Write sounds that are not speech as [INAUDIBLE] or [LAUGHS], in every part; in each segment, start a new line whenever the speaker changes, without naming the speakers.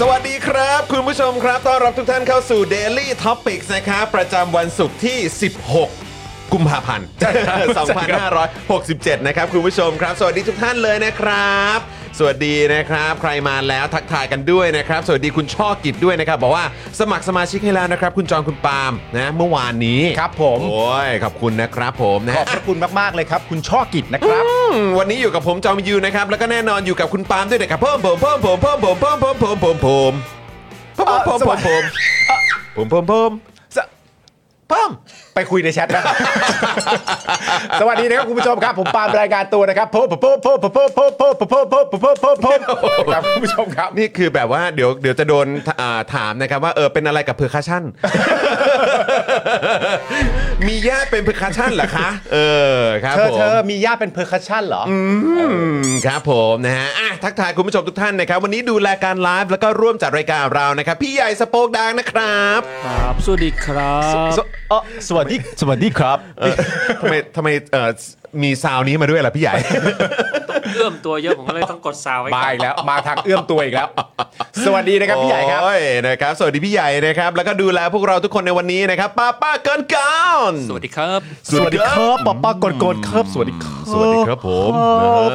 สวัสดีครับ คุณผู้ชมครับ ต้อนรับทุกท่านเข้าสู่ Daily Topics นะครับประจำวันศุกร์ที่ 16 กุมภาพันธ์ [LAUGHS] 2567 นะครับคุณผู้ชมครับ สวัสดีทุกท่านเลยนะครับ สวัสดีนะครับ ใครมาแล้วทักทายกันด้วยนะครับ สวัสดีคุณช่อกิจด้วยนะครับ บอกว่าสมัครสมาชิกให้แล้วนะครับ คุณจองคุณปาล์มนะเมื่อวานนี้
ครับผม
โอ้ยขอบคุณนะครับผมนะ
ข
ฮะ
อบพระคุณมาก ๆ เลยครับ คุณช่อกิจนะครับ
อืมวันนี้อยู่กับผมจอมยูนะครับ แล้วก็แน่นอนอยู่กับคุณปาล์มด้วยนะครับเพิ่มผมเพิ่มผมเพิ่มผมเพิ่มผมเพิ่มผมเพิ่มผมเพิ่มผมเพิ่มผมเพิ่มผมเพิ่มผมเพิ่ม
สะ
เพิ่ม
ไปคุยในแชทนะครับ สวัสดีนะครับคุณผู้ชมครับ ผมปาล์มรายการตัวนะครับโพบโพบโพบโพบโพบโพบโพบโพบโพบโพบโพบครับคุณผู้ชมครับ
นี่คือแบบว่าเดี๋ยวเดี๋ยวจะโดนอ่าถามนะครับว่าเออเป็นอะไรกับเพอร์คัชชั่น [LAUGHS] มีญาติเป็นเพอร์คัชชั่นเหรอคะเออครับ
เธอ
ผม
เธอมีญาติเป็นเพอร์คัชชันเหรอ
อืมครับผมนะฮะอ่ะทักทายคุณผู้ชมทุกท่านนะครับ วันนี้ดูแลการไลฟ์แล้วก็ร่วมจัดรายการเรานะครับ พี่ใหญ่สโปกดังนะครับ
ครับสวัสดีครับ
สวัสดีสวัสดีครับ
เออ [LAUGHS] ทำไมทำไมเอ่อมีซาวนี้มาด้วยล่ะพี่ใหญ่
เอื้อมตัวเยอะผมก็เลยต้องกดซาวไว้ก่
[LAUGHS] มา
อน
อีกแล้ว มาทางเอื้อมตัวอีกแล้ว [LAUGHS] สวัสดีนะครับพี่ใหญ่ครับ
โอ้ยนะครับสวัสดีพี่ใหญ่นะครับ แล้วก็ดูแลพวกเราทุกคนในวันนี้นะครับป้าป้าเกินเก่น
สวัสดีครับ
สวัสดีครับป๊อปป้ากดกดครับ สวัสดีครับ
สวัสดีครับผมนะฮะ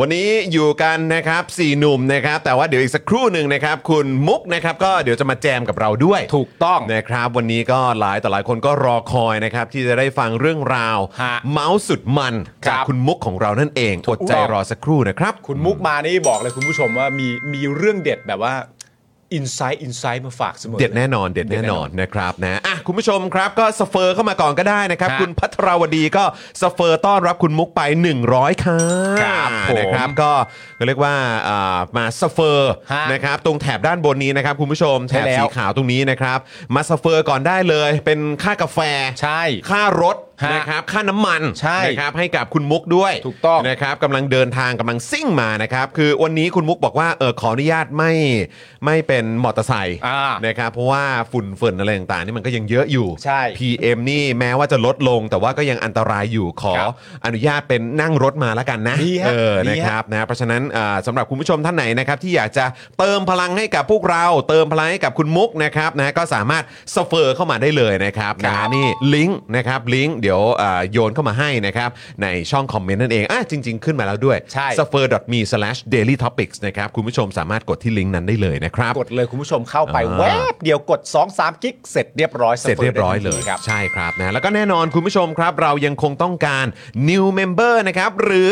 วันนี้อยู่กันนะครับสี่หนุ่มนะครับ แต่ว่าเดี๋ยวอีกสักครู่หนึ่งนะครับ คุณมุกนะครับก็เดี๋ยวจะมาแจมกับเราด้วย
ถูกต้อง
นะครับ วันนี้ก็หลายต่อหลายคนก็รอคอยนะครับ ที่จะได้ฟังเรื่องราว
ฮะ
เมาส์สุดมัน
ครั
จา
บ
กคุณมุกของเรานั่นเองอดใจ
ต้อง
รอสักครู่นะครับ
คุณมุกมานี่บอกเลยคุณผู้ชมว่ามีมีเรื่องเด็ดแบบว่าอินไซต์อินไซต์มาฝากเสมอ
เด็ดแน่นอนเด็ดแน่นอนนะครับนะอ่ะคุณผู้ชมครับก็สเฟอร์เข้ามาก่อนก็ได้นะครับ
ฮะ
คุณพัทรวดีก็สเฟอร์ต้อนรับคุณมุกไป 100ค่ะ
ครับผม
นะครับก็เรียกว่าอ่ามาสเฟอร์
ฮะ
นะครับตรงแถบด้านบนนี้นะครับคุณผู้ชมแถ
ใช่
บ
แล้ว
สีขาวตรงนี้นะครับ มาสเฟอร์ก่อนได้เลย เป็นค่ากาแฟ
ใช่
ค่ารถ
ฮะ
นะครับค่าน้ำมัน
ใช่
นะครับให้กับคุณมุกด้วย
ถูกต้อง
นะครับกำลังเดินทางกำลังซิ่งมานะครับคือวันนี้คุณมุกบอกว่าเออขออนุญาตไม่ไม่เป็นมอเตอร์ไซค์
อ่า
นะครับเพราะว่าฝุ่นฝุ่นอะไรต่างๆนี่มันก็ยังเยอะอยู่
ใช่
PM นี่แม้ว่าจะลดลง แต่ว่าก็ยังอันตรายอยู่ขอ
ครับ
อนุญาตเป็นนั่งรถมาแล้วกันนะ
ดีฮะ
เออ
ดีฮะ
นะครับนะเพราะฉะนั้นอ่าสำหรับคุณผู้ชมท่านไหนนะครับที่อยากจะเติมพลังให้กับพวกเรา เติมพลังให้กับคุณมุกนะครับนะก็สามารถสเฟอร์เข้ามาได้เลยนะครับ
ครั
นะ
บ
นี่ลิงก์นะครับลิงก์เดี๋ยวอ่าโยนเข้ามาให้นะครับในช่องคอมเมนต์นั่นเองอ่ะจริง ๆ ขึ้นมาแล้วด้วย
ใช่
s u f f e r m e d a i l y t o p i c s นะครับคุณผู้ชมสามารถกดที่ลิงก์นั้นได้เลยนะครับ
กดเลยคุณผู้ชมเข้าไป
อ่า
แวบเดียวกด 2 3กิ๊กเสร็จเรียบร้อย
เสร็จเรียบร้อยเลย
ครับ
ใช่ครับนะแล้วก็แน่นอนคุณผู้ชมครับ เรายังคงต้องการ new member นะครับ หรือ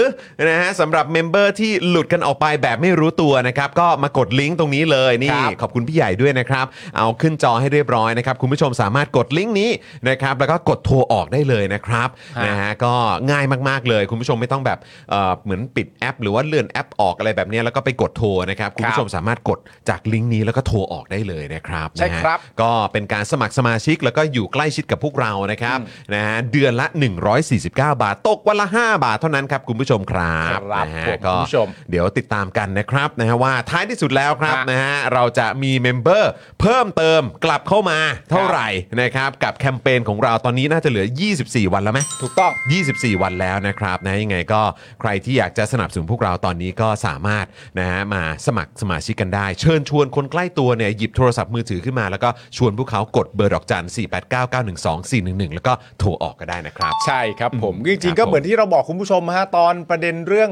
นะฮะสำหรับ member ที่หลุดกันออกไปแบบไม่รู้ตัวนะครับ ก็มากดลิงก์ตรงนี้เลยนี่
ครับ
ขอบคุณพี่ใหญ่ด้วยนะครับ เอาขึ้นจอให้เรียบร้อยนะครับ คุณผู้ชมสามารถกดลิงก์นี้นะครับ แล้วก็กดโทรออกได้เลย เลยนะครับ
ฮะ
นะฮะก็ง่ายมากๆเลย คุณผู้ชมไม่ต้องแบบเอ่อเหมือนปิดแอป หรือว่าเลื่อนแอปออกอะไรแบบเนี้ยแล้วก็ไปกดโทรนะครับคุณผู้ชมสามารถกดจากลิงก์นี้แล้วก็โทรออกได้เลยนะครับ
ใช่
นะฮะ
ครับ
ก็เป็นการสมัครสมาชิกแล้วก็อยู่ใกล้ชิดกับพวกเรานะครับนะฮะเดือนละ 149 บาท ตกวันละ 5 บาทเท่านั้นครับ คุณผู้ชมครับ
ครับ
นะฮะ
ผม
ก็
คุณผู้ชม
เดี๋ยวติดตามกันนะครับนะฮะว่าท้ายที่สุดแล้วครับ
ฮะ
นะฮะเราจะมีเมมเบอร์เพิ่มเติมกลับเข้ามาเท่า
ครับ
ไหร่นะครับ กับแคมเปญของเราตอนนี้น่าจะเหลือ 24 วันแล้วไหม
ถูกต้อง
24 วันแล้วนะครับนะยังไงก็ใครที่อยากจะสนับสนุนพวกเราตอนนี้ก็สามารถนะฮะมาสมัครสมาชิกกันได้ เชิญชวนคนใกล้ตัวเนี่ยหยิบโทรศัพท์มือถือขึ้นมา แล้วก็ชวนพวกเขากดเบอร์ดอกจัน 4 8 9 9 1 2 4 1 1 แล้วก็โทรออกก็ได้นะครับ
ใช่ครับผมจ
ครั
ริ
บ
งๆก็เหมือนที่เราบอกคุณผู้ชมฮะตอนประเด็นเรื่อง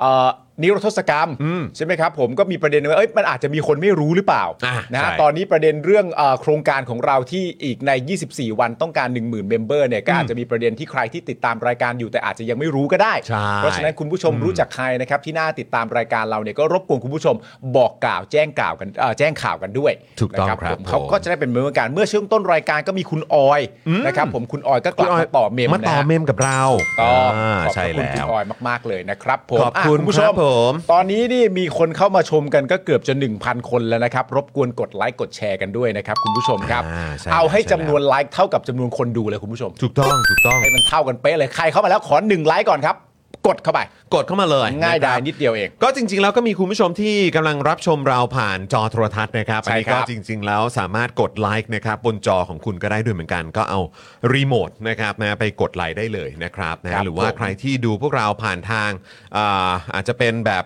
เอ่อนิรโทษกรรมใช่ไหมครับผมก็มีประเด็นว่าเอ้ยมันอาจจะมีคนไม่รู้หรือเปล่า
อ่ะ
นะฮะ
ใช่
ตอนนี้ประเด็นเรื่องเอ่อโครงการของเราที่อีกใน 24 วันต้องการ 1 0,000เมมเบอร์เนี่ยก็อาจจะมีประเด็นที่ใครที่ติดตามรายการอยู่แต่อาจจะยังไม่รู้ก็ได้
ใช่
เพราะฉะนั้นคุณผู้ชมรู้จักใครนะครับที่น่าติดตามรายการเราเนี่ยก็รบกวนคุณผู้ชมบอกกล่าวแจ้งกล่าวกันเอ่อแจ้งข่าวกันด้วย
ถูกต้อง
นะครับ ผ
ผ
ม
ม
เขาก็จะได้เป็นเมมเบอร์การเมื่อช่วงต้นรายการก็มีคุณออยนะครับผมคุณออยก็กลับมาต่อเมม
มาต่อ
นะฮะ
เมมกับเรา
ต้อง
อ่า
ขอบ
ใช่
พระคุณ
แล้
คุณ
ว
ออยมาก ๆ เลยนะครับผม
ขอบคุณ
ะผู้ช
ครับผม
ตอนนี้นี่มีคนเข้ามาชมกันก็เกือบจะ 1,000 คนแล้วนะครับ รบกวนกดไลค์กดแชร์กันด้วยนะครับ คุณผู้ชมครับ
อ่ช่
เอาให้จำ
ช่
นวนไลค์เท่ากับจำนวนคนดูเลยคุณผู้ชม
ถูกต้องถูกต้อง
ให้มันเท่ากันเป๊ะเลยใครเข้ามาแล้วขอ1ไลค์ก่อนครับ กดเข้าไป
กดเข้ามาเลย
ง่าย
นะค
ดา
รั
ย
บ
นิดเดียวเอง
ก็จริงๆแล้วก็มีคุณผู้ชมที่กำลังรับชมเราผ่านจอโทรทัศน์นะครับ
ใช่
อันนี้
ครั
ก็
บ
จริง ๆ แล้วสามารถกดไลค์นะครับบนจอของคุณก็ได้ด้วยเหมือนกัน ก็เอารีโมทนะครับนะไปกดไลค์ได้เลยนะครับ
ครั
นะ
บ
หรือว่า
ผม
ใครที่ดูพวกเราผ่านทางอ่าอาจจะเป็นแบบ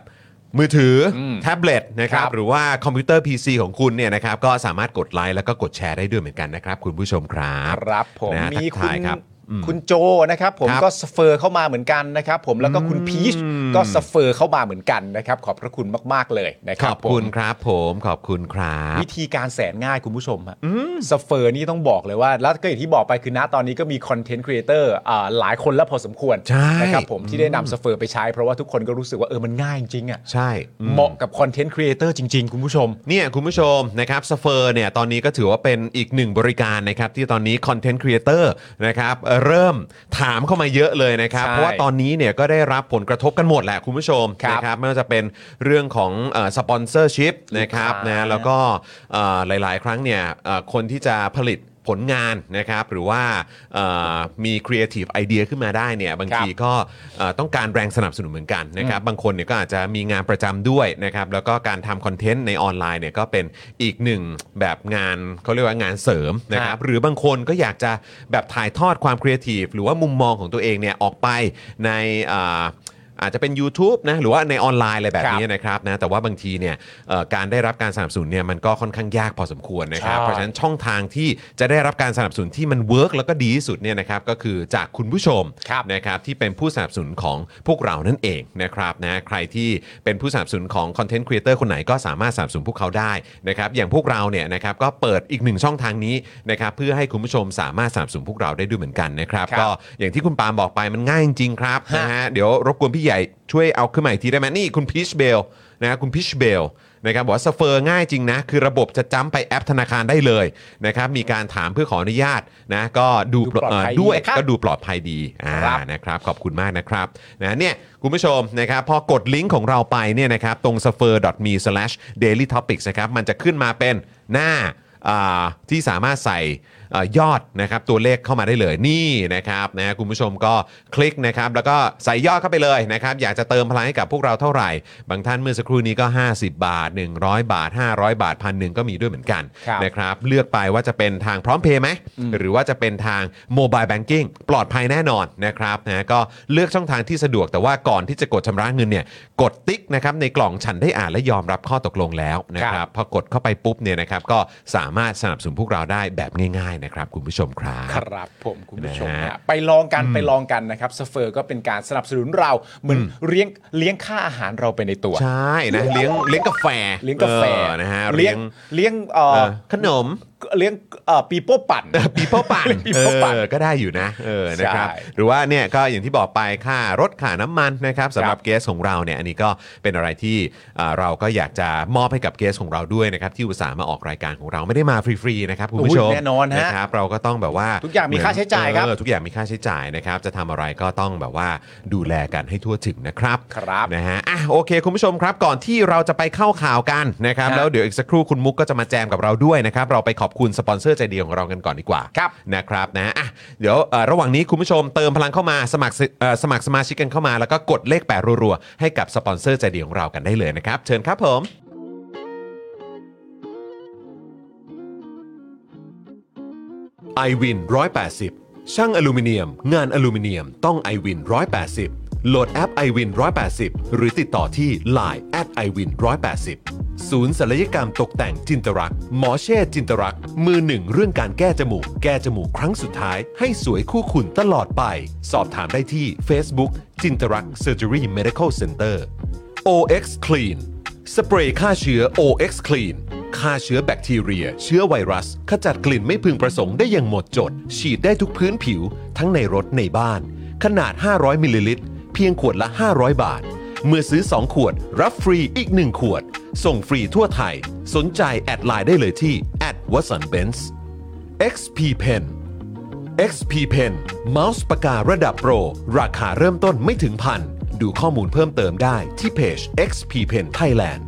มือถืออแท็บเล็ตนะครับ
ครับ
หรือว่าคอมพิวเตอร์ PC ของคุณเนี่ยนะครับก็สามารถกดไลค์แล้วก็กดแชร์ได้ด้วยเหมือนกันนะครับ คุณผู้ชมครับ
ครับผม
นะ
มี
ทัก
คุ
ทาย
ณ
ครับอืม
คุณโจนะครับผม
ครับ
ก็สเฟอร์เข้ามาเหมือนกันนะครับผมแล้วก็คุณพีช
อืม
ก็สเฟอร์เข้ามาเหมือนกันนะครับขอบพระคุณมากๆเลยนะค
ข
รับ
อบคุณ
ผม
ครับผมขอบคุณครับ
วิธีการแสนง่ายคุณผู้ชมฮะสเฟอร์นี่ต้องบอกเลยว่า แล้วก็อย่างที่บอกไปคือณตอนนี้ก็มีคอนเทนต์ครีเอเตอร์หลายคนแล้วพอสมควร
ใช่
นะครับผมที่ได้นำสเฟอร์ไปใช้ เพราะว่าทุกคนก็รู้สึกว่าเออมันง่ายจริงๆอ่ะ
ใช่อืม
เหมาะกับคอนเทนต์ครีเอเตอร์จริง ๆ คุณผู้ชม
เนี่ยคุณผู้ชมนะครับสเฟอร์เนี่ยตอนนี้ก็ถือว่าเป็นอีกหนึ่งบริการนะครับที่ตอนนี้คอนเทนต์ครีเอเตอร์นะครับเอ่อเริ่มถามเข้ามาเยอะเลยนะครับ
ใช่
เพราะว่าตอนนี้เนี่ยก็ได้รับผลกระทบกันหมดแหละคุณผู้ชม
ครับ
นะครับไม่ว่าจะเป็นเรื่องของสปอนเซอร์ชิพนะครับ
ลูกค้าน
นะแล้วก็เอ่อหลาย ๆ ครั้งเนี่ยเอ่อคนที่จะผลิตผลงานนะครับหรือว่าเอ่อมีครีเอทีฟไอเดียขึ้นมาได้เนี่ยบาง
ครับ
ที ก็เอ่อต้องการแรงสนับสนุนเหมือนกันนะครับบางคนเนี่ยก็อาจจะมีงานประจำด้วยนะครับแล้วก็การทำคอนเทนต์ในออนไลน์เนี่ยก็เป็นอีกหนึ่งแบบงานเขาเรียกว่างานเสริมนะครับหรือบางคนก็อยากจะแบบถ่ายทอดความครีเอทีฟหรือว่ามุมมองของตัวเองเนี่ยออกไปในเอ่ออาจจะเป็น YouTube นะหรือว่าในออนไลน์อะไรแบบ
ครับ
นี้นะครับนะแต่ว่าบางทีเนี่ยเอ่อการได้รับการสนับสนุนเนี่ยมันก็ค่อนข้างยากพอสมควรนะครับเพราะฉะนั้น เพราะฉะนั้นช่องทางที่จะได้รับการสนับสนุนที่มันเวิร์กแล้วก็ดีที่สุดเนี่ยนะครับก็คือจากคุณผู้ชม
ครับ
นะครับที่เป็นผู้สนับสนุนของพวกเรานั่นเองนะครับนะใครที่เป็นผู้สนับสนุนของคอนเทนต์ครีเอเตอร์คนไหนก็สามารถสนับสนุนพวกเขาได้นะครับอย่างพวกเราเนี่ยนะครับก็เปิดอีกหนึ่งช่องทางนี้นะครับเพื่อให้คุณผู้ชมสามารถสนับสนุนพวกเราได้ด้วยเหมือนกันนะครับ
ครับ
ก็อย่างที่คุณปาล์มบอกไปมันง่ายจริงๆครับ
ฮะ
นะฮะเดี๋ยวรบกวนพี่ใหญ่ช่วยเอาขึ้นมาอีกทีได้ไหมนี่คุณพีชเบลนะคุณพีชเบล นะครับบอกว่าสเฟอร์ง่ายจริงนะ คือระบบจะจ้ำไปแอปธนาคารได้เลยนะครับมีการถามเพื่อขออนุญาตนะก็ดู
ดูปลอดภัย
เอ่อด้วย
ดีนะครับ
ก็ดูปลอดภัยดีอ่า
ครับ
นะครับขอบคุณมากนะครับนะเนี่ยคุณผู้ชมนะครับพอกดลิงก์ของเราไปเนี่ยนะครับตรง s f e r m e d a i l y t o p i c s นะครับมันจะขึ้นมาเป็นหน้าอ่าที่สามารถใส่เอ่อยอดนะครับตัวเลขเข้ามาได้เลยนี่นะครับนะคุณผู้ชมก็คลิกนะครับแล้วก็ใส่ยอดเข้าไปเลยนะครับอยากจะเติมพลังให้กับพวกเราเท่าไหร่ บางท่านเมื่อสักครู่นี้ก็ 50 บาท 100 บาท 500 บาทพันหนึ่งก็มีด้วยเหมือนกัน
ครับ
นะ นะครับเลือกไปว่าจะเป็นทางพร้อมเพย์ไหม หรือว่าจะเป็นทางโมบายแบงกิ้งปลอดภัยแน่นอนนะครับนะก็เลือกช่องทางที่สะดวกแต่ว่าก่อนที่จะกดชำระเงินเนี่ยกดติ๊กนะครับในกล่องฉันได้อ่านและยอมรับข้อตกลงแล้วนะค
ครั
รับบ พอกดเข้าไปปุ๊บเนี่ยนะครับก็สามารถสนับสนุนพวกเราได้แบบง่ายๆนะครับคุณผู้ชมครับ
ครับผมคุณผู้ชม
นะฮะ
ฮะไปลองกันไปลองกันนะครับสเฟอร์ก็เป็นการสนับสนุนเราเหมือนเลี้ยงเลี้ยงค่าอาหารเราไปในตัว
ใช่นะเลี้ยงเลี้ยงกาแฟ
เลี้ยงกาแฟ
เออนะฮะ
เลี้ยงเลี้ยงเอ่อ
เออขนม
เลี้ยงเอ่อปีโป้ปั่น
ปีโป้ปั่น
ปีโป้ปั่น
เออก็ได้อยู่นะเออนะครับ
ใช่
หรือว่าเนี่ยก็อย่างที่บอกไปค่ารถค่าน้ำมันนะครับสำหรับ
ครับ
เกสของเราเนี่ยอันนี้ก็เป็นอะไรที่อ่าเราก็อยากจะมอบให้กับเกสของเราด้วยนะครับที่อุตส่าห์มาออกรายการของเราไม่ได้มาฟรีๆนะครับคุณผู้ชม
อุ๊ยแน่นอนฮะ
ครับเราก็ต้องแบบว่า
ทุกอย่างมีค่าใช้จ่ายครับ
เออทุกอย่างมีค่าใช้จ่ายนะครับจะทำอะไรก็ต้องแบบว่าดูแลกันให้ทั่วถึงนะครับ
ครับ
นะฮะอ่ะโอเค คุณผู้ชมครับก่อนที่เราจะไปเข้าข่าวกันนะครับ
ครับ
แล้วเดี๋ยวอีกสักครู่คุณมุกก็จะมาแจมกับเราด้วยนะครับเราไปขอบคุณสปอนเซอร์ใจดีของเรากันก่อนดีกว่า
ครับ
นะครับนะอ่ะเดี๋ยวเอ่อระหว่างนี้คุณผู้ชมเติมพลังเข้ามาสมัครสิเอ่อสมัครสมาชิกกันเข้ามา แล้วก็กดเลขแปดรัวๆ ให้กับสปอนเซอร์ใจดีของเรากันได้เลยนะครับ เชิญครับผม i w วิน180 ช่างอลูมิเนียม งานอลูมิเนียมต้อง i w วิน180 โหลดแอป i w วิน180 หรือติดต่อที่ Line at i w วิน180ศูนย์ศัลยกรรมตกแต่งจินตรักษณ์หมอเช่จินตรักษณ์มือหนึ่งเรื่องการแก้จมูก แก้จมูกครั้งสุดท้าย ให้สวยคู่คุณตลอดไป สอบถามได้ที่ Facebook จินตรักเซอร์เจอรี่เมดิคอลเซ็นเตอร์ OX Clean สเปรย์ฆ่าเชื้อ OX Clean ฆ่าเชื้อแบคทีเรีย เชื้อไวรัส ขจัดกลิ่นไม่พึงประสงค์ได้อย่างหมดจด ฉีดได้ทุกพื้นผิว ทั้งในรถในบ้าน ขนาด 500 มิลลิลิตร เพียงขวดละ 500 บาท เมื่อซื้อ 2 ขวด รับฟรีอีก 1 ขวด ส่งฟรีทั่วไทย สนใจแอดไลน์ได้เลยที่ w a t s o n b e n z XP Pen XP Pen เมาส์ปากการะดับโปร ราคาเริ่มต้นไม่ถึงพัน ดูข้อมูลเพิ่มเติมได้ที่เพจ XP Pen Thailand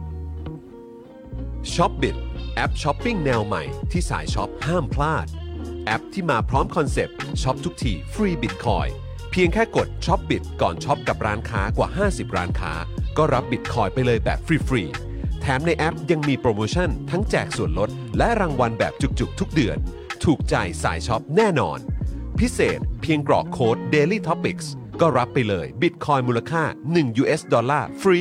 Shopbit แอปช้อปปิ้งแนวใหม่ที่สายช็อปห้ามพลาด แอปที่มาพร้อมคอนเซปต์ช็อปทุกทีฟรีบิตคอยเพียงแค่กด Shopbit ก่อนช็อปกับร้านค้ากว่า 50 ร้านค้า ก็รับบิตคอยไปเลยแบบฟรีๆแถมในแอปยังมีโปรโมชั่น ทั้งแจกส่วนลด และรางวัลแบบจุกๆ ทุกเดือน ถูกใจสายช็อปแน่นอน พิเศษเพียงกรอกโค้ด daily topics ก็รับไปเลยบิตคอยมูลค่า 1 US ดอลลาร์ฟรี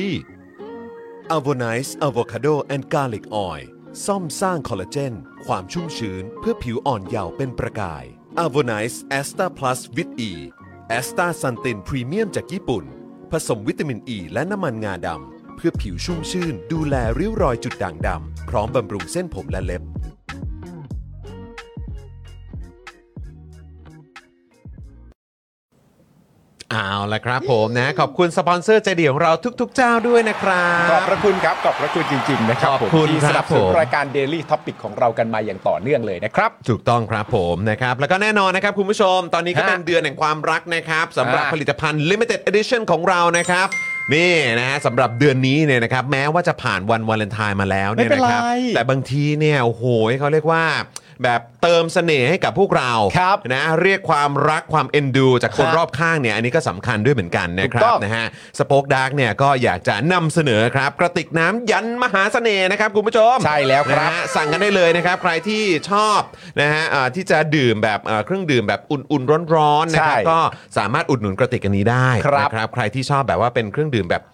a v o n i c e Avocado and Garlic Oil ซ่อมสร้างคอลลาเจน ความชุ่มชื้นเพื่อผิวอ่อนเยาว์เป็นประกาย a v o n i c e a s t a Plus with E a s t a s u n t i n Premium จากญี่ปุ่น ผสมวิตามินอ e ีและน้ำมันงาดำ เพื่อผิวชุ่มชื่น ดูแลริ้วรอยจุดด่างดำ พร้อมบำรุงเส้นผมและเล็บ เอาละครับผมนะ ขอบคุณสปอนเซอร์ใจดีของเราทุก ๆ เจ้าด้วยนะครั
ขอบบ พระคุณครับขอบพระคุณจริง ๆ นะครับ
ขอบ
ผม
คุณ
ที่
ครั
ส
บ
นับสนุ
ผ
น
ม
รายการ Daily Topic ของเรากันมาอย่างต่อเนื่องเลยนะครับ
ถูกต้องครับผมนะครับ แล้วก็แน่นอนนะครับคุณผู้ชมตอนนี้ก็
ฮะ
เป็นเดือนแห่งความรักนะครับสำหรับ
อ่า
ผลิตภัณฑ์ Limited Edition ของเรานะครับนี่นะฮะสำหรับเดือนนี้เนี่ยนะครับแม้ว่าจะผ่านวันวาเลนไทน์มาแล้วเนี่ยนะครั
ไม่เป็นไร
แต่บางทีเนี่ยโอ้โหเขาเรียกว่า แบบเติมเสน่ห์ให้กับพวกเรา
ครับ
นะเรียกความรักความเอ็นดู จากคน
ครับ
รอบข้างเนี่ยอันนี้ก็สำคัญด้วยเหมือนกันนะครับ
ถูกต้อง
นะฮะสป็อคดาร์กเนี่ยก็อยากจะนำเสนอครับกระติกน้ำยันมหาเสน่ห์นะครับคุณผู้ชม
ใช่แล้วครับ
นะฮะสั่งกันได้เลยนะครับ ใครที่ชอบนะฮะอ่าที่จะดื่มแบบอ่าเครื่องดื่มแบบอุ่นๆร้อนๆนะครับ
ใช่
ก็สามารถอุดหนุนกระติกอันนี้ได้
ครับ
นะครับ ใครที่ชอบแบบว่าเป็นเครื่องดื่มแบบ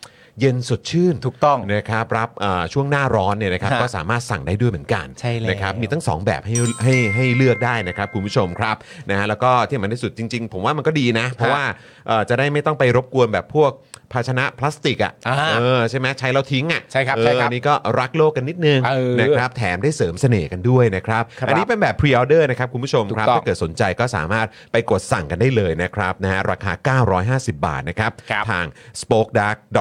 เย็นสดชื่น
ถูกต้อง
นะครับรับอ่าช่วงหน้าร้อนเนี่ยนะครับ
ฮะ
ก็สามารถสั่งได้ด้วยเหมือนกัน
ใช่แล้ว
นะครับมีตั้งสองแบบให้ให้ให้เลือกได้นะครับคุณผู้ชมครับนะฮะแล้วก็ที่มันที่สุดจริง ๆ ผมว่ามันก็ดีนะ เพราะว่าเอ่อจะได้ไม่ต้องไปรบกวนแบบพวกภาชนะพลาสติกอ่ะเออใช่ไหมใช้แล้วทิ้งอ่ะ
ใช่ครับใช่ครั
เอ
บ
อนี่ก็รักโลกกันนิดนึง
เออ
นะครับแถมได้เสริมเสน่ห์กันด้วยนะครับ
ครับ
อันนี้เป็นแบบพรีออเดอร์นะครับ คุณผู้ชมครับ
ถูกต้อง
ถ้าเกิดสนใจก็สามารถไปกดสั่งกันได้เลยนะครับนะฮะราคา 950 บาทนะครับ
ครับ
ทาง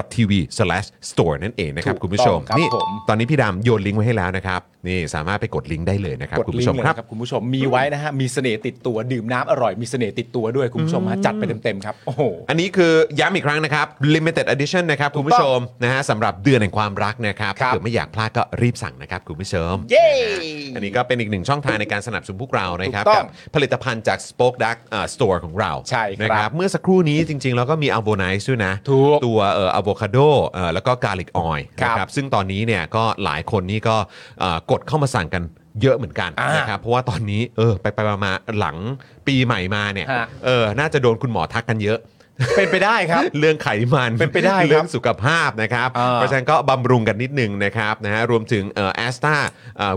spokedark.tv/store นั่นเองนะครับ คุณผู้ชม
ถูกต้องครับ
นี่
ผม
ตอนนี้พี่ดำโยนลิงก์ไว้ให้แล้วนะครับ นี่สามารถไปกดลิงก์ได้เลยนะครับ
กด
คุณ
ลิง
ผู้ชม
ก์เลย
ครับ
นะครับคุณผู้ชมมีไว้นะฮะมีเสน่ห์ติดตัวดื่มน้ำอร่อยมีเสน่ห์ติดตัวด้วยคุณผู้ชมฮะจัดไปเต็มๆครับโอ้โห
อันนี้คือย้ำอีกครั้งนะครับ limited edition นะครับคุณผู้ชมนะฮะสำหรับเดือนแห่งความรักนะครับ
ค
ถ้า
รับ
เกิดไม่อยากพลาดก็รีบสั่งนะครับคุณผู้ชม
เย้
อันนี้ก็เป็นอีกหนึ่งช่องทางในการสนับสนุนพวกเรานะครับ
ถูกต้
กั
อง
ผลิตภัณฑ์จาก Spoke Dark เอ่อ Store ของเรา
ใช่ครับ
นะเมื่อสักครู่นี้จริงๆ เราก็มีอัลโบไนซ์ด้วยนะ
ถูก
ตัวเอ่ออะโวคาโดเอ่อแล้วก็กาลิกออย
ครับ
นะครับซึ่งตอนนี้เนี่ยก็หลายคนนี่ก็เอ่อกดเข้ามาสั่งกันเยอะเหมือนกัน
อ่าน
นะครับเพราะว่าตอนนี้เออไปไปๆมาๆหลังปีใหม่มาเนี่ย
ฮะ
เออน่าจะโดนคุณหมอทักกันเยอะ
เป็นไปได้ครับ
เรื่องไขมัน
เป็นไปได้ครับ
เรื่องสุขภาพนะครับ
อ่า
เพราะฉะนั้นก็บำรุงกันนิดนึงนะครับนะฮะรวมถึงแอสตา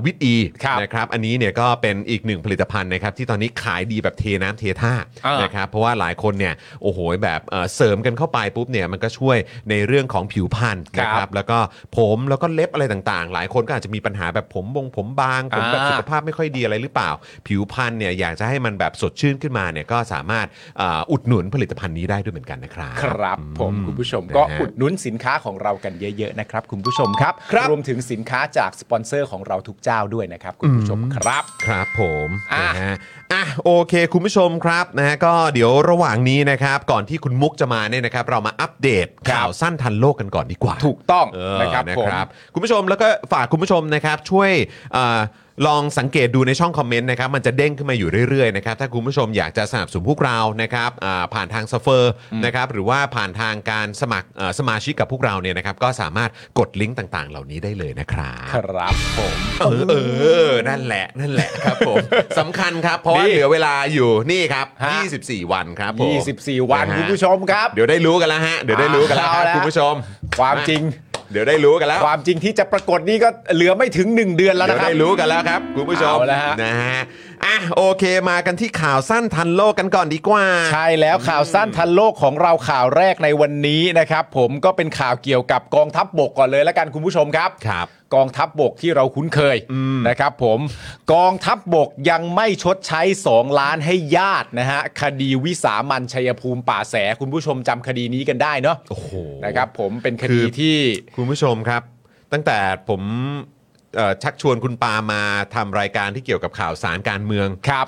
วิตอี
ครับ
นะครับอันนี้เนี่ยก็เป็นอีกหนึ่งผลิตภัณฑ์นะครับที่ตอนนี้ขายดีแบบเทน้ำเทท่า
อ่าน
นะครับเพราะว่าหลายคนเนี่ยโอ้โหแบบเอ่อเสริมกันเข้าไปปุ๊บเนี่ยมันก็ช่วยในเรื่องของผิวพรรณนะครับแล้วก็ผมแล้วก็เล็บอะไรต่างๆ หลายคนก็อาจจะมีปัญหาแบบผมบงผมบางผมแบบ
อ่า
สุขภาพไม่ค่อยดีอะไรหรือเปล่า ผิวพรรณเนี่ยอยากจะให้มันแบบสดชื่นขึ้นมาเนี่ยก็สามารถเอ่ออุดหนุนผลิตภัณฑ์นี้ได้ด้วยเหมือนกันนะครับ
ครับผม
อืม
คุณผู้ชมก็
นะฮะ
อุดหนุนสินค้าของเรากันเยอะๆนะครับ คุณผู้ชมครับ รวมถึงสินค้าจากสปอนเซอร์ของเราทุกเจ้าด้วยนะครับ คุณผู้ชมครับ
ครับผม
อ่ะ
นะฮะอ่ะโอเค คุณผู้ชมครับนะฮะก็เดี๋ยวระหว่างนี้นะครับ ก่อนที่คุณมุกจะมาเนี่ยนะครับ เรามาอัปเดต
ครับ
ข่าวสั้นทันโลกกันก่อนดีกว่า
ถูกต้อง
เออ
นะครับผม
คุณผู้ชมแล้วก็ฝากคุณผู้ชมนะครับ ช่วยเอ่อลองสังเกตดูในช่องคอมเมนต์นะครับ มันจะเด้งขึ้นมาอยู่เรื่อยๆนะครับถ้าคุณผู้ชมอยากจะสนับสนุนพวกเรานะครับอ่าผ่านทางซัฟเฟอร์นะครับหรือว่าผ่านทางการสมัครเอ่อสมาชิกกับพวกเราเนี่ยนะครับก็สามารถกดลิงก์ต่างๆ เหล่านี้ได้เลยนะครับ
ครับผม
เออเออ นั่นแหละ นั่นแหละครับ
[LAUGHS]
ผม สำคัญครับ เพราะว่า
นี่
เหลือเวลาอยู่นี่ครับ
ฮะ
24 วันครับผม
24 วัน
ะฮะ
คุณผู้ชมครับ
เดี๋ยวได้รู้กันแล้วฮะ เดี๋ยวได้รู้กันแล้วครับ
เอาละ
คุณผู้ชม
ความจริง
เดี๋ยวได้รู้กันแล้ว
ความจริงที่จะปรากฏนี่ก็เหลือไม่ถึง 1 เดือนแล้ว
เดี๋ยว
นะครับ
ได้รู้กันแล้วครับ คุณผู้ชม
เอาละฮะ
นะฮะอ่ะโอเคมากันที่ข่าวสั้นทันโลกกันก่อนดีกว่า
ใช่แล้วข่าวสั้นทันโลกของเราข่าวแรกในวันนี้นะครับ ผมก็เป็นข่าวเกี่ยวกับกองทัพบบกก่อนเลยแล้วกันคุณผู้ชมครับ
ครับ
กองทัพบบกที่เราคุ้นเคยนะครับ ผมกองทัพบบกยังไม่ชดใช้ 2 ล้านให้ญาตินะฮะคดีวิสามันชัยภูมิป่าแสคุณผู้ชมจำคดีนี้กันได้เนาะ
โอ้โห
นะครับ ผมเป็นค
คื
ดี
อ
ที่
คุณผู้ชมครับ ตั้งแต่ผมเอ่อชักชวนคุณปามาทำรายการที่เกี่ยวกับข่าวสารการเมือง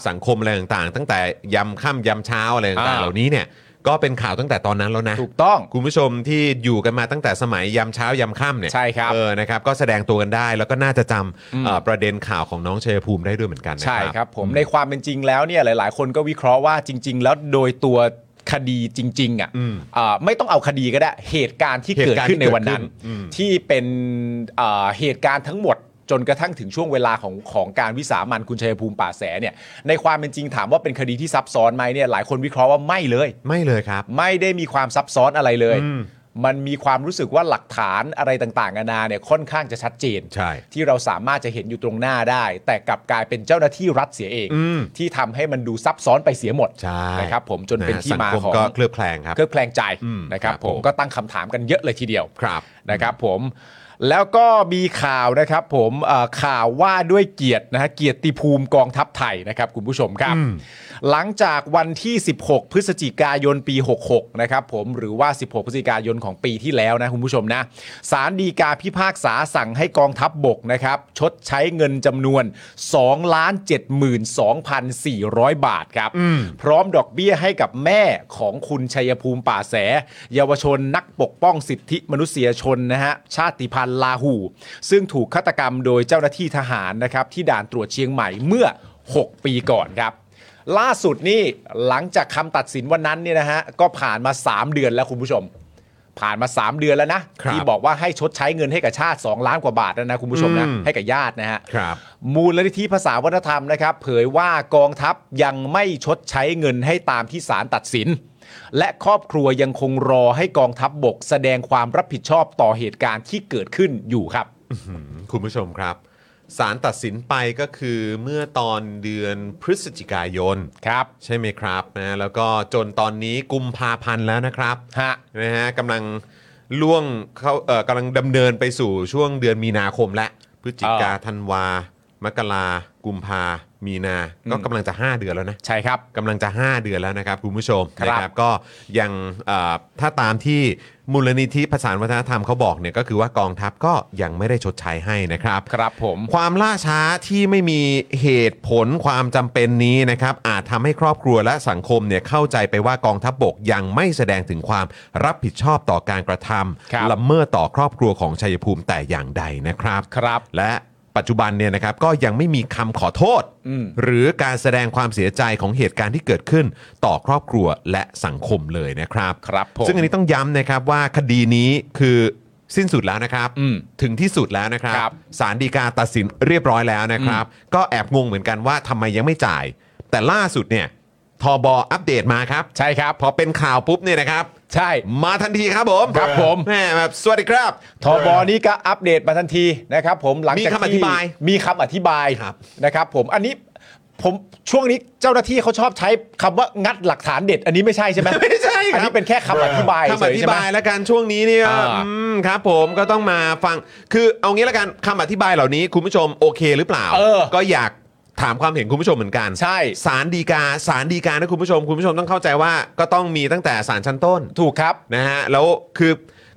สังคมอะไรต่างๆ ตั้งแต่ยำค่ำยำเช้าอะไรต่างๆ
อ่า
เหล่านี้เนี่ยก็เป็นข่าวตั้งแต่ตอนนั้นแล้วนะ
ถูกต้อง
คุณผู้ชมที่อยู่กันมาตั้งแต่สมัยยำเช้ายำค่ำเนี่ย
ใช่ครับ
เออนะครับก็แสดงตัวกันได้แล้วก็น่าจะจำเอ่อประเด็นข่าวของน้องเชยภูมิได้ด้วยเหมือนกันนะ
ใช่
ครับ
ครับผมในความเป็นจริงแล้วเนี่ยหลาย ๆ คนก็วิเคราะห์ว่าจริง ๆ แล้วโดยตัวคดีจริง ๆ อ่ะ
อืม
อ่าไม่ต้องเอาคดีก็ได้ เหตุการณ์ที่เกิดขึ้นในวันนั้น
เหตุการณ์ที่เกิดขึ้นอืม
ที่เป็นอ่าเหตุการณ์ทั้งหมด จนกระทั่งถึงช่วงเวลาของของการวิสามันคุณชัยภูมิป่าแสเนี่ยในความเป็นจริงถามว่าเป็นคดีที่ซับซ้อนไหมเนี่ยหลายคนวิเคราะห์ว่าไม่เลย
ไม่เลยครับ
ไม่ได้มีความซับซ้อนอะไรเลย
อืม
มันมีความรู้สึกว่าหลักฐานอะไรต่างๆนานาเนี่ยค่อนข้างจะชัดเจน
ใช่
ที่เราสามารถจะเห็นอยู่ตรงหน้าได้ แต่กลับกลายเป็นเจ้าหน้าที่รัฐเสียเอง
อืม
ที่ทำให้มันดูซับซ้อนไปเสียหมด
ใช่
นะครับผมจนเป็นที่
สัง
มา
คม
ของ
ก็เคลือบแคลงครับ
เคลือบแคลงใจ
อืม
นะครับ
ครับ
ผ
ผม ม
ก็ตั้งคำถามกันเยอะเลยทีเดียว
ครับ
นะครับผมแล้วก็มีข่าวนะครับผมเอ่อข่าวว่าด้วยเกียรตินะฮะเกียรติภูมิกองทัพไทยนะครับคุณผู้ชมครับ หลังจากวันที่ 16 พฤศจิกายนปี 66 นะครับผมหรือว่า 16 พฤศจิกายนของปีที่แล้วนะคุณผู้ชมนะสารดีกาพิพากษาสั่งให้กองทัพบบกนะครับชดใช้เงินจำนวน 2 72,400 บาทครับ พร้อมดอกเบี้ยให้กับแม่ของคุณชัยภูมิป่าแส เยาวชนนักปกป้องสิทธิมนุษยชนนะฮะชาติพันธุ์ลาหู ซึ่งถูกฆาตกรรมโดยเจ้าหน้าที่ทหารนะครับ ที่ด่านตรวจเชียงใหม่เมื่อ 6 ปีก่อนครับ ล่าสุดนี่หลังจากคำตัดสินวันนั้นเนี่ยนะฮะก็ผ่านมา 3 เดือนแล้วคุณผู้ชม ผ่านมา 3 เดือนแล้วนะครับ ที่บอกว่าให้ชดใช้เงินให้กับชาติ 2 ล้านกว่าบาทแล้วนะคุณผู้ชมนะให้กับญาตินะฮะ
ครับ
มูลนิธิภาษาวัฒนธรรมนะครับ เผยว่ากองทัพยังไม่ชดใช้เงินให้ตามที่ศาลตัดสิน และครอบครัวยังคงรอให้กองทัพบบก แสดงความรับผิดชอบต่อเหตุการณ์ที่เกิดขึ้นอยู่ครับ
คุณผู้ชมครับศาลตัดสินไปก็คือเมื่อตอนเดือนพฤศจิกายน
ครับ
ใช่ไหมครับนะแล้วก็จนตอนนี้กุมภาพันธ์แล้วนะครับ
ฮะ
นะฮะกำลังล่วงเขาเอ่อกำลังดำเนินไปสู่ช่วงเดือนมีนาคมและพฤศจิกาธันวามกรากุมภามีนา ก็กำลังจะ 5 เดือนแล้วนะ
ใช่ครับ
กำลังจะ 5 เดือนแล้วนะครับ คุณผู้ชม
ครับ
นะครับก็ยังเอ่อถ้าตามที่มูลนิธิประสานวัฒนธรรมเขาบอกเนี่ยก็คือว่ากองทัพก็ยังไม่ได้ชดใช้ให้นะครับ
ครับผม
ความล่าช้าที่ไม่มีเหตุผลความจำเป็นนี้นะครับ อาจทำให้ครอบครัวและสังคมเนี่ยเข้าใจไปว่ากองทัพบบกยังไม่แสดงถึงความรับผิดชอบต่อการกระทำ
ครับ
ละเมิดต่อครอบครัวของชัยภูมิแต่อย่างใดนะครับ
ครับ
และปัจจุบันเนี่ยนะครับก็ยังไม่มีคำขอโทษ
อืม
หรือการแสดงความเสียใจของเหตุการณ์ที่เกิดขึ้นต่อครอบครัวและสังคมเลยนะครับ
ครับผม
ซึ่งอันนี้ต้องย้ำนะครับว่าคดีนี้คือสิ้นสุดแล้วนะครับ
อืม
ถึงที่สุดแล้วนะครับ
ครับ
ศาลฎีกาตัดสินเรียบร้อยแล้วนะครับ ก็แอบงงเหมือนกันว่าทำไมยังไม่จ่าย แต่ล่าสุดเนี่ย ทบอัปเดตมาครับ
ใช่ครับ
พอเป็นข่าวปุ๊บเนี่ยนะครับ
ใช่
มาทันทีครับผม
ครับผม
แหมแบบสวัสดีครับ
ทบนี่ก็อัปเดตมาทันทีนะครับผมหลังจาก
มีคำอธิบาย
มีคำอธิบาย
ครับ
นะครับผมอันนี้ผมช่วงนี้เจ้าหน้าที่เขาชอบใช้คำว่างัดหลักฐานเด็ด อันนี้ไม่ใช่ใช่ไหม
ไม่ใช่ค
อัน
รั
นี้
บ
เป็นแค่คำอธิบาย
คำ
เฉ
อย
ๆ
ธิ
ใช่ไหม
บายและกันช่วงนี้เนี่ย
อ่า
อืมครับผมก็ต้องมาฟังคือเอางี้ละกันคำอธิบายเหล่านี้คุณผู้ชมโอเคหรือเปล่า
เออ
ก็อยากถามความเห็นคุณผู้ชมเหมือนกัน
ใช่
สารดีกาสารดีกานะคุณผู้ชม คุณผู้ชมต้องเข้าใจว่าก็ต้องมีตั้งแต่สารชั้นต้น
ถูกครับ
นะฮะแล้วคือ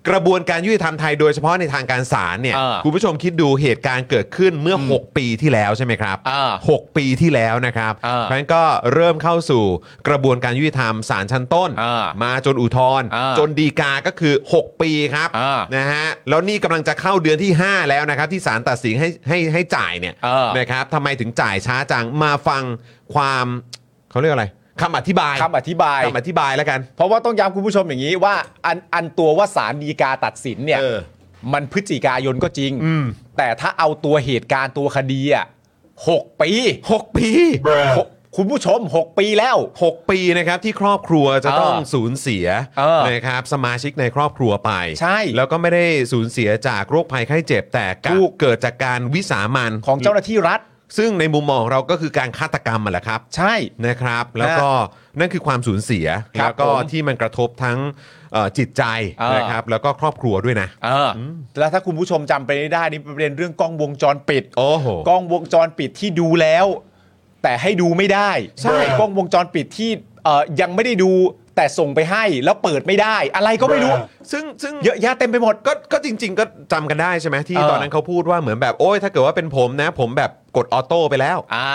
กระบวนการยุติธรรมไทยโดยเฉพาะในทางการศาลเนี่ย
เออ
คุณผู้ชมคิดดูเหตุการณ์เกิดขึ้นเมื่อ 6 ปีที่แล้วใช่ไหมครับ
อ่า
6 ปีที่แล้วนะครับ
อ่า
เพราะฉะนั้นก็เริ่มเข้าสู่กระบวนการยุติธรรมศาลชั้นต้น
อ่า
มาจนอุทธรณ์
อ่า
จนดีกาก็คือ 6 ปีครับ
อ่า
นะฮะแล้วนี่กำลังจะเข้าเดือนที่ 5 แล้วนะครับ ที่ศาลตัดสินให้ให้ให้จ่ายเนี่ย
เออ
นะครับทำไมถึงจ่ายช้าจังมาฟังความเขาเรียกอะไรคำอธิบาย
คำอธิบาย
คำอธิบายแล้วกัน
เพราะว่าต้องย้ำคุณผู้ชมอย่างนี้ว่าอันอันตัวว่าสารดีกาตัดสินเนี่ย
เออ
มันพฤศจิกายนก็จริง แต่ถ้าเอาตัวเหตุการณ์ตัวคดีอ่ะหกปี
6 ปี
หกคุณผู้ชม 6 ปีแล้ว
6 ปีนะครับที่ครอบครัวจะต้อง
เออ
สูญเสีย
เออ
นะครับสมาชิกในครอบครัวไป
ใช่
แล้วก็ไม่ได้สูญเสียจากโรคภัยไข้เจ็บแต่กลับ
ถูก
เกิดจากการวิสามัน
ของเจ้าหน้าที่รัฐ
ซึ่งในมุมมองของเราก็คือการฆาตกรรมอ่ะแหละครับ
ใช่
นะครับแล้วก็นั่นคือความสูญเสีย
ครั
แล้
บ
วก็
ผม
ที่มันกระทบทั้งเอ่อจิตใจ
เออ
นะครับแล้วก็ครอบครัวด้วยนะ
เอออแล้วถ้าคุณผู้ชมจำไปได้นี่เป็นประเด็นเรื่องกล้องวงจรปิด
โอ้โห
กล้องวงจรปิดที่ดูแล้ว แต่ให้ดูไม่ได้
ใช่
กล้องวงจรปิดที่เอ่อยังไม่ได้ดูแต่ส่งไปให้แล้วเปิดไม่ได้ อะไรก็ไม่รู้
ซึ่งซึ่ง
เยอะแยะเต็มไปหมด
ก็ก็จริง ๆ ก็จำกันได้ใช่ไหมที่
เออ
ตอนนั้นเขาพูดว่าเหมือนแบบโอ้ยถ้าเกิดว่าเป็นผมนะ ผมแบบกดออโต้ไปแล้ว
อ่า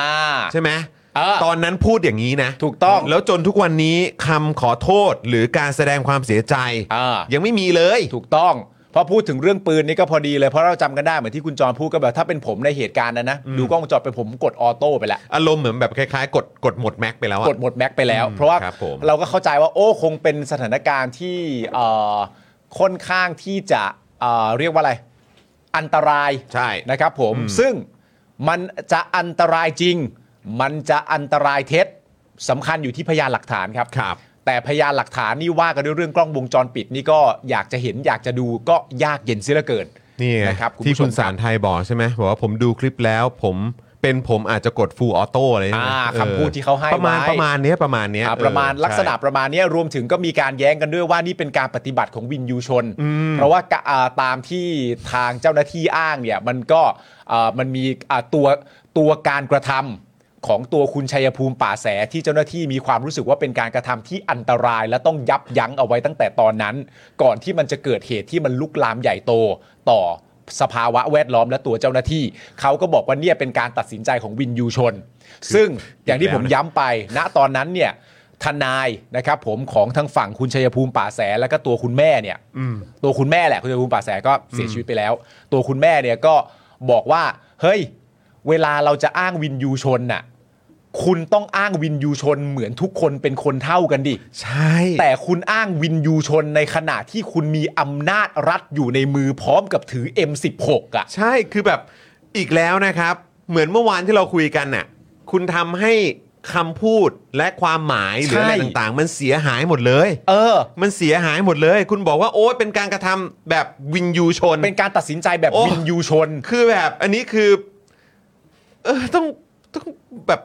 ใช่ไหม
เออ
ตอนนั้นพูดอย่างนี้นะ
ถูกต้อง
แล้วจนทุกวันนี้คำขอโทษหรือการแสดงความเสียใจ
เออ
ยังไม่มีเลย
ถูกต้องพอพูดถึงเรื่องปืนนี่ก็พอดีเลยเพราะเราจำกันได้เหมือนที่คุณจรพูดก็แบบถ้าเป็นผมในเหตุการณ์นั้นนะดูกล้องวงจรไปดผมกดออโต้ไปแล้ว
อารมณ์เหมือนแบบคล้ายๆ กดกดหมดแม็กไปแล้วอะ
กดหมดแม็กไปแล้ว เพราะว่า
ครับผม
เราก็เข้าใจว่าโอ้คงเป็นสถานการณ์ที่เอ่อค่อนข้างที่จะเอ่อเรียกว่าอะไร อันตราย
ใช่
นะครับผมซึ่งมันจะอันตรายจริง มันจะอันตรายเท็จสำคัญอยู่ที่พยานหลักฐานครับ
ครับ
แต่พยานหลักฐานนี่ว่ากันด้วยเรื่องกล้องวงจรปิดนี่ก็อยากจะเห็นอยากจะดูก็ยากเย็นเสียเหลือเกิน
นี่ไง
นะครับคุณ
ที่
ผู้ช
คุ
ม
ณสารไทยบอกใช่ไหมบอกว่าผมดูคลิปแล้วผมเป็นผมอาจจะกดฟูลออโต้เลยใช่ไหม
อ่า
เออ
คำพูดที่เขาให้
ประมาณ
ไว้
ประมาณเนี้ยประมาณเนี้ย
อ่ะประมาณ
เออ
ลักษณะ
ใช่
ประมาณเนี้ยรวมถึงก็มีการแย้งกันด้วยว่านี่เป็นการปฏิบัติของวินยูชน เพราะว่ากะอ่าตามที่ทางเจ้าหน้าที่อ้างเนี่ยมันก็อ่ามันมีอ่าตัวตัวการกระทำของตัวคุณชัยภูมิป่าแสที่เจ้าหน้าที่มีความรู้สึกว่าเป็นการกระทำที่อันตราย และต้องยับยั้งเอาไว้ตั้งแต่ตอนนั้น ก่อนที่มันจะเกิดเหตุที่มันลุกลามใหญ่โตต่อสภาวะแวดล้อมและตัวเจ้าหน้าที่ เขาก็บอกว่าเนี่ยเป็นการตัดสินใจของวินยูชน ซึ่งอย่างที่ผม ย้ำไป ณ ตอนนั้นเนี่ย ทนายนะครับผมของทางฝั่งคุณชัยภูมิป่าแสแล้วก็ตัวคุณแม่เนี่ยตัวคุณแม่แหละคุณชัยภูมิป่าแสก็เสียชีวิตไปแล้ว ตัวคุณแม่เนี่ยก็บอกว่า เฮ้ย เวลาเราจะอ้างวินยูชนน่ะ คุณต้องอ้างวินยูชน เหมือนทุกคนเป็นคนเท่ากันดิ
ใช่
แต่คุณอ้างวินยูชนในขณะที่คุณมีอำนาจรัฐอยู่ในมือพร้อมกับถือ M16 อ่ะ
ใช่คือแบบอีกแล้วนะครับ เหมือนเมื่อวานที่เราคุยกันน่ะคุณทำให้คำพูดและความหมายหรืออะไร
ใช่
ต่างๆ มันเสียหายหมดเลย
เออ
มันเสียหายหมดเลย คุณบอกว่าโอ้ยเป็นการกระทำแบบวินยูชน
เป็นการตัดสินใจแบบ
โอ้
วินยูชน
คือแบบอันนี้คือ เออต้องต้องแบบ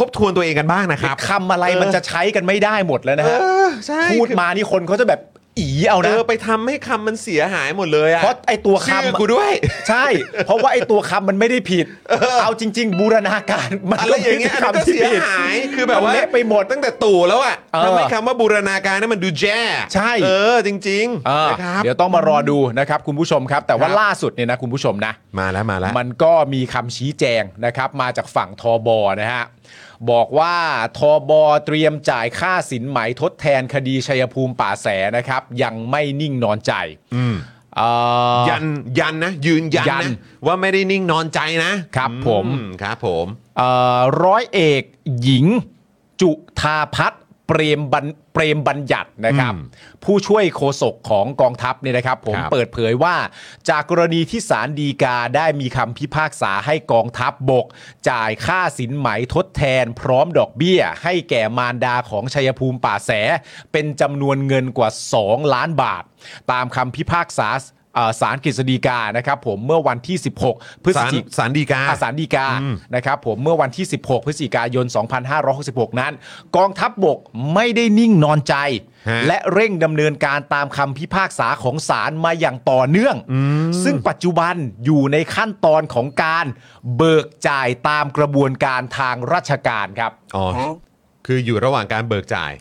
ทบทวนตัวเองกันบ้างนะครับ
คำอะไรมันจะใช้กันไม่ได้หมดแล้วนะฮะ
เออใช่
พูดมานี่คนเขาจะแบบอีเอา
เอ
นะ
อไปทำให้คำมันเสียหายหมดเลยอะ
เพราะไอ้ตัวคำ
ชื่อกูด้วย
ใช่ เพราะว่าไอ้ตัวคำมันไม่ได้ผิด เอาจริง ๆ บูรณาการมัน
อะไร
ก็
อย่างเงี้ย
ไม่
อันนั้นก็
ใช่คำที่
เสีย
ผิด
หายคือแบบ
มัน
ว่า
เละไปหมด
ตั้งแต่ตู่แล้วอ่ะ
เออ
ทำให้คำว่าบูรณาการนี่มันดูแจ้
ใช่
เออ จริง
เอ
ๆ
อ
นะครับ
เดี๋ยวต้องมารอดูนะครับคุณผู้ชมครับ แต่ว่า
ครับ
ล่าสุดเนี่ยนะคุณผู้ชมนะ
มาแล้วมาแล้ว
มันก็มีคำชี้แจงนะครับมาจากฝั่งทอบอนะฮะบอกว่าทอบอเตรียมจ่ายค่าสินไหมทดแทนคดีชัยภูมิป่าแสนะครับ ยังไม่นิ่งนอนใจเอ่อ
ยันยันนะ ยืนยัน
ยัน
นะ ว่าไม่ได้นิ่งนอนใจนะครับ
ผม
อืครับผม
เอ่อร้อยเอกหญิง จุธาพัฒน์ เปรมบัญเปรมบัญญัตินะครับ
อืม
ผู้ช่วยโฆษกของกองทัพเนี่ยนะครับ ผม
ครับ
เปิดเผยว่า จากกรณีที่ศาลฎีกาได้มีคำพิพากษาให้กองทัพบก จ่ายค่าสินไหมทดแทน พร้อมดอกเบี้ย ให้แก่มารดาของชัยภูมิป่าแส เป็นจำนวนเงินกว่า 2 ล้านบาท ตามคำพิพากษาเอ่อศาลกฤษฎีกานะครับผมเมื่อวันที่ 16 พฤศ
สาร
จิก
สารดีกา
อาสารดีกา
อืม
นะครับผมเมื่อวันที่ 16 พฤศจิกายน 2566 นั้น กองทัพบกไม่ได้นิ่งนอนใจ
ฮะ
และเร่งดำเนินการตามคำพิพากษาของศาลมาอย่างต่อเนื่อง ซึ่งปัจจุบันอยู่ในขั้นตอนของการเบิกจ่ายตามกระบวนการทางราชการครับ
อ๋อคืออยู่ระหว่างการเบิกจ่าย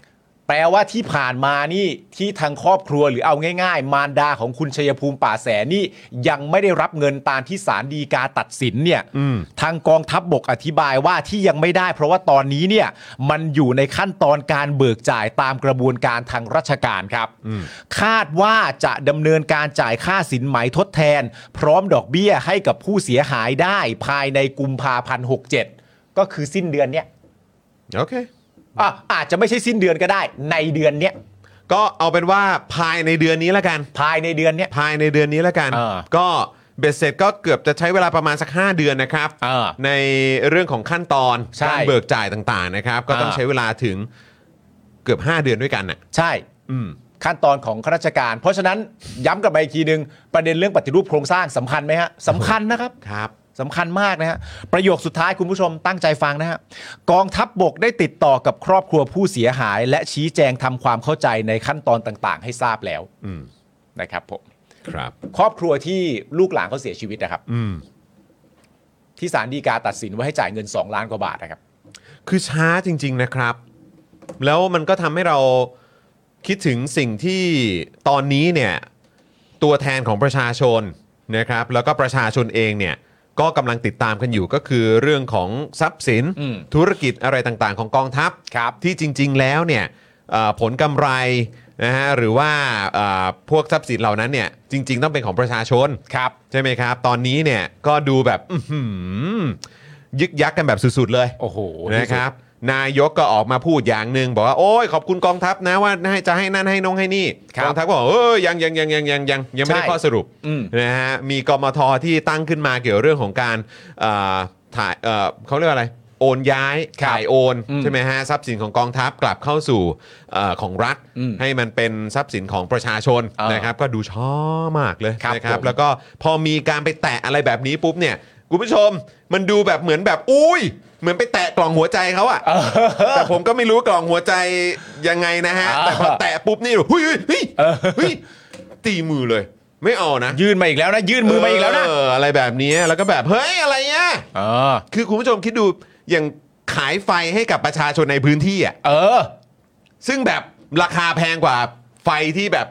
แปลว่าที่ผ่านมานี่ที่ทางครอบครัวหรือเอาง่าย ๆ มารดาของคุณชัยภูมิป่าแสนนี่ยังไม่ได้รับเงินตามที่ศาลฎีกาตัดสินเนี่ย
อืม
ทางกองทัพบบกอธิบายว่าที่ยังไม่ได้ เพราะว่าตอนนี้เนี่ยมันอยู่ในขั้นตอนการเบิกจ่ายตามกระบวนการทางราชการครับ คาดว่าจะดำเนินการจ่ายค่าสินไหมทดแทน พร้อมดอกเบี้ยให้กับผู้เสียหายได้ภายในกุมภาพันธ์หกเจ็ดก็คือสิ้นเดือนเนี่ย
โอเค
อ่ะอาจจะไม่ใช่สิ้นเดือนก็ได้ ในเดือนเนี่ย
ก็เอาเป็นว่าภายในเดือนนี้ละกัน
ภายในเดือนเนี้ย
ภายในเดือนนี้ละกัน
เออ
ก็เบ็ดเสร็จก็เกือบจะใช้เวลาประมาณสัก 5 เดือนนะครับ
เออ
ในเรื่องของขั้นตอน
ใช่
การเบิกจ่ายต่างๆนะครับ ก็ต้อง
เออ
ใช้เวลาถึงเกือบ 5 เดือนด้วยกันน่ะ
ใช่ขั้นตอนของข้าราชการ เพราะฉะนั้นย้ำกลับไปอีกทีหนึ่งประเด็นเรื่องปฏิรูปโครงสร้างสำคัญไหมฮะสำคัญนะครับ
ครับ
สำคัญมากนะฮะ ประโยคสุดท้ายคุณผู้ชมตั้งใจฟังนะฮะ กองทัพบบกได้ติดต่อกับครอบครัวผู้เสียหาย และชี้แจงทำความเข้าใจในขั้นตอนต่าง ๆ ให้ทราบแล้ว
อืม
นะครับผม
ครับ
ครอบครัวที่ลูกหลานเขาเสียชีวิตนะครับ
อืม
ที่ศาลฎีกาตัดสินว่าให้จ่ายเงิน 2 ล้านกว่าบาทนะครับ
คือช้าจริง ๆนะครับ แล้วมันก็ทำให้เราคิดถึงสิ่งที่ตอนนี้เนี่ยตัวแทนของประชาชนนะครับ แล้วก็ประชาชนเองเนี่ยก็กำลังติดตามกันอยู่ก็คือเรื่องของทรัพย์สิน
อืม
ธุรกิจอะไรต่างๆ ของกองทัพ
ครับ
ที่จริง ๆแล้วเนี่ยเอ่อผลกำไรนะฮะหรือว่าเอ่อพวกทรัพย์สินเหล่านั้นเนี่ยจริง ๆ ต้องเป็นของประชาชน
ครับ
ใช่ไหมครับ ตอนนี้เนี่ยก็ดูแบบอื้อหือยึกยักกันแบบสุดๆเลย
โอ้โห
นะครับนายกก็ออกมาพูดอย่างหนึ่งบอกว่าโอ้ยขอบคุณกองทัพนะว่าให้จะให้นั่นให้นงให้นี่
ครับ
กองทัพก็บอกเออยังยังยังยังยังยังยังไม่ได้
ใช่
ข้อสรุป
อืม
นะฮะมีกมทที่ตั้งขึ้นมาเกี่ยวเรื่องของการเอ่อถ่ายเอ่อเขาเรียกว่าอะไรโอนย้าย
ครับ
ถ่ายโอน
อืม
ใช่ไหมฮะทรัพย์สินของกองทัพกลับเข้าสู่เออของรัฐ
อืม
ให้มันเป็นทรัพย์สินของประชาชน
เออ
นะครับก็ดูช้อมากเลย
ครับ
นะครับ
ผม
แล้วก็พอมีการไปแตะอะไรแบบนี้ปุ๊บเนี่ยคุณผู้ชมมันดูแบบเหมือนแบบอุ้ย เหมือนไปแตะกล่องหัวใจเขาอะ แต่ผมก็ไม่รู้กล่องหัวใจยังไงนะฮะ
อ่า
แต่พอแตะปุ๊บนี่เฮ้ยเฮ้ยเฮ้ยเฮ้ยตีมือเลย ไม่เอานะ
ยื่นมาอีกแล้วนะ ยื่นมือมาอีกแล้วนะ
เออะไรแบบนี้แล้วก็แบบเฮ้ยอะไรเนี่ย
เออ
คือคุณผู้ชมคิดดูอย่างขายไฟให้กับประชาชนในพื้นที่อ่ะ
เออ
ซึ่งแบบราคาแพงกว่าไฟที่แบบ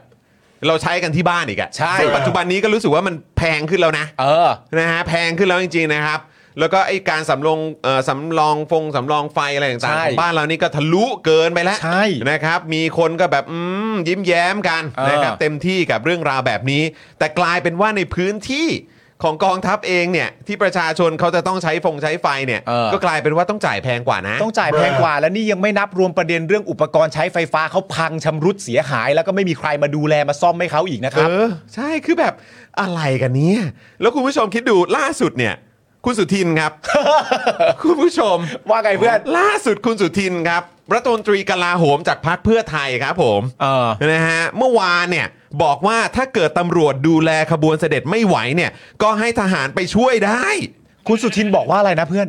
เราใช้กันที่บ้านอีกอะ
ใช่
ซึ่งปัจจุบันนี้ก็รู้สึกว่ามันแพงขึ้นแล้วนะ
เออ
นะฮะแพงขึ้นแล้วจริงๆนะครับ แล้วก็ไอ้การสำรองเอ่อสำรองฟงสำรองไฟอะไรต่าง
ใช่
ๆของบ้านเรานี่ก็ทะลุเกินไปแล้ว
ใช่
นะครับ มีคนก็แบบอืมยิ้มแย้มกัน
เออ
นะครับเต็มที่กับเรื่องราวแบบนี้ แต่กลายเป็นว่าในพื้นที่ของกองทัพเองเนี่ยที่ประชาชนเขาจะต้องใช้ฟงใช้ไฟเนี่ยก็กลายเป็นว่าต้องจ่ายแพงกว่านะ
ต้องจ่ายแพงกว่าแล้วนี่ยังไม่นับรวมประเด็นเรื่องอุปกรณ์ใช้ไฟฟ้าเขาพังชำรุดเสียหาย แล้วก็ไม่มีใครมาดูแลมาซ่อมให้เขาอีกนะครับ
เออใช่คือแบบอะไรกันเนี่ยแล้วคุณผู้ชมคิดดูล่าสุดเนี่ย คุณสุทิน
[LAUGHS]
ครับ คุณผู้ชม
ว่าไงเพื่อน
ล่าสุดคุณสุทินครับรัฐมนตรีกลาโหมจากพรรคเพื่อไทยครับผม
เออ
นะฮะเมื่อวานเนี่ยบอกว่าถ้าเกิดตำรวจดูแลขบวนเสด็จไม่ไหวเนี่ย ก็ให้ทหารไปช่วยได้
คุณสุทินบอกว่าอะไรนะเพื่อน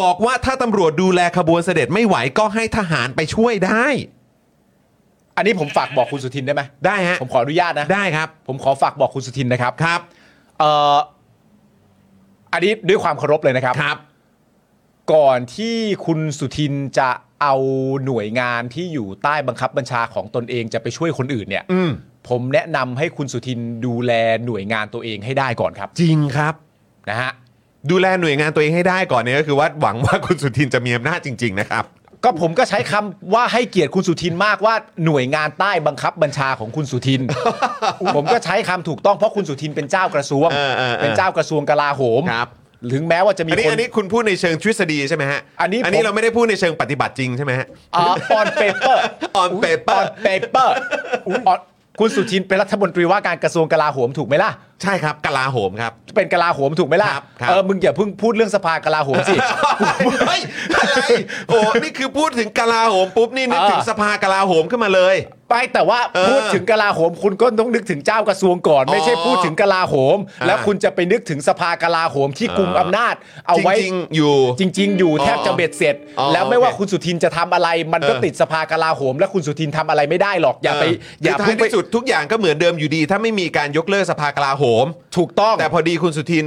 บอกว่าถ้าตำรวจดูแลขบวนเสด็จไม่ไหวก็ให้ทหารไปช่วยได้
อันนี้ผมฝากบอกคุณสุทินได้ไหม
ได้ฮะ
ผมขออนุญาตนะ
ได้ครับ
ผมขอฝากบอกคุณสุทินนะครับ
ครับ
เอ่ออันนี้ด้วยความเคารพเลยนะครับ
ครับ
ก่อนที่คุณสุทินจะเอาหน่วยงานที่อยู่ใต้บังคับบัญชาของตนเองจะไปช่วยคนอื่นเนี่ย
อืม
ผมแนะนำให้คุณสุทินดูแลหน่วยงานตัวเองให้ได้ก่อนครับ
จริงครับ
นะฮะ
ดูแลหน่วยงานตัวเองให้ได้ก่อนเนี่ยก็คือว่าหวังว่าคุณสุทินจะมีอำนาจจริง ๆ นะครับ
ก็ผมก็ใช้คำว่าให้เกียรติคุณสุทินมากว่าหน่วยงานใต้บังคับบัญชาของคุณสุ
[LAUGHS]
ทิน ผมก็ใช้คำถูกต้องเพราะคุณสุทินเป็นเจ้ากระทรวง
เออเออเออ
นเจ้ากระทรวงกลาโหม
ครับ
ถึงแม้ว่าจะมี
อันนี้
คน
อันนี้คุณพูดในเชิงทฤษฎีใช่ไหมฮะ
อันนี้
อันนี้
ผม
เราไม่ได้พูดในเชิงปฏิบัติจริงใช่ไหมฮะ
อ่า on paper
on [LAUGHS] paper
on
[LAUGHS]
paper on คุณสุทินเป็นรัฐมนตรีว่าการกระทรวงกลาโหมถูกไหมล่ะ
ใช่ครับกลาโหมครับ
เป็นกลาโหมถูกไหมล่ะ
ครับครับ
เออ มึงอย่าเพิ่งพูดเรื่องสภากลาโหมสิ
เฮ้ยอะไรโอ้นี่คือพูดถึงกลาโหมปุ๊บนี่นึกถึง
เออ
สภากลาโหมขึ้นมาเลย
ไปแต่ว่า
เออ
พูดถึงกลาโหม คุณก็ต้องนึกถึงเจ้ากระทรวงก่อน ไม่ใช่
อ๋อ
พูดถึงกลาโหม
อ่า
แล้วคุณจะไปนึกถึงสภากลาโหมที่
เออ
กุมอำนาจ เอาไว้
จริงๆอยู่
จริง ๆ อยู่
อ๋อ
แทบจะเบ็ดเสร็จ
อ๋อ
แล้วไม่ว่า
โอเค
คุณสุทินจะทำอะไร มันก็
เออ
ติดสภากลาโหม และคุณสุทินทำอะไรไม่ได้หรอกอย่าไปอย่า
คือท้า
เพิ่
ย
งไป
ที่สุดทุกอย่างก็เหมือนเดิมอยู่ดี ถ้าไม่มีการยกเลิกสภากลาโหม
ถูกต้อง
แต่พอดีคุณสุทิน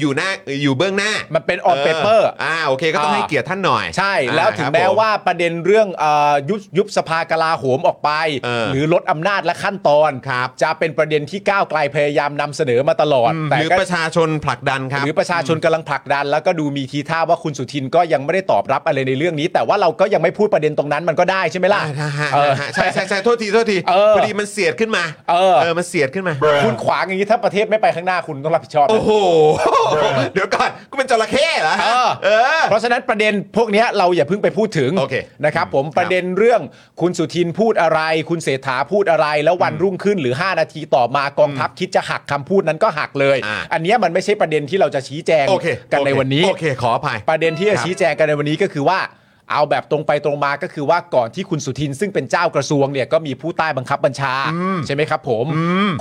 อยู่หน้าอยู่เบื้องหน้า
มั
มัน
เป็น on paper
อ่าโอเคก็ต้อง
อ่า
ให้เกียรติท่านหน่อย
ใช่
อ่า
แล้วถึ
ค
ง
รับ
แม้
ผ
ว่าประเด็นเรื่องเออยุบยุบสภากลาโหมออกไป
เออ
หรือลดอำนาจและขั้นตอน
ครับ
จะเป็นประเด็นที่ก้าวไกลพยายามนำเสนอมาตลอด แต่
หรือ
ก็
ประชาชนผลักดันครับ
หรือประชาชนกำลังผลักดัน แล้วก็ดูมีทีท่าว่าคุณสุทินก็ยังไม่ได้ตอบรับอะไรในเรื่องนี้ แต่ว่าเราก็ยังไม่พูดประเด็นตรงนั้นมันก็ได้ใช่ไหมล่ะ
อ่าฮะ
เออ
ฮะใช่ใช่ใช่โทษทีโทษที
เออ
พอดีมันเสียดขึ้นมา
เออ
มันเสียดขึ้นมา
คุณขวางอย่างนี้ถ้าประเทศไม่ไปข้างหน้าคุณต้องรับผิดชอบนะ
โอ้โห [LAUGHS] เดี๋ยวก่อนกูเป็นจระเข้เหรอฮะ
เออ
เออ
เพราะฉะนั้นประเด็นพวกเนี้ยเราอย่าเพิ่งไปพูดถึง
โอเค
นะครับผม
ครับ
ประเด็นเรื่องคุณสุทินพูดอะไร คุณเศรษฐาพูดอะไร แล้ววันรุ่งขึ้นหรือ 5 นาทีต่อมากองทัพคิดจะหักคำพูดนั้นก็หักเลย
อ่า
อันเนี้ยมันไม่ใช่ประเด็นที่เราจะชี้แจง
โอเค
กันใน
โอเค
วันนี้
โอเค ขออภัย
ประเด็นที่
ครั
จะ
บ
ชี้แจงกันในวันนี้ก็คือว่า เอาแบบตรงไปตรงมาก็คือว่าก่อนที่คุณสุทิน ซึ่งเป็นเจ้ากระทรวงเนี่ยก็มีผู้ใต้บังคับบัญชา ใช่ไหมครับ ผม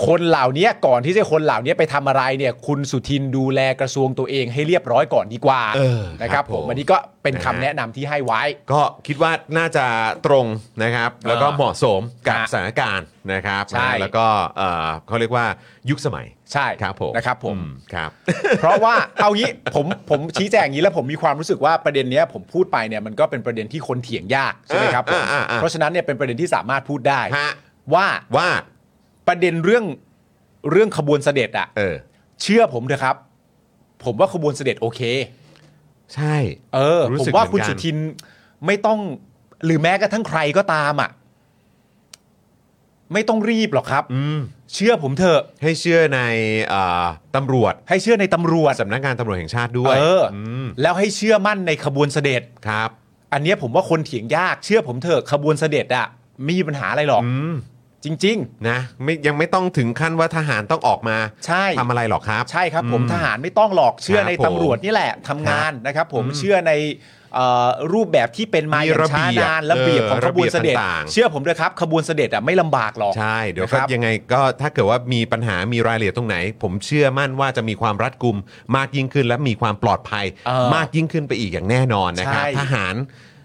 คนเหล่านี้ก่อนที่จะคนเหล่านี้ไปทำอะไรเนี่ย คุณสุทินดูแลกระทรวงตัวเองให้เรียบร้อยก่อนดีกว่า
เออ
นะ
ค
ค
รั
รั
บบ ผ
ผม มอันนี้ก็เป็นคำแนะนำที่ให้ไว้
ก็คิดว่าน่าจะตรงนะครับ แล้วก็เหมาะสมกับ
ฮะ
สถานการณ์นะครับ
ใช่
นะแล้วก็เอ่อเขาเรียกว่ายุคสมัย
ใช่
ครับผม
นะครับผม
อืครับ
เพราะ [LAUGHS] ว่าเอางี้ผมผมชี้แจงอย่างนี้แล้วผมมีความรู้สึกว่าประเด็นเนี้ยผมพูดไปเนี่ยมันก็เป็นประเด็นที่คนเถียงยากใช่ไหมครับผม
อ่าอ่าอ่า
เพราะฉะนั้นเนี่ยเป็นประเด็นที่สามารถพูดได้
ฮะ
ว่า
ว่า
ประเด็นเรื่องเรื่องขบวนเสด็จอะ
เออ
เชื่อผมเถอะครับ ผมว่าขบวนเสด็จโอเค
ใช่
เออ
รู้
ผ
สึก
มว่าคุณ
เหมือนกั
สุ
น
ทินไม่ต้องหรือแม้กระทั่งใครก็ตามอะไม่ต้องรีบหรอกครับ
อืม
เชื่อผมเถอะ
ให้เชื่อในเอ่อตำรวจ
ให้เชื่อในตำรวจ
สำนักงานตำรวจแห่งชาติด้วย
เอออ
ม
แล้วให้เชื่อมั่นในขบวนเสด็จ
ครับ
อันเนี้ยผมว่าคนเถียงยาก เชื่อผมเถอะขบวนเสด็จอะไม่มีปัญหาอะไรหรอก
อืม
จริง
นะไม่ยังไม่ต้องถึงขั้นว่าทหารต้องออกมา
ใช่
ทำอะไรหรอกครับ
ใช่ครับผม
อืม
ทหารไม่ต้องหลอกเชื่อใน
ครับผม
ตำรวจนี่แหละทำงานนะครับ ผมเชื่อในเอ่อรูปแบบที่เป็นมาอย่างช้านาน
มีระ
ระ
เบี
เบี
ยบ
ย
บ
ของ
เออ
ขบวนเสด็
ระเบีย
จ
บต่างๆ
เชื่อผมด้วยครับขบวนเสด็จอ่ะไม่ลำบากหรอก
ใช่ เดี๋ยว
นะค
ก็
รับ
ยังไงก็ถ้าเกิดว่ามีปัญหามีรายละเอียดตรงไหน ผมเชื่อมั่นว่าจะมีความรัดกุมมากยิ่งขึ้น และมีความปลอดภัย
เออ
มากยิ่งขึ้นไปอีกอย่างแน่นอนนะครับ
ใช่
ทหาร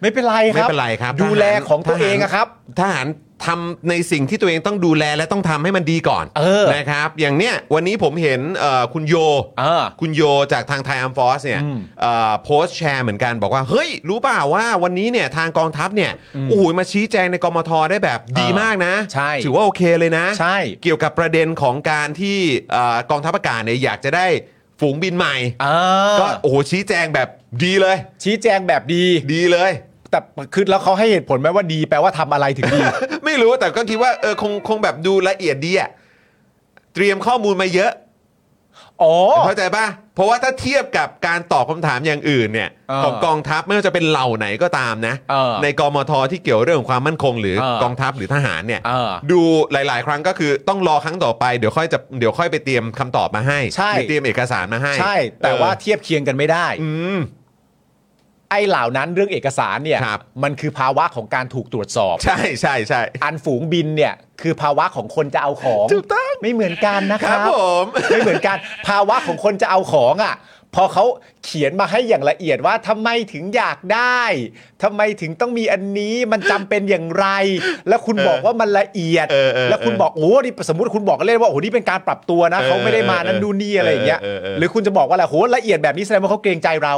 ไม่เป็นไรค
ไม่
รับ
เป็นไรครับ
ดูแล
ทหาร
ของตัวเอง
ทหา
อะครับ
ทหารทำในสิ่งที่ตัวเองต้องดูแลและต้องทำให้มันดีก่อน
เออ
นะครับ อย่างเนี้ยวันนี้ผมเห็นเอ่อคุณโย
เออ
คุณโยจากทางไทยอัมฟอสเนี่ย
อืม
เอ่อโพสต์แชร์เหมือนกันบอกว่า เฮ้ย รู้เปล่าว่าวันนี้เนี่ยทางกองทัพเนี่ยโอ้โหมาชี้แจงในกมทได้แบบดีมากนะ
ใช่
ถือว่าโอเคเลยนะ
ใช่
เกี่ยวกับประเด็นของการที่เอ่อกองทัพอากาศเนี่ยอยากจะได้ฝูงบินใหม่
เอ
ก็
อ
โอ้โหชี้แจงแบบดีเลย
ชี้แจงแบบดี
ดีเลย
แต่คือแล้วเขาให้เหตุผลไหมว่าดีแปลว่าทำอะไรถึง
[LAUGHS]
ดี
ไม่รู้แต่ก็คิดว่าเออคงคงแบบดูละเอียดดีอะเตรียมข้อมูลมาเยอะ
อ๋อ
เข้าใจป่ะ เพราะว่าถ้าเทียบกับการตอบคำถามอย่างอื่นเนี่ย
เออ
ของกองทัพไม่ว่าจะเป็นเหล่าไหนก็ตามนะ
เออ
ในกมทที่เกี่ยวเรื่องของความมั่นคง หรือ
เออก
องทัพหรือทหารเนี่ย
เออ
ดูหลาย ๆ ครั้งก็คือต้องรอครั้งต่อไปเดี๋ยวค่อยจะเดี๋ยวค่อยไปเตรียมคำตอบมาให้
ใช่
หรือเตรียมเอกสารมาให้
ใช่ แต่
เออ
ว่าเทียบเคียงกันไม่ได้
อืม
ไอ้เหล่านั้นเรื่องเอกสารเนี่ย
ครับ
มันคือภาวะของการถูกตรวจสอบ
ใช่ใช่ใช่
อันฝูงบินเนี่ยคือภาวะของคนจะเอาของ
ถูกต้อง
ไม่เหมือนกันนะ
ค
ค
รั
รั
บบ ผม
ไม่เหมือนกันภาวะของคนจะเอาของอ่ะ พอเขาเขียนมาให้อย่างละเอียดว่าทำไมถึงอยากได้ทำไมถึงต้องมีอันนี้มันจำเป็นอย่างไร แล้วคุณบอกว่ามันละเอียด
เออเออ
แล้วคุณบอกโอ้นี่สมมติคุณบอกกันเล่นว่าโอ้นี่เป็นการปรับตัวนะ
เออ
เขาไม่ได้มานั่นดูนี่อะไรอย่างเงี้ย
เออเออเออ [LAUGHS]
หรือคุณจะบอกว่าอะไรโหละเอียดแบบนี้แสดงว่าเขาเกรงใจเรา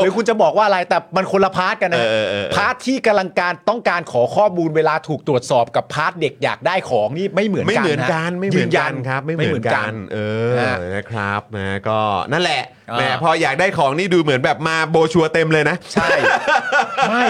หรือคุณจะบอกว่าอะไรแต่มันคนละพาร์ทกันนะ
เอ [LAUGHS] อเออเออ
พาร์ทที่กำลังการต้องการขอข้อมูลเวลาถูกตรวจสอบกับพาร์ทเด็กอยากได้ของนี่ไม่เหมือน
ไม่
กันะ
เหมือนกันไม่เหมื
ยื
อน
นยั
กันนครับไม่เหมือนกัน เออ
นะ
นะครับนะก็นั่นแหละ
อ่า
แหมพออยากได้ของนี่ดูเหมือนแบบมาโบชัวร์เต็มเลยนะ
ใช่ [LAUGHS] ไม่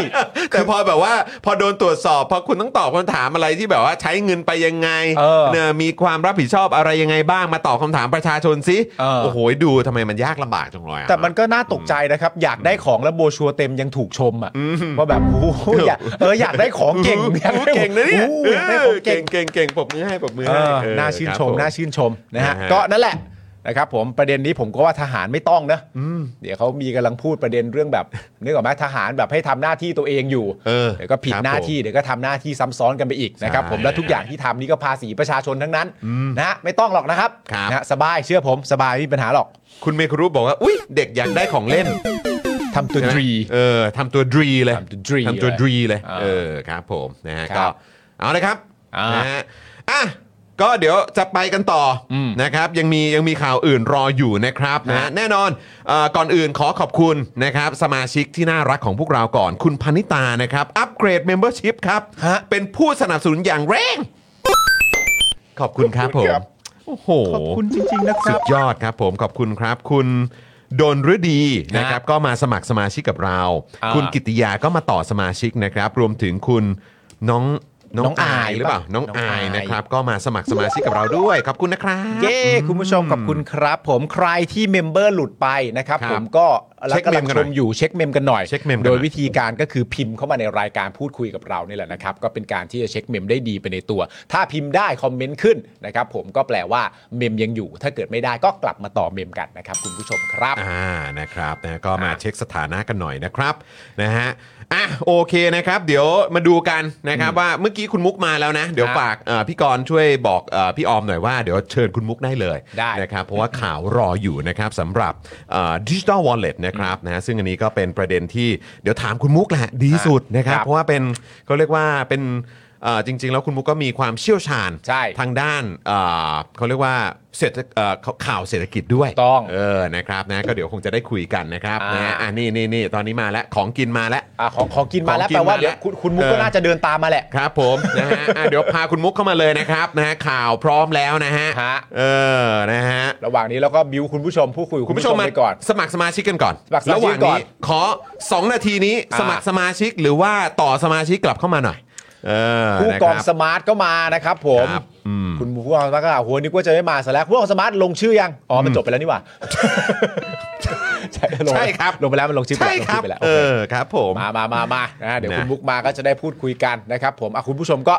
แต่พอแบบว่าพอโดนตรวจสอบพอคุณต้องตอบคำถามอะไรที่แบบว่าใช้เงินไปยังไง
เออ
เนี่ยมีความรับผิดชอบอะไรยังไงบ้างมาตอบคำถามประชาชนสิ
เออ
โอ้โหดูทำไมมันยากลำบากจังเลยอะ
แต่มันก็น่าตกใจนะครับ อยากได้ของแล้วโบชัวเต็มยังถูกชมอ่ะว่าแบบโอ้โหอยากเอออยากได้ของเก่งอยากได้
เก่งนะเนี่ย
โอ้โหอยากได้ของเก่ง
เก่งเก่งปรบมือให้ปรบมือ
เอ
ให้
อ
เออ
น่าชื่นชม
ครับผ
น่าชื่นชมนะฮะ
นะฮะ
ก็นั่นแหละนะครับผมประเด็นนี้ผมก็ว่าทหารไม่ต้องนะเดี๋ยวเขามีกำลังพูดประเด็นเรื่องแบบ [LAUGHS] นึกออกไหมทหารแบบให้ทำหน้าที่ตัวเองอยู่
เออ
เดี๋ยวก็ผิด
ครับ
หน้า
ผม
ที่เดี๋ยวก็ทำหน้าที่ซ้ำซ้อนกันไปอีกนะครับ ผม
ใช่
และทุกอย่างที่ทำนี่ก็ภาษีประชาชนทั้งนั้นนะฮะไม่ต้องหรอกนะครับ
ครับ
นะฮะสบายเชื่อผมสบายไม่มีปัญหาหรอก
คุณเมครุบอกว่า อุ้ยเด็กอยากได้ของเล่น
ทำตัวดรี
เออทำตัวดรีเลย
ทำตัว dree
ทำตัวดรีเลย
เออ
เออครับผมนะฮะ
ครั
ก็
บ
เอาละครับ
อ่าน
นะฮะอ่ะก็เดี๋ยวจะไปกันต่ออ
ม
นะครับ ยังมียังมีข่าวอื่นรออยู่นะครับนะฮะ
ฮะ
แน่นอนเอ่อก่อนอื่นขอขอบคุณนะครับ สมาชิกที่น่ารักของพวกเราก่อนคุณพนิตานะครับ อัปเกรดเมมเบอร์ชิพครับ เป็นผู้สนับสนุนอย่างแรง ขอบคุณครับผม โอ้โห
ขอบคุณจริงๆนะค
สุ
รับ
ดยอดครับผมขอบคุณครับ คุณโดนฤดีนะครับก็มาสมัครสมาชิกกับเรา
อ่า
คุณกิติยาก็มาต่อสมาชิกนะครับ รวมถึงคุณน้องน้อ
น้อง ง
อาย
อาย
หรือเปล่า
ปะ
น้อง
น้อง
อาย
อาย
นะครับ ก็มาสมัครสมาชิกกับเราด้วยขอบคุณนะครับ
เย้คุณผู้ชมขอบคุณครับ ผมใครที่เมมเบอร์หลุดไปนะครับ
ครับ
ผมก็
เช็คเมมกันหน่อย
ชมอยู่เช็คเมมกันหน่อย
เช็คเมมกันหน่อย
โดยวิธีการก็คือพิมพ์เข้ามาในรายการพูดคุยกับเรานี่แหละนะครับ ก็เป็นการที่จะเช็คเมมได้ดีไปในตัว ถ้าพิมพ์ได้คอมเมนต์ขึ้นนะครับ ผมก็แปลว่าเมมยังอยู่ ถ้าเกิดไม่ได้ก็กลับมาต่อเมมกันนะครับ คุณผู้ชมครับ
่านะครับนะก็มาเช็คสถานะกันหน่อยนะครับนะฮะอ่ะโอเคนะครับ เดี๋ยวมาดูกันนะครับว่าเมื่อกี้คุณมุกมาแล้วนะ เดี๋ยว
ครับ
ฝากเอ่อพี่กรณ์ช่วยบอกเอ่อพี่ออมหน่อยว่าเดี๋ยวเชิญคุณมุกได้เลย
ได้
นะครับเพราะว่าข่าวรออยู่นะครับสำหรับดิจิ t a ลวอลเล็ตนะครับนะซึ่งอันนี้ก็เป็นประเด็นที่เดี๋ยวถามคุณมุกแหละดีสุดนะครับ
ครับ
เพราะว่าเป็นเขาเรียกว่าเป็นเอ่อจริง ๆ แล้วคุณมุกก็มีความเชี่ยวชาญ
ใช่
ทางด้านเอ่อเขาเรียกว่าเศรษฐเอ่อข่าวเศรษฐกิจด้วย
ถูกต้อง
เออ นะครับนะ ก็เดี๋ยวคงจะได้คุยกันนะครับ
อ่าน
นะอ่ะนี่นี่นี่ตอนนี้มาแล้ว ของกินมาแล้ว
อ่ะของของกินมาแล้ว
ของกิน
แปลว่า
มา
เดี๋ยว
แล้ว
คุณคุณมุกก็
เออ
น่าจะเดินตามมาแหละ
ครับผม นะฮะอ่ะ [LAUGHS] เดี๋ยวพาคุณมุกเข้ามาเลยนะครับ นะฮะข่าวพร้อมแล้วนะฮะ
ฮะ
เออ นะฮะ
ระหว่างนี้เราก็บิวคุณผู้ชมพูดคุยกับ
คุ
คุณ ณ
ผู้ช
ผู้
ม
ชม
มา
ไปก่อน
สมัครสมาชิกกันก่อน
สมัครสมาชิก
ระหว่าง
ก่
นี้
อน
ขอ 2 นาทีนี้
อ่า
สมัครสมาชิกหรือว่าต่อสมาชิกกลับเข้ามาหน่อย เออ
ผู้
นะค
กอง
รับ
สมาร์ทก็มานะครับผม
ครับอืม
คุณผู้กองสมาร์ทก็โหนึกว่าจะไม่มาซะแล้วผู้กองสมาร์ทลงชื่อยังอ๋อมันจบไปแล้ว
[LAUGHS]
นี่หว่า ใช่ลง
ใช่ครับ
ลงไปแล้วมันลงชื่อไป
ใช่
แล้วลง
ครับ
ชื่อไปแล้ว
เอ
โอเค
อ ครับผม
มามามามานะเดี๋ยว
นะ
คุณมุกมาก็จะได้พูดคุยกันนะครับผมอ่ะคุณผู้ชมก็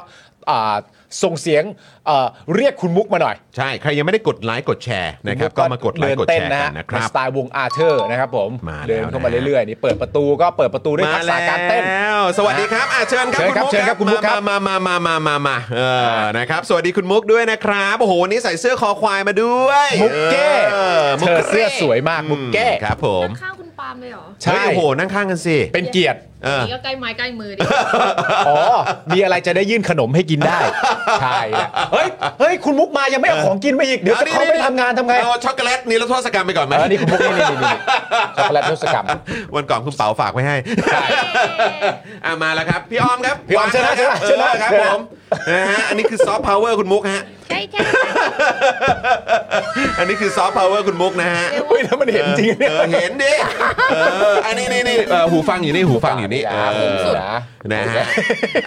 อ่าส่งเสียงเอ่อเรียกคุณมุกมาหน่อย
ใช่ ใครยังไม่ได้กดไลค์กดแชร์นะครับ ก็มากดไลค์กด
เนเต้
แชร์
ฮ
กันนะครับ
สไตล์วงอาร์เธอร์นะครับผม
มาแล้ว
เดินเข้ามา
นะฮะ
เรื่อยๆนี่เปิดประตูก็เปิดประตูด้วยทักษะการเต้น
มแล้วสวัสดีครับอ่ะเชิญครับ
เชิญครับ
มุก
เชิญครับคุณมุกครับ
มามามามามามาเออนะครับ สวัสดีคุณมุกด้วยนะครับโอ้โหวันนี่ใส่เสื้อคอควายมาด้วย
มุกเก้
เออมุก
เธอเสื้อสวยมากมุกเก้
อืครับผม
ข้าวคุณปาล์มเลยเหรอ
ใช่
เฮ้ยโอ้โหนั่งข้างกันสิ
เป็นเกียรติ
เออ
นี่ก็ใกล้ไม้ใกล้มือ [LAUGHS] ดิ
อ๋อ มีอะไรจะได้ยื่นขนมให้กินได้ ใช่แหละเฮ้ย เฮ้ย คุณมุกมายังไม่เอาของกินมาอีก เดี๋ยวจะเขาไปทำงานทำไง
เอาช็อกโกแลตนี่แล้วทอสกรรมไปก่อนไหม
เออนี่คุณมุกนี่นี่นี่ช็อกโกแลตทศกัณฐ์
[LAUGHS] วันก่อนคุณเป๋าฝากไว้ให้
ใช่
[LAUGHS] อ่ะมาแล้วครับ พี่อ้อมครับ
พี่อ้อมเชิญนะ
วางแล้ว
เชิญนะ
เออครับ
เชิญ
ผม
นะ
นะฮะอันนี้คือซอฟต์พาวเวอร์คุณมุกฮะ
ใกล้แค่
อันนี้คือซอฟต์พาวเวอร์คุณมุกนะฮะ
เฮ้ยถ้ามันเห็นจริงเนี่ย
ออเห็นดิเอออันนี้นี่นี่เออหูฟังอยู่นี่หูฟังอยู่นี่
หู
เอ
ฟังอยู่
อ
สุดนะ
นะฮะ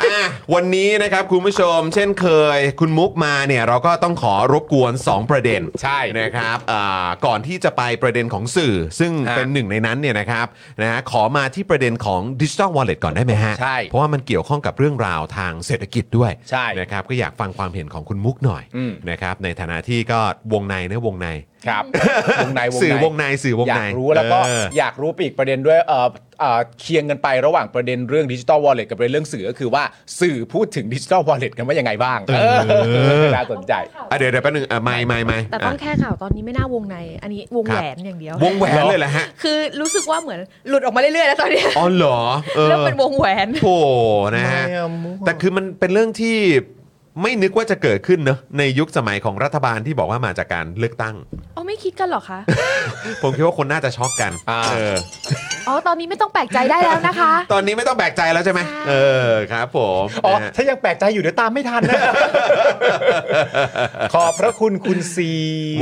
อ่ะวันนี้นะครับคุณผู้ชม เช่นเคย คุณมุกมาเนี่ยเราก็ต้องขอรบกวน 2 ประเด็น
ใช่
นะครับอ่าก่อนที่จะไปประเด็นของสื่อ ซึ่ง
ฮะ
เป็นหนึ่งในนั้นเนี่ยนะครับนะฮะขอมาที่ประเด็นของ Digital Wallet ก่อนได้ไหมฮะ
ใช่
เพราะว่ามันเกี่ยวข้องกับเรื่องราวทางเศรษฐกิจด้วย
ใช่
นะครับก็อยากฟังความเห็นของคุณมุกหน่อย
อืม
นะครับในฐานะที่ก็วงในเนะวงใน
ครับ วงในวงใน
สื่อวงในสื่อวง
อ
ใน
ยากรู้แล้วก็
เออ
อยากรู้ไปอีกประเด็นด้วยเอ่อเอ่อเคียงกันไประหว่างประเด็นเรื่องดิจิ t a ลวอลเล็ตกับประเด็นเรื่องสื่อก็คือว่าสื่อพูดถึงดิจิ t a ลวอลเล็ตกันว่ายังไงบ้างเออน่าสนใจ
อ่ะเดี๋ยวเดี๋ยวแป๊บนึงอ่ะไม่ไม่ไม่
แต่ต้องแค่ข่าวตอนนี้ไม่น่าวงใน อันนี้วงแหวนอย่างเดียว
วงแหวนเลยแหละฮะ
คือรู้สึกว่าเหมือนหลุดออกมาเรื่อยๆแล้วตอนเนี้ย
อ๋อเหรอ เออ
เริ่มเป็นวงแหวน
โถนะฮะ แต่คือมันเป็นเรื่องที่ ไม่นึกว่าจะเกิดขึ้นเนอะในยุคสมัยของรัฐบาลที่บอกว่ามาจากการเลือกตั้ง [LAUGHS]
อ๋อไม่คิดกันเหรอคะ
ผมคิดว่าคนน่าจะช็อกกัน
อ่า
เออ
อ๋อตอนนี้ไม่ต้องแปลกใจได้แล้วนะคะ
ตอนนี้ไม่ต้องแปลกใจแล้วใช่ไหม
ใช่
เออครับผม
อ๋อ
นะฮะ
ถ้ายังแปลกใจอยู่เดี๋ยวตามไม่ทันนะ
[LAUGHS]
ขอบพระคุณคุณซี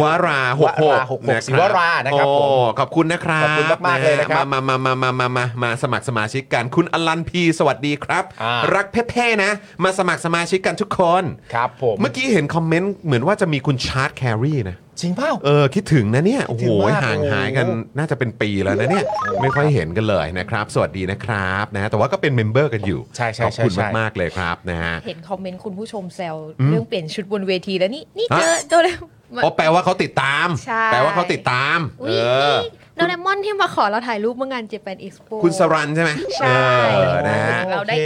วาราว
ารา
หก
66ศิวรานะครับผม
โอ้ขอบคุณนะครับ
ขอบคุณมากๆเลยนะครับ
มามามามามามามาสมัครสมาชิกกันคุณอลันพีสวัสดีครับ
อ่ารั
รักเพ่ๆนะ มาสมัครสมาชิกกันทุกคน
ครับผม
เมื่อกี้เห็นคอมเมนต์เหมือนว่าจะมีคุณชาร์ตแครีนะ
จริงเปล่า
เออคิดถึงนะเนี่ยโอ้โห
คิดถึงมาก
ห่างหายกัน
โอ้โห
น่าจะเป็นปีแล้วนะเนี่ยไม่ค่อยเห็นกันเลยนะครับ สวัสดีนะครับนะฮะแต่ว่าก็เป็นเมมเบอร์กันอยู่
ใช่ใช่
ขอบคุณ
ใช่ใช่
มากๆเลยครับนะฮะ
เห็นคอมเมนต์คุณผู้ชมแซว
อืม
เรื่องเปลี่ยนชุดบนเวทีแล้วนี่นี่เจอ
ฮะ
โดเรมอน
อ๋อแปลว่าเขาติดตาม
ใช่
แปลว่าเขาติดตาม
อุ๊
เอย อ
นี่โดเรมอนที่มาขอเราถ่ายรูปเมื่องานเจแปนเอ็กซ์โป
คุณสรันใช่ไหม
ใช่
เออนะฮะ
เราได้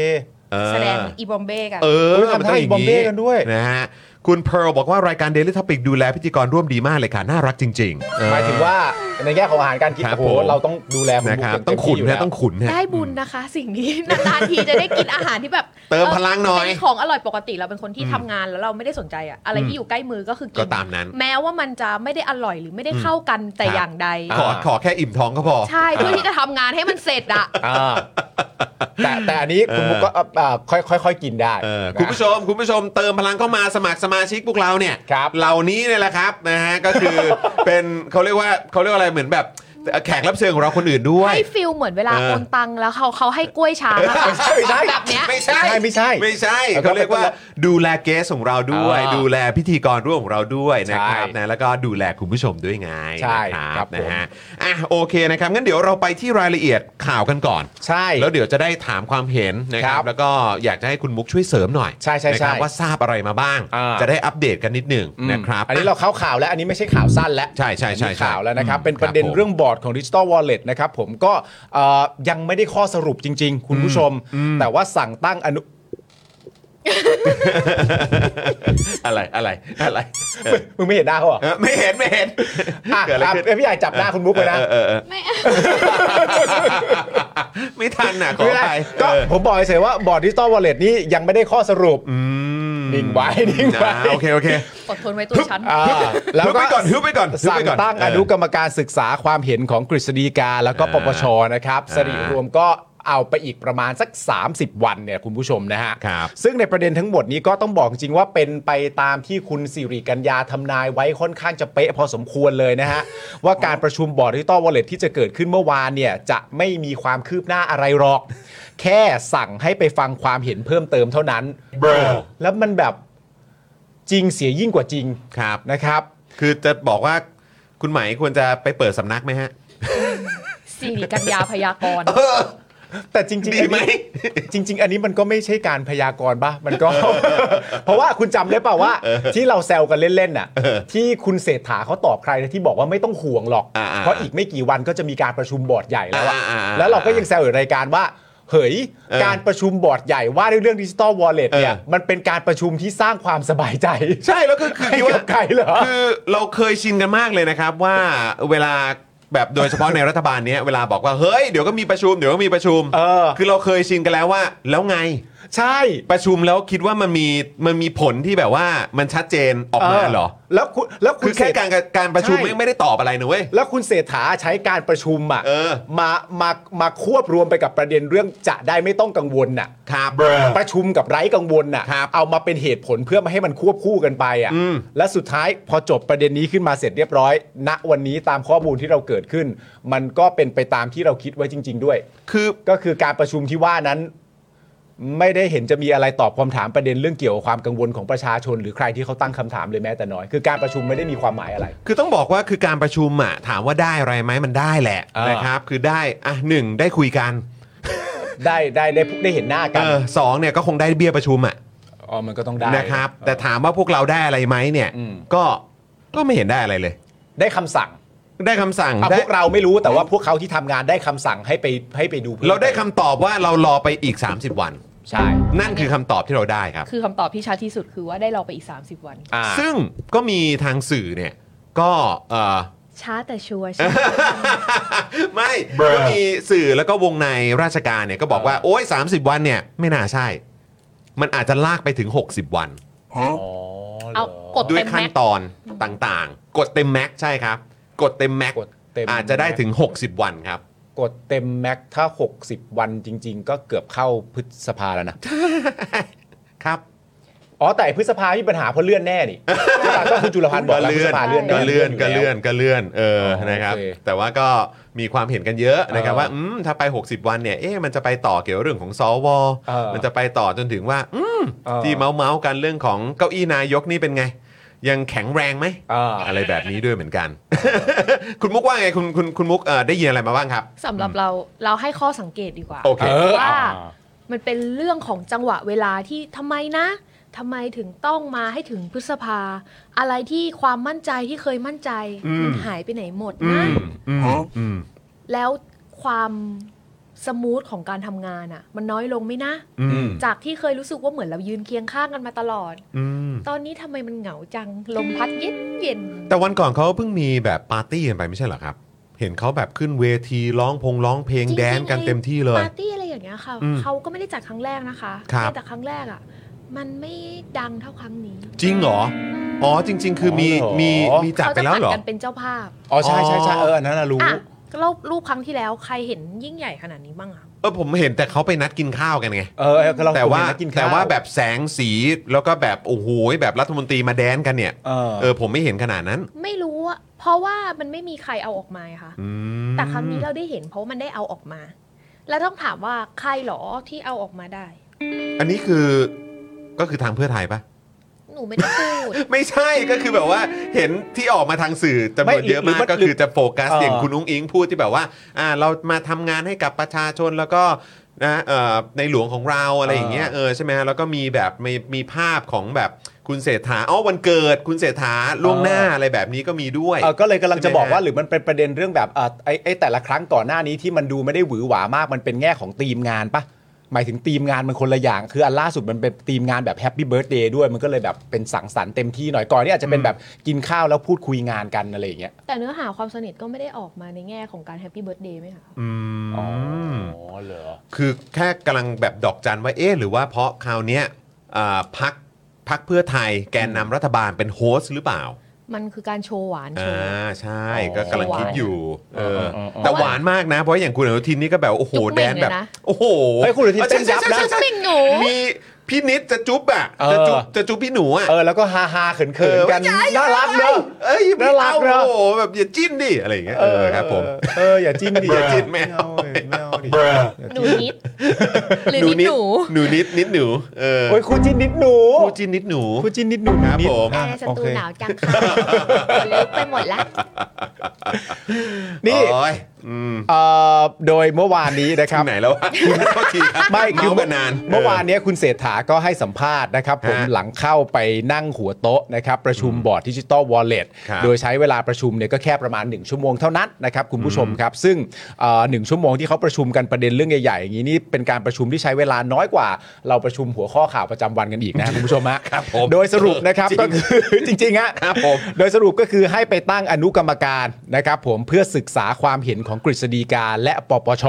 โอค
เออ
แสดงอีบอมเบ้กัน
เออ
โอ้ยทำท่า
มันต้องอย่าง
อีบอมเบ้กันด้วย
นะฮะคุณเพ r ร์บอกว่ารายการ Daily Topic ดูแลพิธีกรร่วมดีมากเลยค่ะ น่ารักจริงๆเออ
หมายถึงว่าในแง่ของอาหารการกิน
ครับ
โอ้โห
ผม
เราต้องดูแลคุณ
นะค
บุ๊
รับ
ก
ต้องขุน
เต็มที่ยู่แล้
นะ
ว
ต้องขุนนะ
ได้บุญนะคะ สิ่งนี้ [LAUGHS] นานๆทีจะได้กินอาหารที่แบบ
[LAUGHS] เติมพลังหน่อย
เป็นของอร่อยปกติเราเป็นคนที่
อืม
ทำงานแล้วเราไม่ได้สนใจอะอะไรที่อยู่ใกล้มือก็คือกิ
ก็ตามนั้น
แม้ว่ามันจะไม่ได้อร่อยหรือไม่ได้เข้ากันแต่
ครับ
อย่างใด
ขอขอแค่อิ่มท้องก็พอ
ใช่เพื่อที่จะทำงานให้มันเสร็จอะ
อ่าแต่แต่อันนี้คุณบุ๊กก็อ่าค่อยค่อยค่อยกินได้
เออ
นะ
คุณผู้ชมคุณผู้ชมเติมพลังเข้ามาสมัครสมาชิกพวกเราเนี่ย
ครับ
เหล่านี้เนี่ยแหละครับนะฮะก็คือ เป็นเขาเรียกว่าเขาเรียกว่าอะไรเหมือนแบบแขกรับเชิญของเราคนอื่นด้วย
ให้ฟิลเหมือนเวลา
เออ
โอนตังแล้วเขาเขาให้กล้วย
[LAUGHS]
ช้างอะค่ะ
ไม่ใช่ไม่ใช่
แบบเนี้ย
ไม่ใช่
ไม่ใช่ไม่ใช่
ไม่ใช่เขาเรียกว่าดูแลเกสของเราด้วย
อ่า
ดูแลพิธีกรร่วมของเราด้วยนะครับ
ใช่
นะแล้วก็ดูแลคุณผู้ชมด้วยไง
ใช่
นะค
ครั
รับบนะ
ผม
ฮะอ่ะโอเคนะครับงั้นเดี๋ยวเราไปที่รายละเอียดข่าวกันก่อน
ใช่
แล้วเดี๋ยวจะได้ถามความเห็นนะครั
ครับ บ
แล้วก็อยากจะให้คุณมุกช่วยเสริมหน่อย
ใช่ใช่
นะครับ
ใช่
ว่าทราบอะไรมาบ้าง
อ่า
จะได้อัปเดตกันนิดหนึ่งนะครับ
อันนี้เราเข้าข่าวแล้วอันนี้ไม่ใช่ข่าวสั้นแล้ว
ใช่ใช่ใช่
อันนี้ข่าวแล้วนะครับ
ใช่
เป็นประเด็น
ครับผม
เรื่องบอร์ดของดิจิ t a ลวอลเล็ตนะครับผมก็เอ่อยังไม่ได้ข้อสรุปจริง ๆ คุณผู้ชม
อืม
แต่ว่าสั่งตั้งอนุ
อะไรอะไรอะไรเออ
มึงไม่เห็นหน้าเขาเหรอ
เออไม่เห็นไม่เห็น
อ่ะ
เกิดอะไร
อ่ะ
ขึ้น
เอ้ยพี่ใหญ่จับหน้าคุณบุ๊กไปนะ
เออเออเออ
ไม่
ไม่ทันน่ะขอ
ไม่
อ
ได้
ภัย
ก็
เออ
ผมบอกเฉยๆว่าบอร์ดดิจิ t a ลวอลเล็ตนี่ยังไม่ได้ข้อสรุป
อืม
นิ่งไว้ [LAUGHS] นิ่งไว้
อ่าโอเคโอเค
อดทนไว้ตัวฉัน
อ่าแล้ว
ฮึบ
ก็
ไปก่อนฮึบไปก่อนฮึบ
สั่
ไป
ง
ก่อน
ตั้ง
เ
อนุกรรมการศึกษาความเห็นของกฤษฎีกาแล้วก็
อ่า
ปปชนะครับ
อ่า
สริรวมก็เอาไปอีกประมาณสัก 30 วันเนี่ยคุณผู้ชมนะฮะ
ครับ
ซึ่งในประเด็นทั้งหมดนี้ก็ต้องบอกจริงว่าเป็นไปตามที่คุณสิริกัญญาทำนายไว้ค่อนข้างจะเป๊ะพอสมควรเลยนะฮะ ว่าการประชุมบอร์ดดิจิตอลวอลเล็ตที่จะเกิดขึ้นเมื่อวานเนี่ยจะไม่มีความคืบหน้าอะไรหรอก แค่สั่งให้ไปฟังความเห็นเพิ่มเติมเท่านั้น แล้วมันแบบจริงเสียยิ่งกว่าจริง
ครับ
นะครับ
คือจะบอกว่าคุณไหมายควรจะไปเปิดสำนักไหมฮะ
สิริกัญญาพยากรณ์
แต่จริงๆ
ดี
อันนี้
ไหม
จริง ๆ อันนี้มันก็ไม่ใช่การพยากรณ์ป่ะ มันก็ [LAUGHS] เพราะว่าคุณจำได้เปล่าว่า ที่เราแซวกันเล่นๆน่ะ ที่คุณเศรษฐาเขาตอบใครนะที่บอกว่าไม่ต้องห่วงหรอก
อ่าๆ
เพราะอีกไม่กี่วันก็จะมีการประชุมบอร์ดใหญ่แล้วอะ
อ่าๆ
แล้วเราก็ยังแซวอยู่รายการว่า เฮ้ย
เออ
การประชุมบอร์ดใหญ่ว่าด้วยเรื่องดิจิตอลวอลเล็ตเนี่ย
เออ
มันเป็นการประชุมที่สร้างความสบายใจ
ใช่แล้วก็คือ
ให้
คิด
กั
ว่า
บใครเหรอ
คือเราเคยชินกันมากเลยนะครับว่าเวลาแบบโดยเฉพาะในรัฐบาลเนี้ยเวลาบอกว่าเฮ้ยเดี๋ยวก็มีประชุมเดี๋ยวก็มีประชุม
เออ
คือเราเคยชินกันแล้วว่า แล้วไง
ใช่
ประชุมแล้วคิดว่ามันมีมันมีผลที่แบบว่ามันชัดเจนออกมาเหรอ
แล้วคุณแล้วคุ
คื
ณ
อแค่
เศษ
การการประชุม
ใช่
ไม่ไม่ได้ตอบอะไรนะเว้ย
แล้วคุณเศรษฐาใช้การประชุมอ่ะ
เออ
มามามาควบรวมไปกับประเด็นเรื่องจะได้ไม่ต้องกังวลน่ะ
ครับ
ประชุมกับไร้กังวลน่ะ
ครับ
เอามาเป็นเหตุผลเพื่อไมาให้มันควบคู่กันไปอ่ะ
อืม
และสุดท้ายพอจบประเด็นนี้ขึ้นมาเสร็จเรียบร้อย ณวันนี้ตามข้อมูลที่เราเกิดขึ้น มันก็เป็นไปตามที่เราคิดไว้จริง ๆ ด้วย
คือ
ก็คือการประชุมที่ว่านั้น ไม่ได้เห็นจะมีอะไรตอบคำถามประเด็นเรื่องเกี่ยวกับความกังวลของประชาชน หรือใครที่เขาตั้งคำถามเลยแม้แต่น้อยคือการประชุมไม่ได้มีความหมายอะไร
คือต้องบอกว่าคือการประชุมอ่ะถามว่าได้อะไรไหมมันได้แหละ
เออ
นะครับคือได้อ่ะหนึ่งได้คุยกัน
ได้ได้ได้ได้เห็นหน้ากั
เอนอสองเนี่ยก็คงได้เบี้ยประชุมอ่ะ
อ๋อมันก็ต้องได้
นะครับ แต่ถามว่าพวกเราได้อะไรไหมเนี่ย
อืม
ก็ก็ไม่เห็นได้อะไรเลย
ได้คำสั่ง
ได้คำสั่ง
อ่ะ
ได้
พวกเราไม่รู้แต่ว่าพวกเขาที่ทำงานได้คำสั่งให้ไปให้ไปดูพิ่ม
เราได้คำตอบว่าเรารอไปอีก 30 วัน
ใช่
นั่นคือคำตอบที่เราได้ครับ
คือคำตอบที่ชัดที่สุดคือว่าได้รอไปอีก 30 วัน
อ่า
ซึ่งก็มีทางสื่อเนี่ย ก็เออ
ช้าแต่ชัวร์ใช่ไหม
[LAUGHS] ไม่ก็มีสื่อแล้วก็วงในราชการเนี่ยก็บอกว่า โอ้ย30 วันเนี่ย ไม่น่าใช่ มันอาจจะลากไปถึง 60 วัน
อ๋อหร
เอากด
ด้วย
เต็ม
ขั้น
แม็กซ์
ตอนต่างๆ กดเต็มแม็กใช่ครับ กดเต็มแม็ก
กดเต็ม
อาจจะได้ถึง 60 วันครับ
กดเต็มแม็กถ้า 60 วันจริง ๆ ก็เกือบเข้าพฤษภาแล้วนะ
ครับ
อ๋อแต่พฤษภามีปัญหาเพราะเลื่อนแน่นี่ [LAUGHS] ก็คือจุลพันธ์บอ
ก็
กแล้วพฤ
เลื่อ
ษ
น
ภาเลื่อนแ
ก็เลื่อนก็เลื่อน
ยู่
ก็เลื่อนเออ
อ
นะครับ
โอเค
แต่ว่าก็มีความเห็นกันเยอะนะครับ
เออ
ว่าอืมถ้าไป 60 วันเนี่ยเอ๊ะมันจะไปต่อเกี่ยวกับเรื่องของสว
เออ
มันจะไปต่อจนถึงว่าอืม
เออ
ที่เมาส์เมาส์ๆกันเรื่องของเก้าอี้นายกนี่เป็นไง ยังแข็งแรงไหม
อ่า
อะไรแบบนี้ด้วยเหมือนกัน [LAUGHS] คุณมุกว่าไงคุณคุณคุณมุกเอ่อได้ยินอะไรมาบ้างครับ
สำหรับเราเราให้ข้อสังเกตดีกว่า
โอเค
เออ
ว่า
อ่า
มันเป็นเรื่องของจังหวะเวลาที่ทำไมนะทำไมถึงต้องมาให้ถึงพฤษภา อะไรที่ความมั่นใจที่เคยมั่นใจ
อืม
มันหายไปไหนหมด
อื
นะ
มอืมอืม
แล้วความสมูทของการทำงานอะ่ะ มันน้อยลงไหมนะ
อืม
จากที่เคยรู้สึกว่าเหมือนเรายืนเคียงข้างกันมาตลอด
อืม
ตอนนี้ทำไมมันเหงาจัง ลมพัดเย็นเย็นๆ
แต่วันก่อนเขาเพิ่งมีแบบปาร์ตี้กันไปไม่ใช่เหรอครับ เห็นเขาแบบขึ้นเวทีร้องพงร้องเพลง
จริงๆ
แดนกัน
ไอ้
เต็มที่เลย
ปาร์ตี้อะไรอย่างเงี้ยค่ะ
อืม
เขาก็ไม่ได้จัดครั้งแรกนะคะ
ครับ
แต่ครั้งแรกอะ่ะ มันไม่ดังเท่าครั้งนี้
จริงเหรอ อ๋อจริง ๆ คือมี
อ๋อเหรอ
มีมีจัดไปแล้วเหรอ
ขาจะผัดกันเป็นเจ้าภาพ
อ๋อใช่ใช่ใช่เอออันนั้นน่ะรู้
อ่ะรอบรูปครั้งที่แล้วใครเห็นยิ่งใหญ่ขนาดนี้บ้างอะ
เออผมเห็นแต่เขาไปนัดกินข้าวกันไง
เออเออเรา
แต่ว่า
กินข้
แต่ว่าแบบแสงสีแล้วก็แบบโอ้โหแบบรัฐมนตรีมาแดนกันเนี่ย
เออ
เออผมไม่เห็นขนาดนั้น
ไม่รู้ว่าเพราะว่ามันไม่มีใครเอาออกมาไงค่ะ
อืม
แต่ครั้งนี้เราได้เห็นเพราะว่ามันได้เอาออกมา แล้วต้องถามว่าใครหรอที่เอาออกมาได้
อันนี้คือก็คือทางเพื่อไทยปะ
หนูไม่ได้พูด
ไม่ใช่ก็คือแบบว่าเห็นที่ออกมาทางสื่อจำนวนเยอะมากก็คือจะโฟกัสอย่างคุณนุ้งอิงพูดที่แบบว่าอ่าเรามาทำงานให้กับประชาชนแล้วก็นะเอ่อในหลวงของเราอะไรอย่างเงี้ยเออใช่ไหมฮะแล้วก็มีแบบมีมีภาพของแบบคุณเศรษฐาอ๋อวันเกิดคุณเศรษฐาล่วงหน้าอะไรแบบนี้ก็มีด้วย
เออก็เลยกำลังจะบอกว่า
ใช่ไหมฮะ
หรือมันเป็นประเด็นเรื่องแบบเอ่อไอ้ไอ้แต่ละครั้งก่อนหน้านี้ที่มันดูไม่ได้หวือหวามากมันเป็นแง่ของธีมงานปะหมายถึงธีมงานมันคนละอย่าง คืออันล่าสุดมันเป็นธีมงานแบบแฮปปี้เบิร์ดเดย์ด้วยมันก็เลยแบบเป็นสังสรรค์เต็มที่หน่อยก่อนนี่อาจจะเป็นแบบกินข้าวแล้วพูดคุยงานกันอะไรอย่างเงี้ย
แต่เนื้อหาความสนิทก็ไม่ได้ออกมาในแง่ของการแฮปปี้เบิร์ดเดย์ไหมคะ
อืม
อ๋อเหรอ
คือแค่กำลังแบบดอกจันว่าเอ๊ะหรือว่าเพราะคราวเนี้ยอ่าพักพักเพื่อไทยแกนนำรัฐบาลเป็นโฮสต์หรือเปล่า
มันคือการโชว์หวานโช
อ่า
ว์
ใช่
อ๋อ
ก็กำลังคิดอยู่เออ
เออเออเออ
แต่หวานมากนะ เพราะอย่างคุณอนุทินนี่ก็แบบ โอ้โห
จุ๊บเห
แด
ม่
น
งเลยนะ
แบบ โอ้โห
เฮ้ยคุณอนุทินเต้นยับ
ใช่ใช่
นะ
ใช่ใช่
เป็นหนู
มีพี่นิดจะจุ๊บอ่ะ
เออ
จะจุ๊บจะจุ๊บพี่หนูอ่ะ
เออแล้วก็ฮาฮาๆเขินเขินๆกันน่ารักเนอะ
เอ้ยไม่
น่ารัก
เอา
เนอะ
โอ้โหแบบอย่าจิ้นดิอะไรอย่างเงี้ยเออครับผม
เอออย่าจิ้นดิ
อย่าจิ้นแมว
ไม่เอาดิ
หนูนิด หรือนิดหนู
หนูนิดนิดหนูเออ
โอ้ยคู่จิ้นนิดหนู
คู่จิ้นนิดหนู
คู่จิ้นนิดหนู
ครับ
นิด
ผม
แอร์สตูหนาวจังค่ะขนลุกไปหมดแล้ว
นี่
โอ้ยอืม
เอ่อโดยเมื่อวานนี้นะครับ
ถึงไหนแล้ววะ โทษทีรับ
ไม่คือ
เมาส์กันนาน
เมื่อวานเนี้ยคุณเศรษฐาก็ให้สัมภาษณ์นะครับผม
ฮะ
หลังเข้าไปนั่งหัวโต๊ะนะครับประชุมบอร์ดดิจิตอลวอลเล็ต
ครับ
โดยใช้เวลาประชุมเนี่ยก็แค่ประมาณ 1 ชั่วโมงเท่านั้นนะครับคุณผู้ชมครับ ซึ่งเอ่อหนึ่งชั่วโมงที่เขาประชุมกันประเด็นเรื่องใหญ่ๆอย่างนี้นี่เป็นการประชุมที่ใช้เวลาน้อยกว่า เราประชุมหัวข้อข่าวประจำวันกันอีกนะ คุณผู้ชมฮะ
ครับผม
โดยสรุปนะครับก็คือ [LAUGHS] จริงๆฮะ
ครับผม
โดยสรุปก็คือให้ไปตั้งอนุกรรมการนะครับผมเพื่อศึกษาความเห็นของกฤษฎีกาและปปช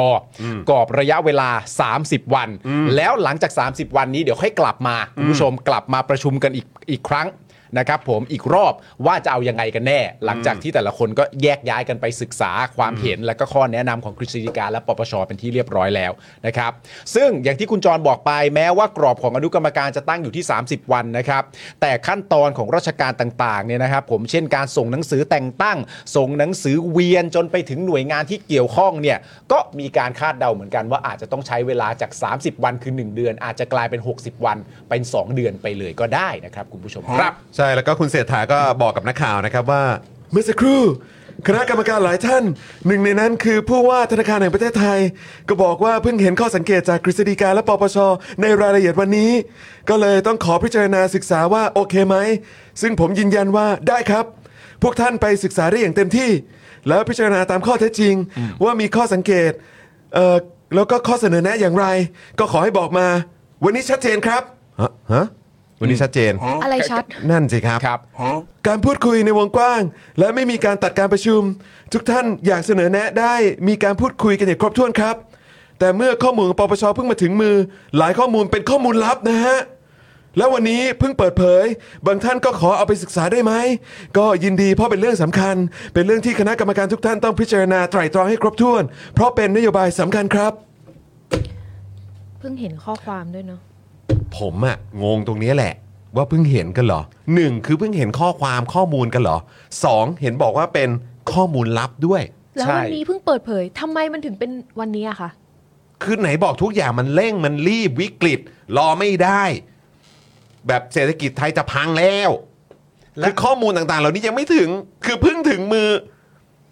กรอบระยะเวลา 30 วัน แล้วหลังจาก 30 วันนี้เดี๋ยวค่อยกลับมาคุณผู้ชมกลับมาประชุมกันอีกอีกครั้งนะครับผมอีกรอบว่าจะเอายังไงกันแน่ หลังจากที่แต่ละคนก็แยกย้ายกันไปศึกษาความเห็นและก็ข้อแนะนำของกฤษฎีกาและปปชเป็นที่เรียบร้อยแล้วนะครับซึ่งอย่างที่คุณจรบอกไปแม้ว่ากรอบของอนุกรรมการจะตั้งอยู่ที่ 30 วันนะครับ แต่ขั้นตอนของราชการต่างๆเนี่ยนะครับผมเช่นการส่งหนังสือแต่งตั้ง ส่งหนังสือเวียนจนไปถึงหน่วยงานที่เกี่ยวข้องเนี่ยก็มีการคาดเดาเหมือนกันว่าอาจจะต้องใช้เวลาจาก 30 วันคือ 1 เดือน อาจจะกลายเป็น 60 วันเป็น 2 เดือนไปเลยก็ได้นะครับคุณผู้ชมครับ
ใช่แล้วก็คุณเศรษฐาก็บอกกับนักข่าวนะครับว่า เมื่อสักครู่คณะกรรมการหลายท่าน หนึ่งในนั้นคือผู้ว่าธนาคารแห่งประเทศไทย ก็บอกว่าเพิ่งเห็นข้อสังเกตจากกฤษฎีกาและปปช ในรายละเอียดวันนี้ ก็เลยต้องขอพิจารณาศึกษาว่าโอเคไหม ซึ่งผมยืนยันว่าได้ครับ พวกท่านไปศึกษาได้อย่างเต็มที่ แล้วพิจารณาตามข้อเท็จจริง ว่ามีข้อสังเกตเอ่อแล้วก็ข้อเสนอแนะอย่างไร ก็ขอให้บอกมา วันนี้ชัดเจนครับฮะฮะวันนี้ชัดเจน
อะไรชัด
นั่นสิครับ
ครับ
การพูดคุยในวงกว้าง และไม่มีการตัดการประชุม ทุกท่านอยากเสนอแนะได้มีการพูดคุยกันอย่างครบถ้วนครับ แต่เมื่อข้อมูลของปปชเพิ่งมาถึงมือ หลายข้อมูลเป็นข้อมูลลับนะฮะ แล้ววันนี้เพิ่งเปิดเผย บางท่านก็ขอเอาไปศึกษาได้ไหม ก็ยินดีเพราะเป็นเรื่องสำคัญ เป็นเรื่องที่คณะกรรมการทุกท่านต้องพิจารณาไตร่ตรองให้ครบถ้วน เพราะเป็นนโยบายสำคัญครับ
เพิ่งเห็นข้อความด้วยเนาะ
ผมอะงงตรงนี้แหละ ว่าเพิ่งเห็นกันเหรอหนึ่งคือเพิ่งเห็นข้อความข้อมูลกันเหรอสองเห็นบอกว่าเป็นข้อมูลลับด้วย
แล้ว
ใช่
วันนี้เพิ่งเปิดเผยทำไมมันถึงเป็นวันนี้อะคะ
คือไหนบอกทุกอย่างมันเร่งมันรีบวิกฤต รอไม่ได้ แบบเศรษฐกิจไทยจะพังแล้ว
และ
คือข้อมูลต่างๆ เหล่านี้ยังไม่ถึง คือเพิ่งถึงมือ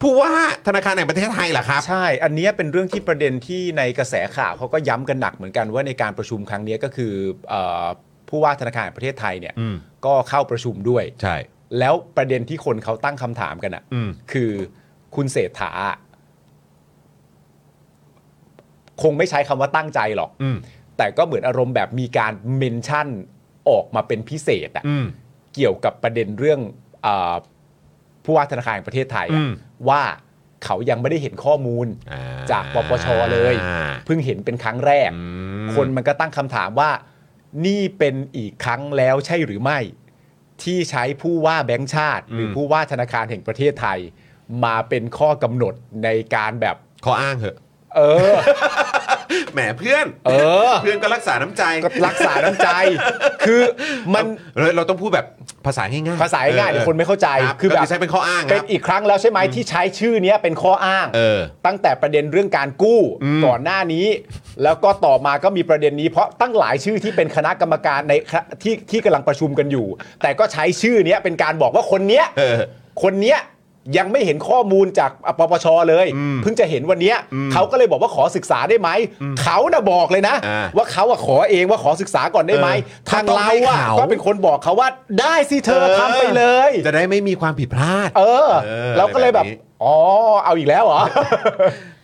ผู้ว่าธนาคารแห่งประเทศไทยเหรอครับ
ใช่ อันเนี้ยเป็นเรื่องที่ประเด็นที่ในกระแสข่าวเขาก็ย้ำกันหนักเหมือนกันว่าในการประชุมครั้งเนี้ยก็คือเอ่อผู้ว่าธนาคารแห่งประเทศไทยเนี่ย
อืม
ก็เข้าประชุมด้วย
ใช่
แล้วประเด็นที่คนเขาตั้งคำถามกันอ่ะ
อืม
คือคุณเศรษฐา คงไม่ใช้คำว่าตั้งใจหรอก
อืม
แต่ก็เหมือนอารมณ์แบบมีการเมนชั่นออกมาเป็นพิเศษอะ
อืม
เกี่ยวกับประเด็นเรื่องอาผู้ว่าธนาคารแห่งประเทศไทยอะ
อืม
ว่าเขายังไม่ได้เห็นข้อมูล
อ่
จากปปชเลย
อ่า
เพิ่งเห็นเป็นครั้งแรก
อืม
คนมันก็ตั้งคำถามว่า นี่เป็นอีกครั้งแล้วใช่หรือไม่ ที่ใช้ผู้ว่าแบงค์ชาติ หรือผู้ว่าธนาคารแห่งประเทศไทย มาเป็นข้อกำหนดในการแบบ
ขออ้างเหอะ
เออ
แหมเพื่อน
เออ
เพื่อนก็รักษาน้ำใจ
ก็รักษาน้ำใจ คือมัน
เราเราต้องพูดแบบภาษาง่ายๆ
ภาษาง่ายๆเดี๋ยวคนไม่เข้าใจ
รับ
คือแบบ
ก็ใช้เป็นข้ออ้างค
เป็
รั
น
บ
อีกครั้งแล้วใช่ไหมที่ใช้ชื่อเนี้ยเป็นข้ออ้าง
เออ
ตั้งแต่ประเด็นเรื่องการกู้
อืม
ก่อนหน้านี้ แล้วก็ต่อมาก็มีประเด็นนี้ เพราะตั้งหลายชื่อที่เป็นคณะกรรมการในที่ที่กำลังประชุมกันอยู่ แต่ก็ใช้ชื่อเนี้ยเป็นการบอกว่าคนเนี้ย
เออ
คนเนี้ยยังไม่เห็นข้อมูลจากปปชเลย
อืม
เพิ่งจะเห็นวันเนี้ยเขาก็เลยบอกว่าขอศึกษาได้ไหมเขาน่ะบอกเลยนะ
อ่า
ว่าเขาอะขอเองว่าขอศึกษาก่อนได้ไหม
เออ
ทาง
ก็ต้อง
เรา
ให้
อะ
เขา
ก็เป็นคนบอกเขาว่าได้สิเธอทำไปเลย
จะได้ไม่มีความผิดพลาด
เออ
เออ
เราก็เลยแบบ
อะไรแบบนี้
อ๋อ เอาอีกแล้วเหรอ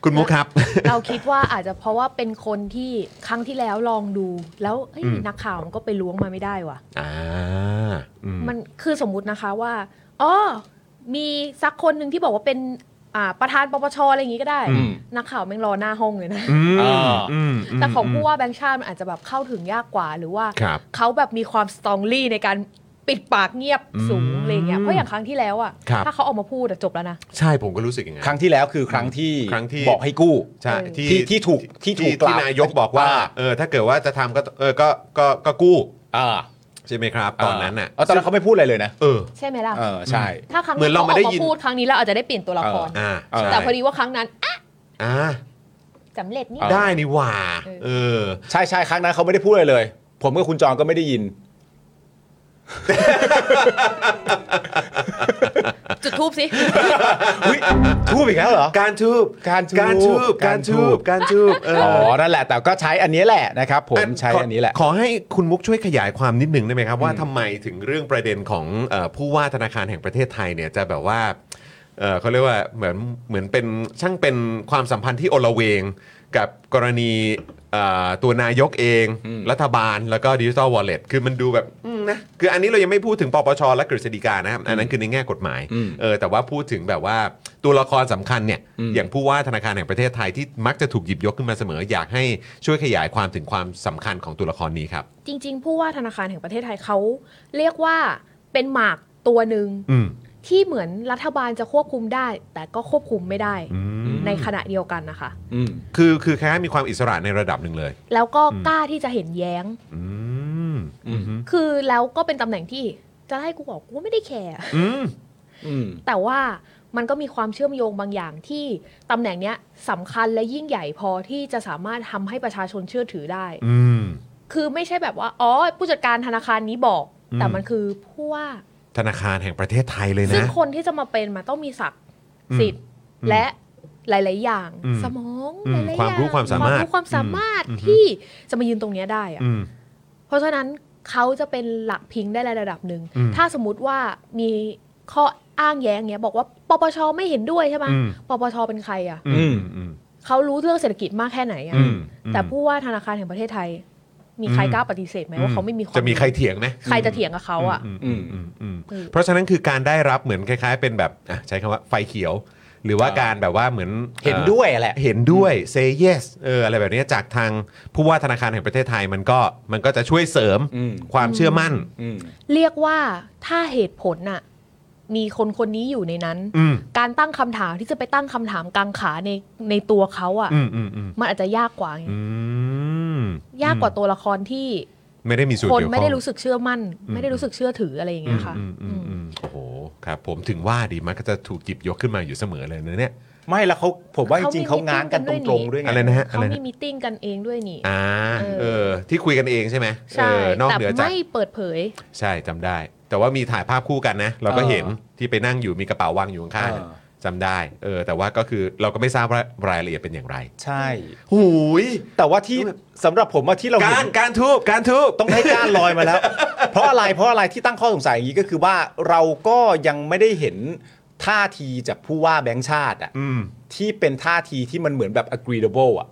คุณมุกครับ
[LAUGHS] เราคิดว่าอาจจะเพราะว่าเป็นคนที่ครั้งที่แล้วลองดู แล้วเอ้ย
อืม
นักข่าวมันก็ไปล้วงมาไม่ได้ว่ะ
อ่าอืม
มันคือสมมุตินะคะว่าอ๋อมีสักคนหนึ่งที่บอกว่าเป็นอ่าประธานปปชอะไรอย่างงี้ก็ได้
อืม
นักข่าวแม่งรอหน้าห้องเลยนะ
อืม
อ่า
อืมม
แต่ของผู้ว่าแบงค์ชาติมันอาจจะแบบเข้าถึงยากกว่า หรือว่า
ครับ
เขาแบบมีความสตรองลี่ในการปิดปากเงียบสูงอะไรอย่างเงี้ย เพราะอย่างครั้งที่แล้วอะ
ครับ
ถ้าเขาออกมาพูดอะจบแล้วนะ
ใช่ผมก็รู้สึกอย่างนั้น
ครั้งที่แล้วคือครั้งที่
ครั้งที่
บอกให้กู้
ใช่
ที่ที่ถูกที่ถูกกล่าว
นายกบอกว่า
อ่า
เออถ้าเกิดว่าจะทำก็เออก็ก็ก็กู้
อ่า
ใช่ไหมครับ ตอนนั้นน่ะ
เออตอนนั้นเขาไม่พูดอะไรเลยนะ
เออ
ใช่ไหมล่ะ
เออ ใช่
ถ้าครั้ง
เหมือนเราไม่ได้ยิน
พูดครั้งนี้เราอาจจะได้เปลี่ยนตัวละคร
อ่า
เออ
แต่
ใช่
พอดีว่าครั้งนั้นอ่ะ
อ่า
สำเร็จนี่
เออ
ได้นี่หว่า เออ
ใช่ใช่ครั้งนั้นเขาไม่ได้พูดอะไรเลย ผมกับคุณจองก็ไม่ได้ยิน
จุดทูบสิ
อุ๊ยทูบอีกแล้วเหรอ
การทูบ
การทูบ
การทูบ
กา
การ ร
ทู
ทู
บ
บการทูบเออ
อ๋
อ
อ นั่นแหละ แต่ก็ใช้อันนี้แหละนะครับ ผมใช้
ข
อันนี้แหละ
ขอให้คุณมุกช่วยขยายความนิดหนึ่งได้ไหมครับ ว่าทำไมถึงเรื่องประเด็นของเอ่อผู้ว่าธนาคารแห่งประเทศไทยเนี่ยจะแบบว่าเอ่อเขาเรียกว่าเหมือนเหมือนเป็นช่างเป็นความสัมพันธ์ที่โอละเวง กับกรณีเอ่อตัวนายกเอง
อืม
รัฐบาลแล้วก็ดิจิ t a ลวอลเล็ตคือมันดูแบบอืมนะคืออันนี้เรายังไม่พูดถึงปปชและกฤษฎีกานะครับอันนั้นคือในแง่กฎหมายเออแต่ว่าพูดถึงแบบว่าตัวละครสำคัญเนี่ยอย่างผู้ว่าธนาคารแห่งประเทศไทยที่มักจะถูกหยิบยกขึ้นมาเสมอ อยากให้ช่วยขยายความถึงความสำคัญของตัวละครนี้ครับ
[LAUGHS] จริง ๆ ผู้ว่าธนาคารแห่งประเทศไทยเขาเรียกว่าเป็นหมากตัวหนึ่ง
อืม
ที่เหมือนรัฐบาลจะควบคุมได้ แต่ก็ควบคุมไม่ได้
อืม
ในขณะเดียวกันนะคะ
อืม
คือคือแค่มีความอิสระในระดับหนึ่งเลย
แล้วก็กล้าที่จะเห็นแย้ง
อืม
อืม
คือแล้วก็เป็นตำแหน่งที่จะให้กูบอกกูไม่ได้แคร์
อืม
อืม
แต่ว่ามันก็มีความเชื่อมโยงบางอย่างที่ตำแหน่งเนี้ยสำคัญและยิ่งใหญ่พอที่จะสามารถทำให้ประชาชนเชื่อถือได้
อืม
คือไม่ใช่แบบว่า อ๋อ ผู้จัดการธนาคารนี้บอก
อืม
แต่มันคือผู้ว่า
ธนาคารแห่งประเทศไทยเลย
ซึ่ง
นะ
คนที่จะมาเป็นมันต้องมีศักดิ์
อืม
สิทธิ์
อืม
และหลาย ๆ อย่าง
อืม
สมอง
อื
ห
ม
ลายๆอย่าง
ความรู้ความสามารถ
ความรู้ความสามารถ
อืม
ที่จะมายืนตรงเนี้ยได้อะ
อืม
เพราะฉะนั้นเขาจะเป็นหลักพิงได้ในระดับหนึ่ง
อืม
ถ้าสมมติว่ามีข้ออ้างแย้งเนี้ยบอกว่าปปชไม่เห็นด้วยใช่ไหม
อืม
ปปชเป็นใครอ่ะ
อืมอืม
เขารู้เรื่องเศรษฐกิจมากแค่ไหนอ่ะ
อืม
แต่ผู้ว่าธนาคารแห่งประเทศไทย มีใครกล้าปฏิเสธไหมว่าเขาไม่มีความ
จะมีใครเถียงนะ
ใครจะเถียงกับเขาอ่ะ
อืมอืมอืมอืม
เออ
เพราะฉะนั้นคือการได้รับเหมือนคล้าย ๆ เป็นแบบอ่ะใช้คำว่าไฟเขียว หรือว่าการแบบว่าเหมือน
เห็นด้วยแหละ
เห็นด้วย say yes เอออะไรแบบนี้จากทางผู้ว่าธนาคารแห่งประเทศไทยมันก็มันก็จะช่วยเสริม
อืม
ความเชื่อมั่น
อืม
เรียกว่าถ้าเหตุผลน่ะมีคนคนนี้อยู่ในนั้น
อืม
การตั้งคำถามที่จะไปตั้งคำถามกลางขาในในตัวเขาอ่ะ
อืมอืมอืม
มันอาจจะยากกว่าไง
อืม
ยากกว่าตัวละครที่
ไม่ได้มีส่วน
คน
เกี่ยวข้อง
ไม่ได้รู้สึกเชื่อมั่น
อืม
ไม่ได้รู้สึกเชื่อถืออะไรอย่างเงี้ยค่ะ
อืมอืมอืมอื
อืม
มโอ้โหครับ ผมถึงว่าดีมันก็จะถูกหยิบยกขึ้นมาอยู่เสมอเลยนะเนี่ย
ไม่แล้วเขาผมว่าจริงๆเขาง้างกันตรงๆด้วยไง
อะไรนะฮะอะ
เขา
ไร
มี
นะ
มีติ้งกันเองด้วยนี่
อ่าเอ
เอ
อ
อ
ที่คุยกันเองใช่ไหม
ใช่
เออนอก
แต่
เหนือจาก
ไม่เปิดเผย
ใช่จำได้ แต่ว่ามีถ่ายภาพคู่กันนะ เราก็
เออ
เห็นที่ไปนั่งอยู่มีกระเป๋าวางอยู่ข้าง
เออ
ๆจำได้เออแต่ว่าก็คือเราก็ไม่ทราบว่ารายละเอียดเป็นอย่างไร
ใช่
หูย
แต่ว่าที่สำหรับผมว่าที่เรา
การ
เห็น
การทูบการทูบ
ต้องให้การลอยมาแล้ว เพราะอะไรเพราะอะไรที่ตั้งข้อสงสัยอย่างนี้ก็คือว่าเราก็ยังไม่ได้เห็นท่าทีจากผู้ว่าแบงค์ชาติอะ
อืม
ที่เป็นท่าทีที่มันเหมือนแบบ agreeable อ่ะ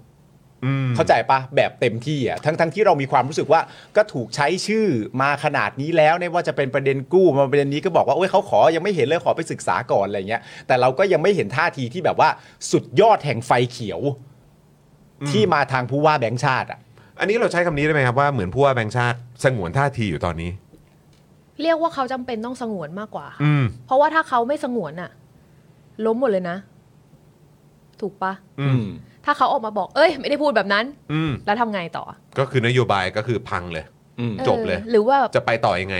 อืม
เข้าใจปะแบบเต็มที่อ่ะทั้งทั้งที่เรามีความรู้สึกว่าก็ถูกใช้ชื่อมาขนาดนี้แล้วในว่าจะเป็นประเด็นกู้มาประเด็นนี้ก็บอกว่าโอ้ยเขาขอยังไม่เห็นเลยขอไปศึกษาก่อนอะไรเงี้ยแต่เราก็ยังไม่เห็นท่าทีที่แบบว่าสุดยอดแห่งไฟเขียว
อืม
ที่มาทางผู้ว่าแบงค์ชาติอ่ะ
อันนี้เราใช้คำนี้ได้ไหมครับว่าเหมือนผู้ว่าแบงค์ชาติสงวนท่าทีอยู่ตอนนี้
เรียกว่าเขาจำเป็นต้องสงวนมากกว่าค่ะ
อืม
เพราะว่าถ้าเขาไม่สงวนอ่ะ ล้มหมดเลยนะ ถูกปะ
อืม
ถ้าเขาออกมาบอก เอ้ย ไม่ได้พูดแบบนั้น
อืม
แล้วทำไงต่อ
ก็คือนโยบายก็คือพังเลย
อืม
ออ
จบเลย
หรือว่า
จะไปต่อยังไง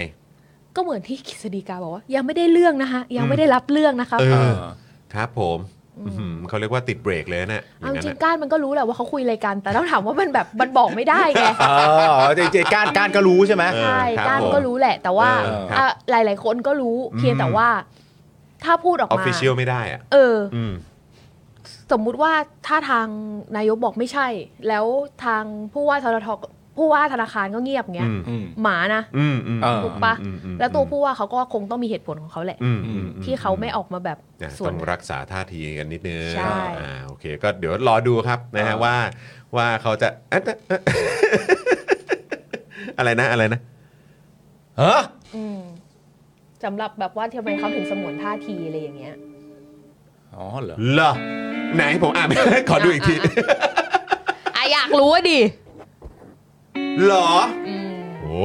ก็เหมือนที่กฤษฎีกาบอกว่า ยังไม่ได้เรื่องนะคะยังไม่ได้รับเรื่องนะคะ
เอ
เอ
อ
อ
ครับผมอื้อหือเขาเรียกว่าติดเบรกเลยนะเนี่ยอ
เอา
ย่าง
จ
นั้น
ริ
น่ะ
งก้านมันก็รู้แหละว่าเขาคุยอะไรกัน แต่ต้องถามว่ามันแบบมันบอกไม่ได้ไง
เออเจเจการการก็รู้ใช่ไหม
เออ
ใช่
ครับ
ก้านก็รู้แหละ แต่ว่า
เออครับ
อ่ะหลาย ๆ คนก็รู้
อืม
เพียงแต่ว่า ถ้าพูดออก
ออฟ
มา
ฟิเชียลไม่ได้อ่ะ
เออ
อืม
สมมุติว่าถ้าทางนายกบอกไม่ใช่ แล้วทางผู้ว่าธนาทผู้ว่าธนาคารก็เงียบเงี้ย
อืม
อืม
หมานะ
อืมอืม
เออ
ถูกปะ
อืมอืม
แล้วตัวผู้ว่าเขาก็คงต้องมีเหตุผลของเขาแหละ
อืมอืมอื
ที่เขาไม่ออกมาแบบ
เนี่ย
ส่ว
ต้
น
องรักษาท่าทีกันนิดนึง
ใช่
อ่าโอเค ก็เดี๋ยวรอดูครับนะฮะว่าว่าเขาจะ [LAUGHS] อะอะอะไรนะอะไรนะ
เออ
อืมสำหรับแบบว่าทำไมเขาถึงสงวนท่าทีอะไรอย่างเงี้ย
อ๋อเหรอ
เหรอไหนผมอ่านไม่ [LAUGHS] ได้ขอดูอีกที
อ่ะ อ่ะอยากรู้อะดิ
เหรอ
อืม
โอ้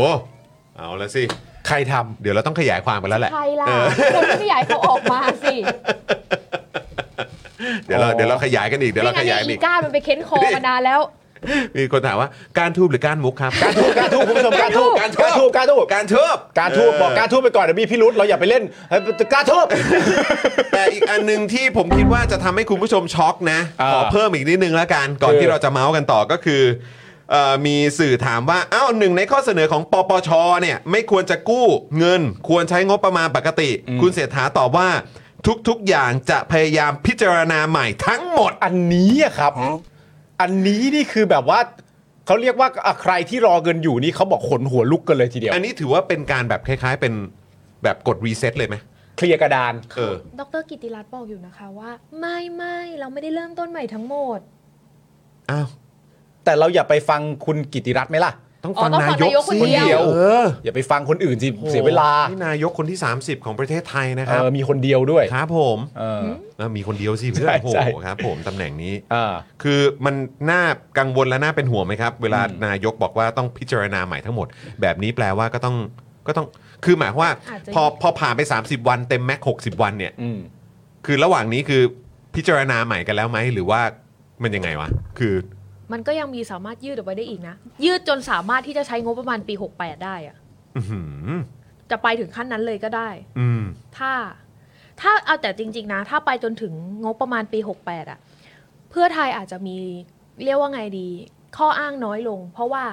เอาละสิ
ใครทำ
เดี๋ยวเราต้องขยายความกันแล้วแหละ
ใครล่ะคนที่ไม่อยากให้เขาออกมาสิ
เดี๋ยวเราเดี๋ยวเราขยายกันอีกเดี๋ยวเราข
ไม่
ยาย
งั้น
กัน
ไอ้
อี
อี
ก
ก้านมันไปเค้นคอมานานแล้ว
มีคนถามว่าการทูบหรือการมุกครับ
การทูบการทูบคุณผู้ชมการทูบการทูบการทูบ
การทูบ
การทูบบอกการทูบไปก่อนเดี๋ยวมีพิรุษเราอย่าไปเล่นเฮ้ยการทูบ
แต่อีกอันหนึงที่ผมคิดว่าจะทำให้คุณผู้ชมช็อกนะ
อ่า
ขอเพิ่มอีกนิดนึงแล้วกัน ก่อน
คือ
ที่เราจะเมาส์กันต่อก็คือเอ่อมีสื่อถามว่าอ้าวหนึ่งในข้อเสนอของปปชเนี่ยไม่ควรจะกู้เงิน ควรใช้งบประมาณปกติ
อืม
คุณเศรษฐาตอบว่าทุกๆอย่างจะพยายามพิจารณาใหม่ทั้งหมด
อันนี้อะครับ อันนี้นี่คือแบบว่าเขาเรียกว่าอ่ะใครที่รอเงินอยู่นี่เขาบอกขนหัวลุกกันเลยทีเดียว
อันนี้ถือว่าเป็นการแบบคล้าย ๆ เป็นแบบกดรีเซ็ตเลยไหม
เคลียร์กระดาน
เออ
[LAUGHS] ดรกิติรัตน์บอกอยู่นะคะว่า ไม่ไม่เราไม่ได้เริ่มต้นใหม่ทั้งหมด
อ้าว
แต่เราอย่าไปฟังคุณกิติรัตน์ไหมล่ะ
ต้องฟัง
อ๋อต้อง
นา
ฟัง
ย
นาก ยกคน
สิ
เดียว
เออ
อย่าไปฟังคนอื่นสิเสียเวลา
นี่นายกคนที่ 30 ของประเทศไทยนะค
เอ
รับ
อมีคนเดียวด้วย
ครับผม
เออ
เออมีคนเดียวสิเพื่อ
ใช่
นโอ้
ใช่
โหครับผมตำแหน่งนี้
อ่า
คือมันน่ากังวลและน่าเป็นห่วงไหมครับ เวลา
อืม
นายกบอกว่าต้องพิจารณาใหม่ทั้งหมด แบบนี้แปลว่าก็ต้องก็ต้องคือหมายความว่า
อาจจะ
พอพอผ่านไป 30 วันเต็มแม็ก60 วันเนี่ย
อืม
คือระหว่างนี้คือพิจารณาใหม่กันแล้วไหมหรือว่ามันยังไงวะคือ
มันก็ยังมีสามารถยืดออกไปได้อีกนะ ยืดจนสามารถที่จะใช้งบประมาณปี 68 ได้อะ
อื้อหือ
จะไปถึงขั้นนั้นเลยก็ได้
อืม
ถ้า ถ้าเอาแต่จริง ๆ นะ ถ้าไปจนถึงงบประมาณปี 68 อ่ะ เพื่อไทยอาจจะมีเรียกว่าไงดี ข้ออ้างน้อยลง เพราะว่า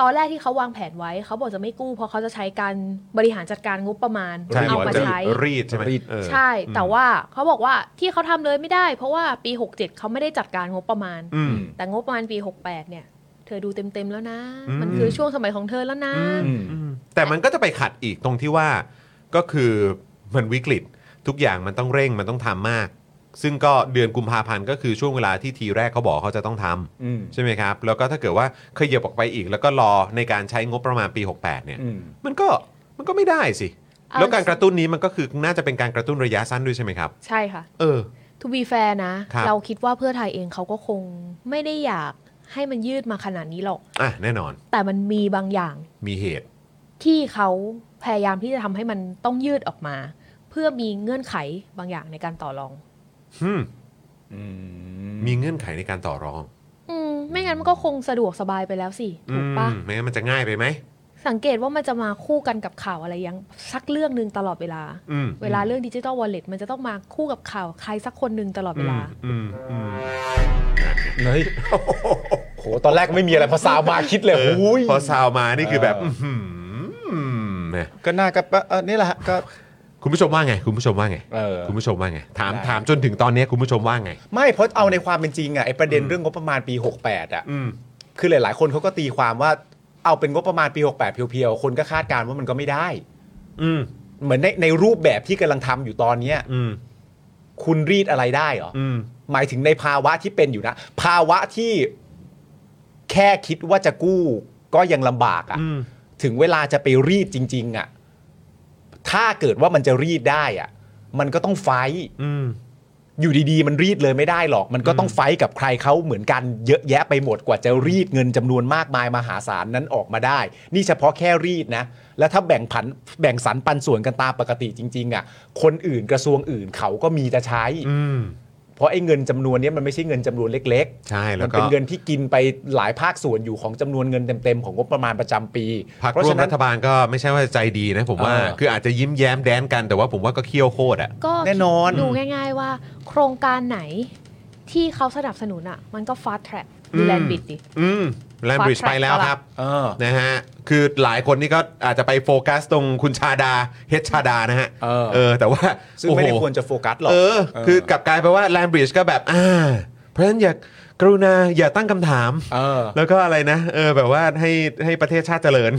ตอนแรกที่เขาวางแผนไว้ เขาบอกจะไม่กู้เพราะเขาจะใช้การบริหารจัดการงบประมาณ
ใช่
เอา
บอก
มา
จะ
ใช้
รีดใช่ไหม
รีด
เออ
ใช่ แต่ว่าเขาบอกว่าที่เขาทำเลยไม่ได้ เพราะว่าปี 67 เขาไม่ได้จัดการงบประมาณ
อืม
แต่งบประมาณปี 68 เนี่ย เธอดูเต็มๆแล้วนะ
อืม
มันคือช่วงสมัยของเธอแล้วนะ
อืม
แต่มันก็จะไปขัดอีกตรงที่ว่าก็คือมันวิกฤตทุกอย่างมันต้องเร่งมันต้องทำมาก ซึ่งก็เดือนกุมภาพันธ์ก็คือช่วงเวลาที่ทีแรกเขาบอกเขาจะต้องทำ
อืม
ใช่ไหมครับ แล้วก็ถ้าเกิดว่าขยับออกไปอีก แล้วก็รอในการใช้งบประมาณปี 68เนี่ย
อืม
มันก็มันก็ไม่ได้สิ
เอา
แล้วการกระตุ้นนี้มันก็คือน่าจะเป็นการกระตุ้นระยะสั้นด้วยใช่ไหมครับ
ใช่ค่ะ
เออ
ทูบีแฟนะ
ครับ
เราคิดว่าเพื่อไทยเองเขาก็คงไม่ได้อยากให้มันยืดมาขนาดนี้หรอก
อ่ะแน่นอน
แต่มันมีบางอย่าง
มีเหตุ
ที่เขาพยายามที่จะทำให้มันต้องยืดออกมา เพื่อมีเงื่อนไขบางอย่างในการต่อรอง
อืมมีเงื่อนไขในการต่อรอง
อืมไม่งั้นมันก็คงสะดวกสบายไปแล้วสิ
อื
ถูก
ม
ปะ
ไม่งั้นมันจะง่ายไปไหม
สังเกตว่ามันจะมาคู่กันกับข่าวอะไรยังสักเรื่องหนึ่งตลอดเวลา
อืม
เวลาเรื่องดิจิตอลวอลเล็ตมันจะต้องมาคู่กับข่าวใครสักคนหนึ่งตลอดเวลา
อืมอืม
เฮ้ยโหตอนแรกไม่มีอะไรพอซาวมาคิดเลย
เออ
โอ้ย
พอซาวมานี่คือแบบ
เออ
อหือแหม
ก็น่าก็เออนี่แหละฮะก็
คุณผู้ชมว่าไง คุณผู้ชมว่าไง
เออ
คุณผู้ชมว่าไง ถาม
ได้
ถามจนถึงตอนนี้คุณผู้ชมว่าไง
ไม่เพราะเอาในความเป็นจริงอะไอประเด็นเรื่องงบประมาณปี 68อะ
อืม
คือหลาย ๆ คนเขาก็ตีความว่าเอาเป็นงบประมาณปี 68 เพียวๆ คนก็คาดการณ์ว่ามันก็ไม่ได้
อืม
เหมือนในในรูปแบบที่กำลังทำอยู่ตอนเนี้ย
อืม
คุณรีดอะไรได้เหรอ
อืม
หมายถึงในภาวะที่เป็นอยู่นะ ภาวะที่แค่คิดว่าจะกู้ก็ยังลำบากอะ่ะ
อืม
ถึงเวลาจะไปรีดจริง ๆอะ่ะ ถ้าเกิดว่ามันจะรีดได้อะ่ะ มันก็ต้องไฟท์
อืม
อยู่ดีๆ มันรีดเลยไม่ได้หรอก มันก็ต้องไฟท์กับใครเขาเหมือนกันเยอะแยะไปหมดกว่าจะรีดเงินจำนวนมากมายมหาศาลนั้นออกมาได้ นี่เฉพาะแค่รีดนะ แล้วถ้าแบ่งผันแบ่งสรรปันส่วนกันตามปกติจริง ๆอะ่ะ คนอื่นกระทรวงอื่นเขาก็มีจะใช้
อืม
เพราะไอ้เงินจำนวนเนี้ยมันไม่ใช่เงินจำนวนเล็กๆ
ใช่แล้วก็
มันเป็นเงินที่กินไปหลายภาคส่วนอยู่ของจำนวนเงินเต็มๆ ของงบประมาณประจำปี
พัก
เพราะ
ร่วม
ฉะนั้
รั
น
ฐบาลก็ไม่ใช่ว่าใจดีนะผมว่า
เออ
คืออาจจะยิ้มแย้มแดนกันแต่ว่าผมว่าก็เคี่ยวโคตรอ่ะ
ก็
แน่นอน
ดูง่าย ๆว่า โครงการไหนที่เขาสนับสนุนอ่ะ มันก็ฟาสต์แทร็กดู
อืม
แลนบิดดิ
อืมแลนบริดจ์
Fast
ไป
track
แล้ว
ก็ละ
ครับ
เออ
นะฮะ คือหลายคนนี่ก็อาจจะไปโฟกัสตรงคุณชาดาเฮดชาดานะฮะ
เออ
แต่ว่า
ซึ่งไม่ได้
โอ้โห
ควรจะโฟกัสหรอก
เออ คือกลับกลายไปว่าแลนบริดจ์ก็แบบอ่าเพราะฉะนั้นอย่ากรุณาอย่าตั้งคำถาม
เออ
แล้วก็อะไรนะ เออ แบบว่าให้ให้ประเทศชาติเจริญ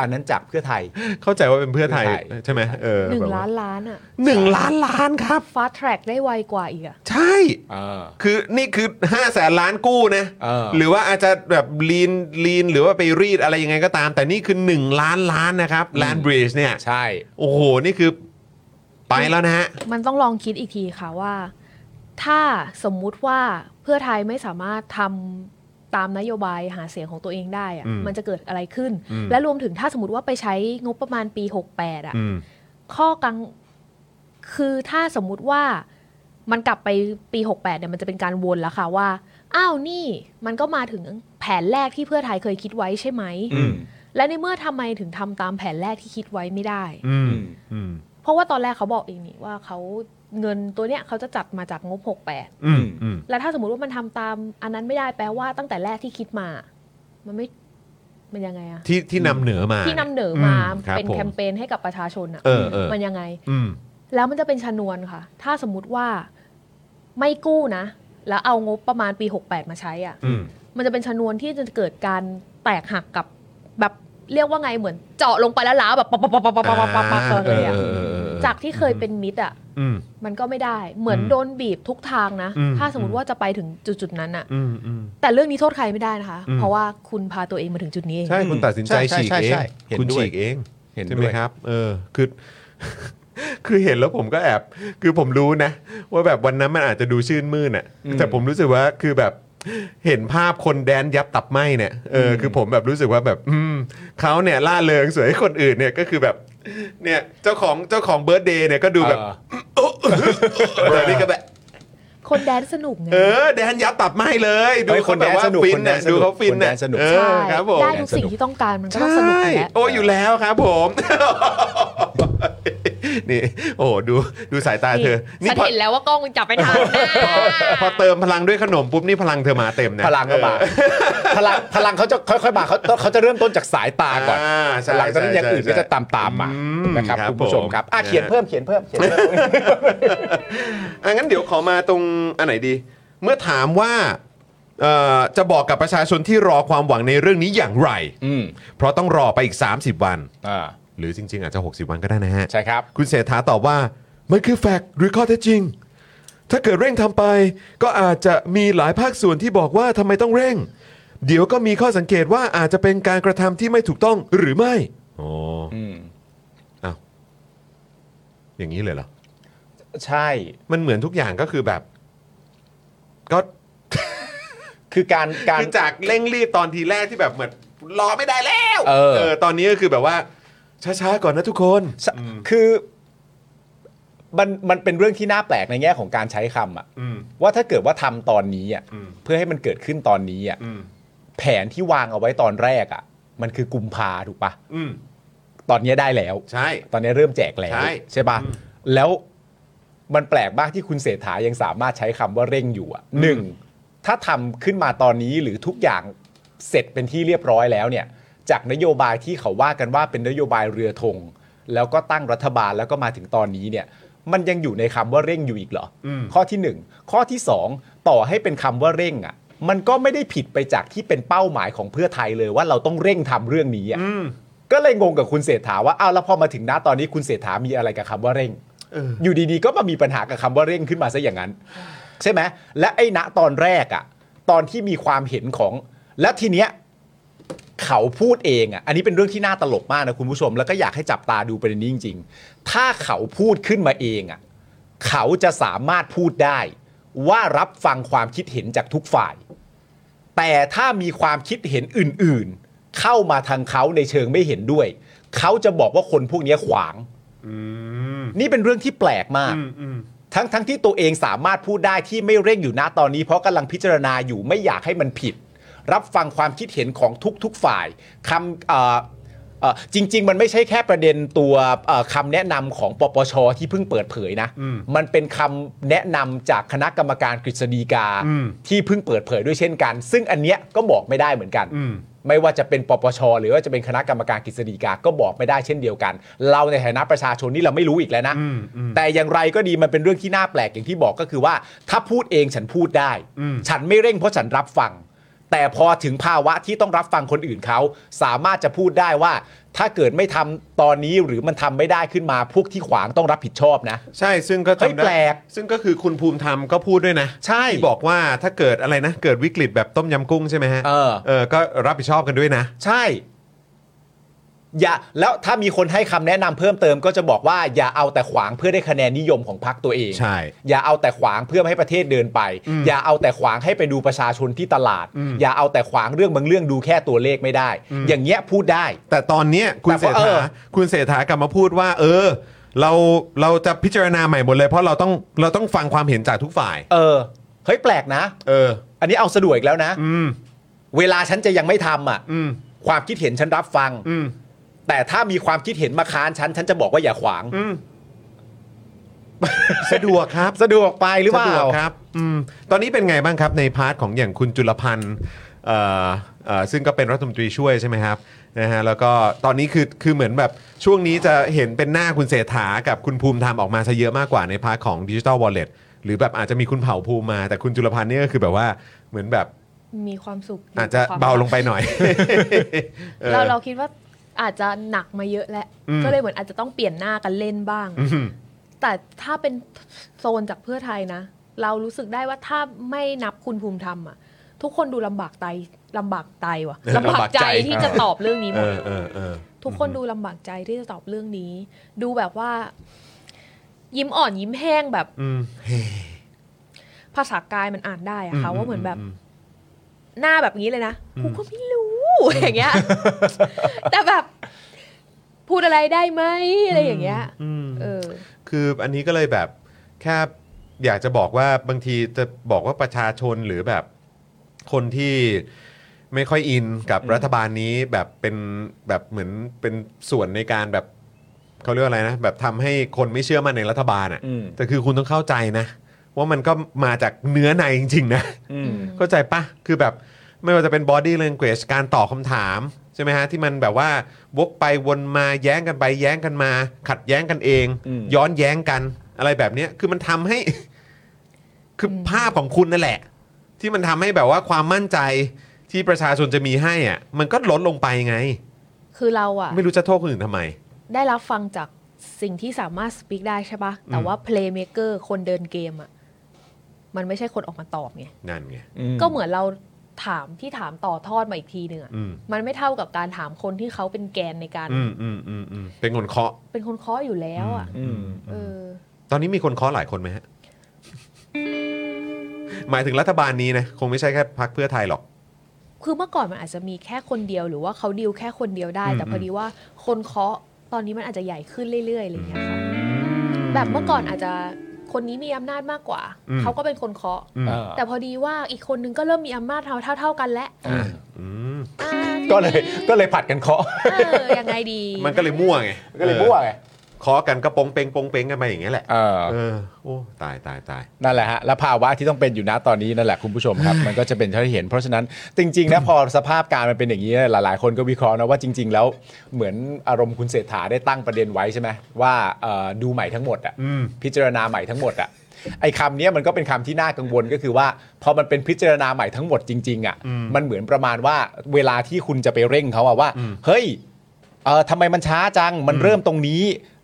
อันนั้นจากเพื่อไทย
เข้าใจว่าเป็นเพื่อไทย
เพื่อไทย
ใช่ไหมเออ
หนึ่ง
แบบว่
ล้านล้านอ่ะ
หนึ่งล้านล้านครับ
ฟาสต์แทร็กได้ไวกว่าอีกอ่ะ
ใช่
เออ
คือนี่คือ5้าแสนล้านกู้นะ
เออ
หรือว่าอาจจะแบบลีนลีนหรือว่าไปรีดอะไรยังไงก็ตาม แต่นี่คือ 1 ล้านล้านนะครับแลนบริดจ์เนี่ย
ใช่
โอ้โห นี่คือไปแล้วนะฮะ
มันต้องลองคิดอีกทีค่ะว่า ถ้าสมมุติว่าเพื่อไทยไม่สามารถทำตามนโยบายหาเสียงของตัวเองได้อะ
อืม
มันจะเกิดอะไรขึ้น
อืม
และรวมถึงถ้าสมมติว่าไปใช้งบประมาณปี 68 อ่ะ
อืม
ข้อกังคือถ้าสมมุติว่ามันกลับไปปี 68เนี่ยมันจะเป็นการวนแล้วค่ะว่า อ้าวนี่มันก็มาถึงแผนแรกที่เพื่อไทยเคยคิดไว้ใช่ไหม
อืม
และในเมื่อทำไมถึงทำตามแผนแรกที่คิดไว้ไม่ได้
อื
อื
ม
ม
อืม
เพราะว่าตอนแรกเขาบอกเองนี่ว่าเขาเงินตัวเนี้ยเขาจะจัดมาจากงบ
อืม อืม
68 แล้วถ้าสมมติว่ามันทำตามอันนั้นไม่ได้แปลว่าตั้งแต่แรกที่คิดมา มันไม่มันยังไงอะ
ที่ที่นำเหนือมา
ที่นำเหนอมา
อืครับ
เป็น
ผ
แคมเปญให้กับประชาชนอะ
เออเออ
มันยังไง
อืม
แล้วมันจะเป็นชนวนค่ะ ถ้าสมมุติว่าไม่กู้นะ แล้วเอางบประมาณปี 68 มาใช้อะ่ะ
อืม
มันจะเป็นชนวนที่จะเกิดการแตกหักกับแบบเรียกว่าไงเหมือนเจาะลงไปแล้วล้าวแบบปับปับปับปับปับปับปับเลยอะ
เออเออเออเออ
จากที่เคยเป็นมิตรอ่ะ
อืม
มันก็ไม่ได้ เหมือน
อืม
โดนบีบทุกทางนะ
อืม
ถ้าสมมติว่าจะไปถึงจุดๆนั้นอ่ะ
อืมอืม
แต่เรื่องนี้โทษใครไม่ได้นะคะ
อืม
เพราะว่าคุณพาตัวเองมาถึงจุดนี้เอง
ใช่คุณตัดสินใจ
ใช่
ฉีก
ใช่
เอง
ใช่เห็น
คุณ
ด้วย
ฉีกเอง
เห็นด้วย
ใช่ไหมครับ เออคือ [LAUGHS] คือเห็นแล้วผมก็แอบ คือผมรู้นะ ว่าแบบวันนั้นมันอาจจะดูชื่นมื่นอ่ะ แต่ผมรู้สึกว่าคือแบบเห็นภาพคนแดนยับตับไหมเนี่ยเอออคือผมแบบรู้สึกว่าแบบ อืมเขาเนี่ยล่าเริงสวยให้คนอื่นเนี่ยก็คือแบบ เนี่ยเจ้าของเจ้าของเบิร์ดเดย์เนี่ยก็ดูแบบ
เออ
เออนี่ก็แบบ
คนแดนสนุกไง
เออแดนยับตับไหมเลยดู
เฮ้ย
เขาแบบว่า
คนแดนสนุก
ฟิน
คนแด
เนี่ย
นสนุ
ดู
ก
เขาฟินเนี่ย
คนแดนสนุก
เอ
ใช่
อครับผม
ได้ทุกสิ่งที่ต้องการมันก็ต้อ
ใช่
งสนุกอยู่แล้ว
โอ้อยู่แล้วครับผม [LAUGHS] นี่ โอ้ดูดูสายตาเธอ นี่
ฉัน
พอ
เห็นแล้วว่ากล้องจับไปทางหน้า
พอเติมพลังด้วยขนมปุ๊บนี่พลังเธอมาเต็มนะ
พลังก็มา
เออ
พลังพลังเขาจะค่อยๆมาเขาเขาจะเริ่มต้นจากสายตาก่อน
อ่าใช่
หลังจากนั้นอย่างอื่นก็
ใช่
จะตามตามๆมา
อืม
นะครับ
ครับ
คุณผู้ชม
ผม
ครับอ่ะเขียนเพิ่มเขียนเพิ่มเขียนเพิ่ม
อ่ะงั้นเดี๋ยวขอมาตรงอันไหนดี เมื่อถามว่าเอ่อจะบอกกับประชาชนที่รอความหวังในเรื่องนี้อย่างไร
อืม
เพราะต้องรอไปอีก 30 วัน
อ่า
หรือจริง ๆ อาจจะ 60 วันก็ได้นะฮะ
ใช่ครับ
คุณเศรษฐาตอบว่า มันคือแฟกต์หรือข้อเท็จจริง ถ้าเกิดเร่งทำไป ก็อาจจะมีหลายภาคส่วนที่บอกว่าทำไมต้องเร่ง เดี๋ยวก็มีข้อสังเกตว่าอาจจะเป็นการกระทำที่ไม่ถูกต้องหรือไม่อ๋อ
อืม
อย่างนี้เลยเหรอ
ใช่
มันเหมือนทุกอย่างก็คือแบบ ก็
คือการการ
คือจากเร่งรีบตอนทีแรกที่แบบเหมือนรอไม่ได้แล้ว
เออ
ตอนนี้ก็คือแบบว่า ช้าๆก่อนนะทุกคน
ใช่คือมันมันเป็นเรื่องที่น่าแปลกในแง่ของการใช้คำอะ
อืม
ว่าถ้าเกิดว่าทำตอนนี้อะ
อืม
เพื่อให้มันเกิดขึ้นตอนนี้อะ
อืม
แผนที่วางเอาไว้ตอนแรกอะมันคือกุมภาถูกปะ
อืม
ตอนนี้ได้แล้ว
ใช่
ตอนนี้เริ่มแจกแล้ว
ใช่
ปะ
อืม
แล้วมันแปลกมากที่คุณเศรษฐายังสามารถใช้คำว่าเร่งอยู่อะหนึ่งถ้าทำขึ้นมาตอนนี้หรือทุกอย่างเสร็จเป็นที่เรียบร้อยแล้วเนี่ย จากนโยบายที่เขาว่ากันว่าเป็นนโยบายเรือธงแล้วก็ตั้งรัฐบาลแล้วก็มาถึงตอนนี้เนี่ย มันยังอยู่ในคำว่าเร่งอยู่อีกเหรออข้อที่หนึ่งข้อที่สองต่อให้เป็นคำว่าเร่งอะมันก็ไม่ได้ผิดไปจากที่เป็นเป้าหมายของเพื่อไทยเลยว่าเราต้องเร่งทำเรื่องนี้อะ ก็เลยงงกับคุณเศรษฐาว่าอ้าวแล้วพอมาถึงหน้าตอนนี้คุณเศรษฐามีอะไรกับคำว่าเร่ง อยู่ดีๆ ก็มามีปัญหากับคำว่าเร่งขึ้นมาซะอย่างนั้น ใช่ไหมและไอ้ณตอนแรกอะตอนที่มีความเห็นของ และทีเนี้ยเขาพูดเองอะอันนี้เป็นเรื่องที่น่าตลกมากนะคุณผู้ชม แล้วก็อยากให้จับตาดูประเด็นนี้จริง ๆ ถ้าเขาพูดขึ้นมาเองอะเขาจะสามารถพูดได้ ว่ารับฟังความคิดเห็นจากทุกฝ่าย แต่ถ้ามีความคิดเห็นอื่นๆ เข้ามาทางเขาในเชิงไม่เห็นด้วย เขาจะบอกว่าคนพวกเนี้ยขวาง นี่เป็นเรื่องที่แปลกมาก ทั้งทั้งที่ตัวเองสามารถพูดได้ที่ไม่เร่งอยู่นะตอนนี้ เพราะกำลังพิจารณาอยู่ไม่อยากให้มันผิด รับฟังความคิดเห็นของทุก ๆ ฝ่ายคำเอ่อเอ่อจริง ๆ มันไม่ใช่แค่ประเด็นตัวเอ่อคำแนะนำของปปชที่เพิ่งเปิดเผยนะ มันเป็นคำแนะนำจากคณะกรรมการกฤษฎีกาที่เพิ่งเปิดเผยด้วยเช่นกัน ซึ่งอันเนี้ยก็บอกไม่ได้เหมือนกัน ไม่ว่าจะเป็นปปช หรือว่าจะเป็นคณะกรรมการกฤษฎีกาก็บอกไม่ได้เช่นเดียวกัน เราในฐานะประชาชนนี่เราไม่รู้อีกแล้วนะ แต่อย่างไรก็ดีมันเป็นเรื่องที่น่าแปลกอย่างที่บอกก็คือว่า ถ้าพูดเองฉันพูดได้ ฉันไม่เร่งเพราะฉันรับฟัง แต่พอถึงภาวะที่ต้องรับฟังคนอื่นเขาสามารถจะพูดได้ว่า ถ้าเกิดไม่ทำตอนนี้หรือมันทำไม่ได้ขึ้นมาพวกที่ขวางต้องรับผิดชอบนะ
ใช่ซึ่งก็
เฮ้ย
จำได้
แปลก
ซึ่งก็คือคุณภูมิธรรมก็พูดด้วยนะ
ใช่
ที่บอกว่าถ้าเกิดอะไรนะ เกิดวิกฤตแบบต้มยำกุ้งใช่ไหมฮะ
เออ
เออก็รับผิดชอบกันด้วยนะ
ใช่ อย่าแล้วถ้ามีคนให้คำแนะนำเพิ่มเติมก็จะบอกว่าอย่าเอาแต่ขวางเพื่อได้คะแนนนิยมของพรรคตัวเอง
ใช่
อย่าเอาแต่ขวางเพื่อไม่ให้ประเทศเดินไป อย่าเอาแต่ขวางให้ไปดูประชาชนที่ตลาด อย่าเอาแต่ขวางเรื่องบางเรื่องดูแค่ตัวเลขไม่ได้ อย่างเงี้ยพูดได้
แต่ตอนเนี้ยคุณเศ
แต่
รษ
ว่าเอ
ฐา
อ
คุณเศรษฐากลับมาพูดว่า เออ เราเราจะพิจารณาใหม่หมดเลย เพราะเราต้องเราต้องฟังความเห็นจากทุกฝ่าย
เออเฮ้ยแปลกนะ
เออ
อันนี้เอาสะดวกอีกแล้วนะเวลาฉันจะยังไม่ทำอ่ะ
อืม
ความคิดเห็นฉันรับฟัง
อืม
แต่ถ้ามีความคิดเห็นมาค้านฉันฉันจะบอกว่าอย่าขวาง
สะดวกครับ
สะดวกไปหรือเป
สะด
ล่า
วกครับอืมตอนนี้เป็นไงบ้างครับในพาร์ทของอย่างคุณจุลพันธ์เอ่อเอ่อซึ่งก็เป็นรัฐมนตรีช่วยใช่ไหมครับนะฮะแล้วก็ตอนนี้คือคือเหมือนแบบช่วงนี้จะเห็นเป็นหน้าคุณเศรษฐากับคุณภูมิธรรมออกมาซะเยอะมากกว่าในพาร์ทของดิจิทัลวอลเล็ตหรือแบบอาจจะมีคุณเผ่าภูมิมา แต่คุณจุลพันธ์เนี่ยก็คือแบบว่าเหมือนแบบ
มีความสุขยู่
อาจจะ
กับควม
เบาลงไปหน่อย เออ
เราเราคิดว่าอาจจะหนักมาเยอะแล้ว
อืม
ก็เลยเหมือนอาจจะต้องเปลี่ยนหน้ากันเล่นบ้าง
อืม
แต่ถ้าเป็นโซนจากเพื่อไทยนะ เรารู้สึกได้ว่าถ้าไม่นับคุณภูมิธรรมอ่ะ ทุกคนดูลำบากใจลำบากใจว่ะ
เออ
ลำบา
ลำบาก กใจ
ใจที่จะตอบเรื่องนี้ห
เอ
มด
อเออเออ
ทุกคนดูลำบากใจที่จะตอบเรื่องนี้ ดูแบบว่า ยิ้มอ่อนยิ้มแห้งแบบ
อืม
ภาษากายมันอ่านได้อะค่ะ
อืม
ว่าเหมือนแบบ
อืม
หน้าแบบนี้เลยนะกูก็ไม่รู้ [LAUGHS] อย่างเงี้ย แต่แบบ พูดอะไรได้ไหมอะไรอย่างเงี้ย
อืม
เออ
คืออันนี้ก็เลยแบบแค่อยากจะบอกว่าบางทีจะบอกว่าประชาชนหรือแบบคนที่ไม่ค่อยอินกับรัฐบาลนี้แบบเป็นแบบเหมือนเป็นส่วนในการแบบเขาเรียกว่าอะไรนะ แบบทำให้คนไม่เชื่อมั่นในรัฐบาล
อืม
อะ่ะแต่คือคุณต้องเข้าใจนะ ว่ามันก็มาจากเนื้อในจริง ๆ นะ
อืม
เข้าใจปะคือแบบไม่ว่าจะเป็น body language การตอบคำถาม ใช่ไหมฮะ ที่มันแบบว่าวกไปวนมาแย้งกันไปแย้งกันมา ขัดแย้งกันเอง
อืม
ย้อนแย้งกันอะไรแบบเนี้ยคือมันทำให้ [LAUGHS] คือภาพของคุณนั่นแหละ ที่มันทำให้แบบว่าความมั่นใจที่ประชาชนจะมีให้อ่ะมันก็ลดลงไปไง
คือเราอ่ะ
ไม่รู้จะโทษคนอื่นทำไม
ได้รับฟังจากสิ่งที่สามารถสปีกได้ใช่ปะแต่ว่า playmaker คนเดินเกมอ่ะ มันไม่ใช่คนออกมาตอบไง
นั่นไง
ก็เหมือนเราถามที่ถามต่อทอดมาอีกทีหนึ่งอะ
อืม
มันไม่เท่ากับการถามคนที่เขาเป็นแกนในการ
อืมอืมอืมอืมเป็นคนเคาะ
เป็นคนเคาะอยู่แล้วอ่ะ
อืม
เออ
ตอนนี้มีคนเคาะหลายคนไหมฮะ หมายถึงรัฐบาลนี้นะคงไม่ใช่แค่พักเพื่อไทยหรอก
คือเมื่อก่อนมันอาจจะมีแค่คนเดียวหรือว่าเขาดีลแค่คนเดียวได้
อืม
แต่พอดีว่าคนเคาะตอนนี้มันอาจจะใหญ่ขึ้นเรื่อยๆอะไรอย่างเงี้ยค่ะแบบเมื่อก่อนอาจจะคนนี้มีอำนาจมากกว่า
อืม
เขาก็เป็นคนเคาะ
อืม
เออ
แต่พอดีว่าอีกคนนึงก็เริ่มมีอำนาจเท่าเท่าเท่ากันแล้ว
อ่ะ
อืม
อ่า
ก็เลยก็เลยผัดกันเคาะ
เออยังไงดี
มันก็เลยมั่วไง
ก็เลยมั่วไง
เคาะกันกระปงเปงปงเปงกันไปอย่างเงี้ยแหละ
เออ
เออโอ้ตายตายตาย
นั่นแหละฮะและภาวะที่ต้องเป็นอยู่นะตอนนี้นั่นแหละคุณผู้ชมครับ มันก็จะเป็นเท่าที่เห็น เพราะฉะนั้นจริงๆนะพอสภาพการมันเป็นอย่างนี้หลายๆ คนก็วิเคราะห์นะว่าจริง ๆ แล้วเหมือนอารมณ์คุณเศรษฐาได้ตั้งประเด็นไว้ใช่ไหมว่าเอ่อดูใหม่ทั้งหมดอ่ะ
อืม
พิจารณาใหม่ทั้งหมดอ่ะไอ้คำเนี้ยมันก็เป็นคำที่น่ากังวลก็คือว่า พอมันเป็นพิจารณาใหม่ทั้งหมดจริงๆอ่ะมันเหมือนประมาณว่าเวลาที่คุณจะไปเร่งเขาอะว่า เฮ้ยเออทำไมมันช้าจังมันเริ่มตรงนี้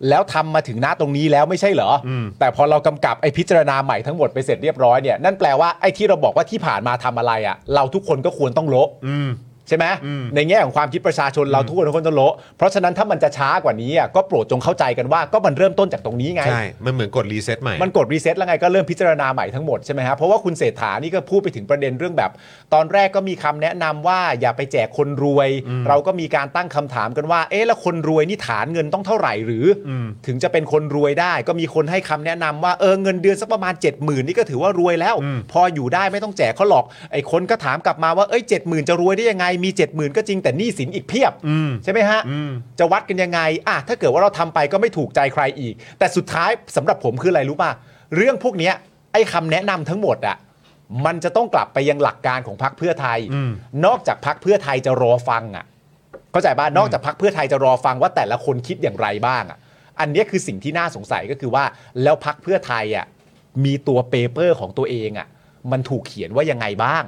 แล้วทำมาถึงหน้าตรงนี้แล้วไม่ใช่เหรออ
ม
แต่พอเรากำกับไอพิจารณาใหม่ทั้งหมดไปเสร็จเรียบร้อยเนี่ยนั่นแปลว่าไอที่เราบอกว่าที่ผ่านมาทำอะไรอะ่ะ เราทุกคนก็ควรต้องโละ
อืม
ใช่ไหม
อืม
ในแง่ของความคิดประชาชนเราทุกคนควรต้องโละเพราะฉะนั้นถ้ามันจะช้ากว่านี้อ่ะก็โปรดจงเข้าใจกันว่าก็มันเริ่มต้นจากตรงนี้ไง
ใช่ มันเหมือนกดรีเซ็ตใหม่
มันกดรีเซ็ตแล้วไงก็เริ่มพิจารณาใหม่ทั้งหมดใช่ไหมฮะเพราะว่าคุณเศรษฐานี่ก็พูดไปถึงประเด็นเรื่องแบบ ตอนแรกก็มีคำแนะนำว่าอย่าไปแจกคนรวย เราก็มีการตั้งคำถามกันว่าเอ๊ะแล้วคนรวยนี่ฐานเงินต้องเท่าไหร่หรืออ
ม
ถึงจะเป็นคนรวยได้ ก็มีคนให้คำแนะนำว่าเออเงินเดือนสักประมาณ 7 0,000ื่นนี่ก็ถือว่ารวยแล้ว พออยู่ได้ไม่ต้องแจกเขาหรอกไอ้คนก็ถามกลับมาว่าเอ้ยเจ็ดหมื่นจะรวยได้ยังไงมี 7 0,000 ก็จริงแต่หนี้สินอีกเพียบ
อืม
ใช่ไหมฮะ
อืม
จะวัดกันยังไงอ่ะถ้าเกิดว่าเราทำไปก็ไม่ถูกใจใครอีก แต่สุดท้ายสำหรับผมคืออะไรรู้ป่ะ เรื่องพวกเนี้ยไอ้คำแนะนำทั้งหมดอะมันจะต้องกลับไปยังหลักการของพักเพื่อไทย
อืม
นอกจากพักเพื่อไทยจะรอฟังอะเข้าใจป่ะ นอกจากพักเพื่อไทยจะรอฟังว่าแต่ละคนคิดอย่างไรบ้างอะอันเนี้ยคือสิ่งที่น่าสงสัยก็คือว่า แล้วพักเพื่อไทยอะมีตัวเปเปอร์ของตัวเองอะมันถูกเขียนว่ายังไงบ้าง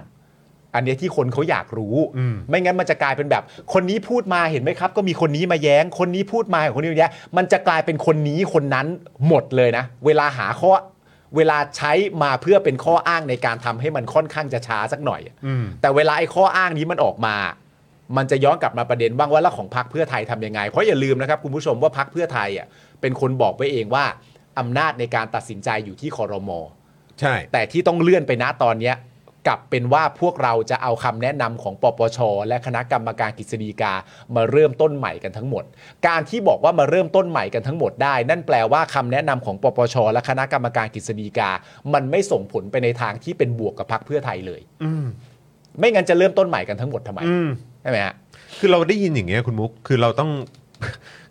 อันเนี้ยที่คนเขาอยากรู้
อืม
ไม่งั้นมันจะกลายเป็นแบบ คนนี้พูดมาเห็นไหมครับ ก็มีคนนี้มาแย้ง คนนี้พูดมาคนนี้มาแย้งมันจะกลายเป็นคนนี้คนนั้นหมดเลยนะ เวลาหาข้อ เวลาใช้มาเพื่อเป็นข้ออ้างในการทำให้มันค่อนข้างจะช้าสักหน่อยอะ
อืม
แต่เวลาไอ้ข้ออ้างนี้มันออกมา มันจะย้อนกลับมาประเด็นบ้างว่าแล้วของพักเพื่อไทยทำยังไง เพราะอย่าลืมนะครับคุณผู้ชมว่าพักเพื่อไทยอ่ะเป็นคนบอกไว้เองว่าอำนาจในการตัดสินใจอยู่ที่คอรมอ
ใช่
แต่ที่ต้องเลื่อนไปนะตอนเนี้ยกลับเป็นว่าพวกเราจะเอาคำแนะนำของปปช และคณะกรรมการกฤษฎีกามาเริ่มต้นใหม่กันทั้งหมด การที่บอกว่ามาเริ่มต้นใหม่กันทั้งหมดได้ นั่นแปลว่าคำแนะนำของปปช และคณะกรรมการกฤษฎีกา มันไม่ส่งผลไปในทางที่เป็นบวกกับพรรคเพื่อไทยเลย
อืม
ไม่งั้นจะเริ่มต้นใหม่กันทั้งหมดทำไม
อืม
ใช่ไหมฮะ
คือเราได้ยินอย่างเงี้ยคุณมุก คือเราต้อง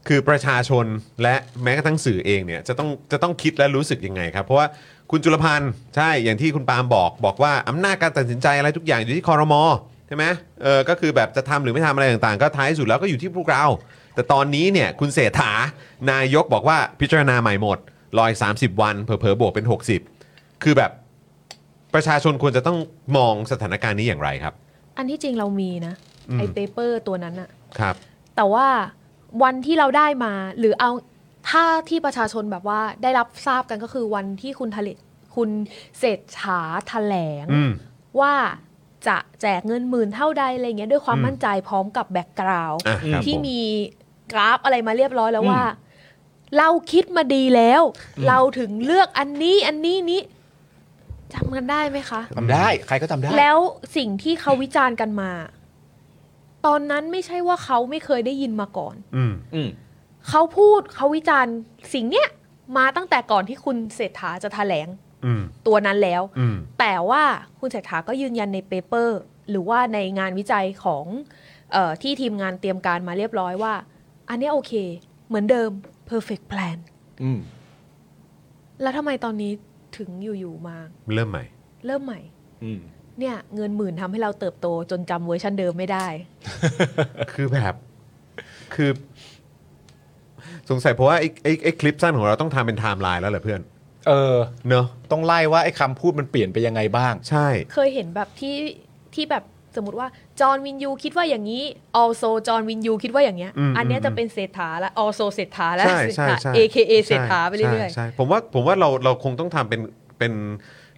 [LAUGHS] คือประชาชนและแม้กระทั่งสื่อเองเนี่ยจะต้องจะต้องคิดและรู้สึกยังไงครับ เพราะว่าคุณจุลพันธ์ใช่อย่างที่คุณปาล์มบอกบอกว่าอำนาจการตัดสินใจอะไรทุกอย่างอยู่ที่คอรมอใช่ไหมเออก็คือแบบจะทำหรือไม่ทำอะไรต่างๆ ก็ท้ายสุดแล้วก็อยู่ที่พวกเรา แต่ตอนนี้เนี่ยคุณเศรษฐานายกบอกว่าพิจารณาใหม่หมดรอย30 วันเผลอๆบวกเป็น 60 คือแบบประชาชนควรจะต้องมองสถานการณ์นี้อย่างไรครับ
อันที่จริงเรามีนะ
อืม
ไอเปเปอร์ตัวนั้นอะ
ครับ
แต่ว่าวันที่เราได้มาหรือเอาถ้าที่ประชาชนแบบว่าได้รับทราบกันก็คือวันที่คุณทะเลคุณเศรษฐาแถลง
อืม
ว่าจะแจกเงินหมื่นเท่าใดอะไรเงี้ยด้วยความ
อืม
มั่นใจพร้อมกับแบ็กกราว
อ่ะครับ
ที่
ผ
มีกราฟอะไรมาเรียบร้อยแล้วว่า เราคิดมาดีแล้ว เราถึงเลือกอันนี้อันนี้นี้จำกันได้ไหมคะ
ทำได้ใครก็ทำได้
แล้วสิ่งที่เขาวิจารณ์กันมา ตอนนั้นไม่ใช่ว่าเขาไม่เคยได้ยินมาก่อน
อืม
อืม
เขาพูดเขาวิจารณ์สิ่งเนี้ยมาตั้งแต่ก่อนที่คุณเศรษฐาจะแถลง
อืม
ตัวนั้นแล้ว
อืม
แต่ว่าคุณเศรษฐาก็ยืนยันในเปเปอร์ หรือว่าในงานวิจัยของเออที่ทีมงานเตรียมการมาเรียบร้อยว่า อันเนี้ยโอเค เหมือนเดิม perfect plan
อืม
แล้วทำไมตอนนี้ถึงอยู่ๆมา
เริ่มใหม่
เริ่มใหม่
อืม
เนี่ย เงินหมื่นทำให้เราเติบโตจนจำเวอร์ชันเดิมไม่ได้
[LAUGHS] คือแบบ คือ สงสัยเพราะว่าไอ้ไอ้ไอ้คลิปสั้นของเราต้องทำเป็นไทม์ไลน์แล้วเหรอเพื่อน
เออ
เนอะ
ต้องไล่ว่าไอ้คำพูดมันเปลี่ยนไปยังไงบ้าง
ใช่
เคยเห็นแบบที่ที่แบบสมมติว่าจอห์นวินยูคิดว่าอย่างนี้ also จอห์นวินยูคิดว่าอย่างเงี้ย
อืม
อันเนี้ย
อืม
จะเป็นเศรษฐาละ also เศรษฐาละ
ใช่
เศรษ
ใช่
ฐา
ใช่
AKA เศรษฐาไป
ใช่
เรื่อย
ใช่ผมว่าผมว่าเราเราคงต้องทำเป็นเป็น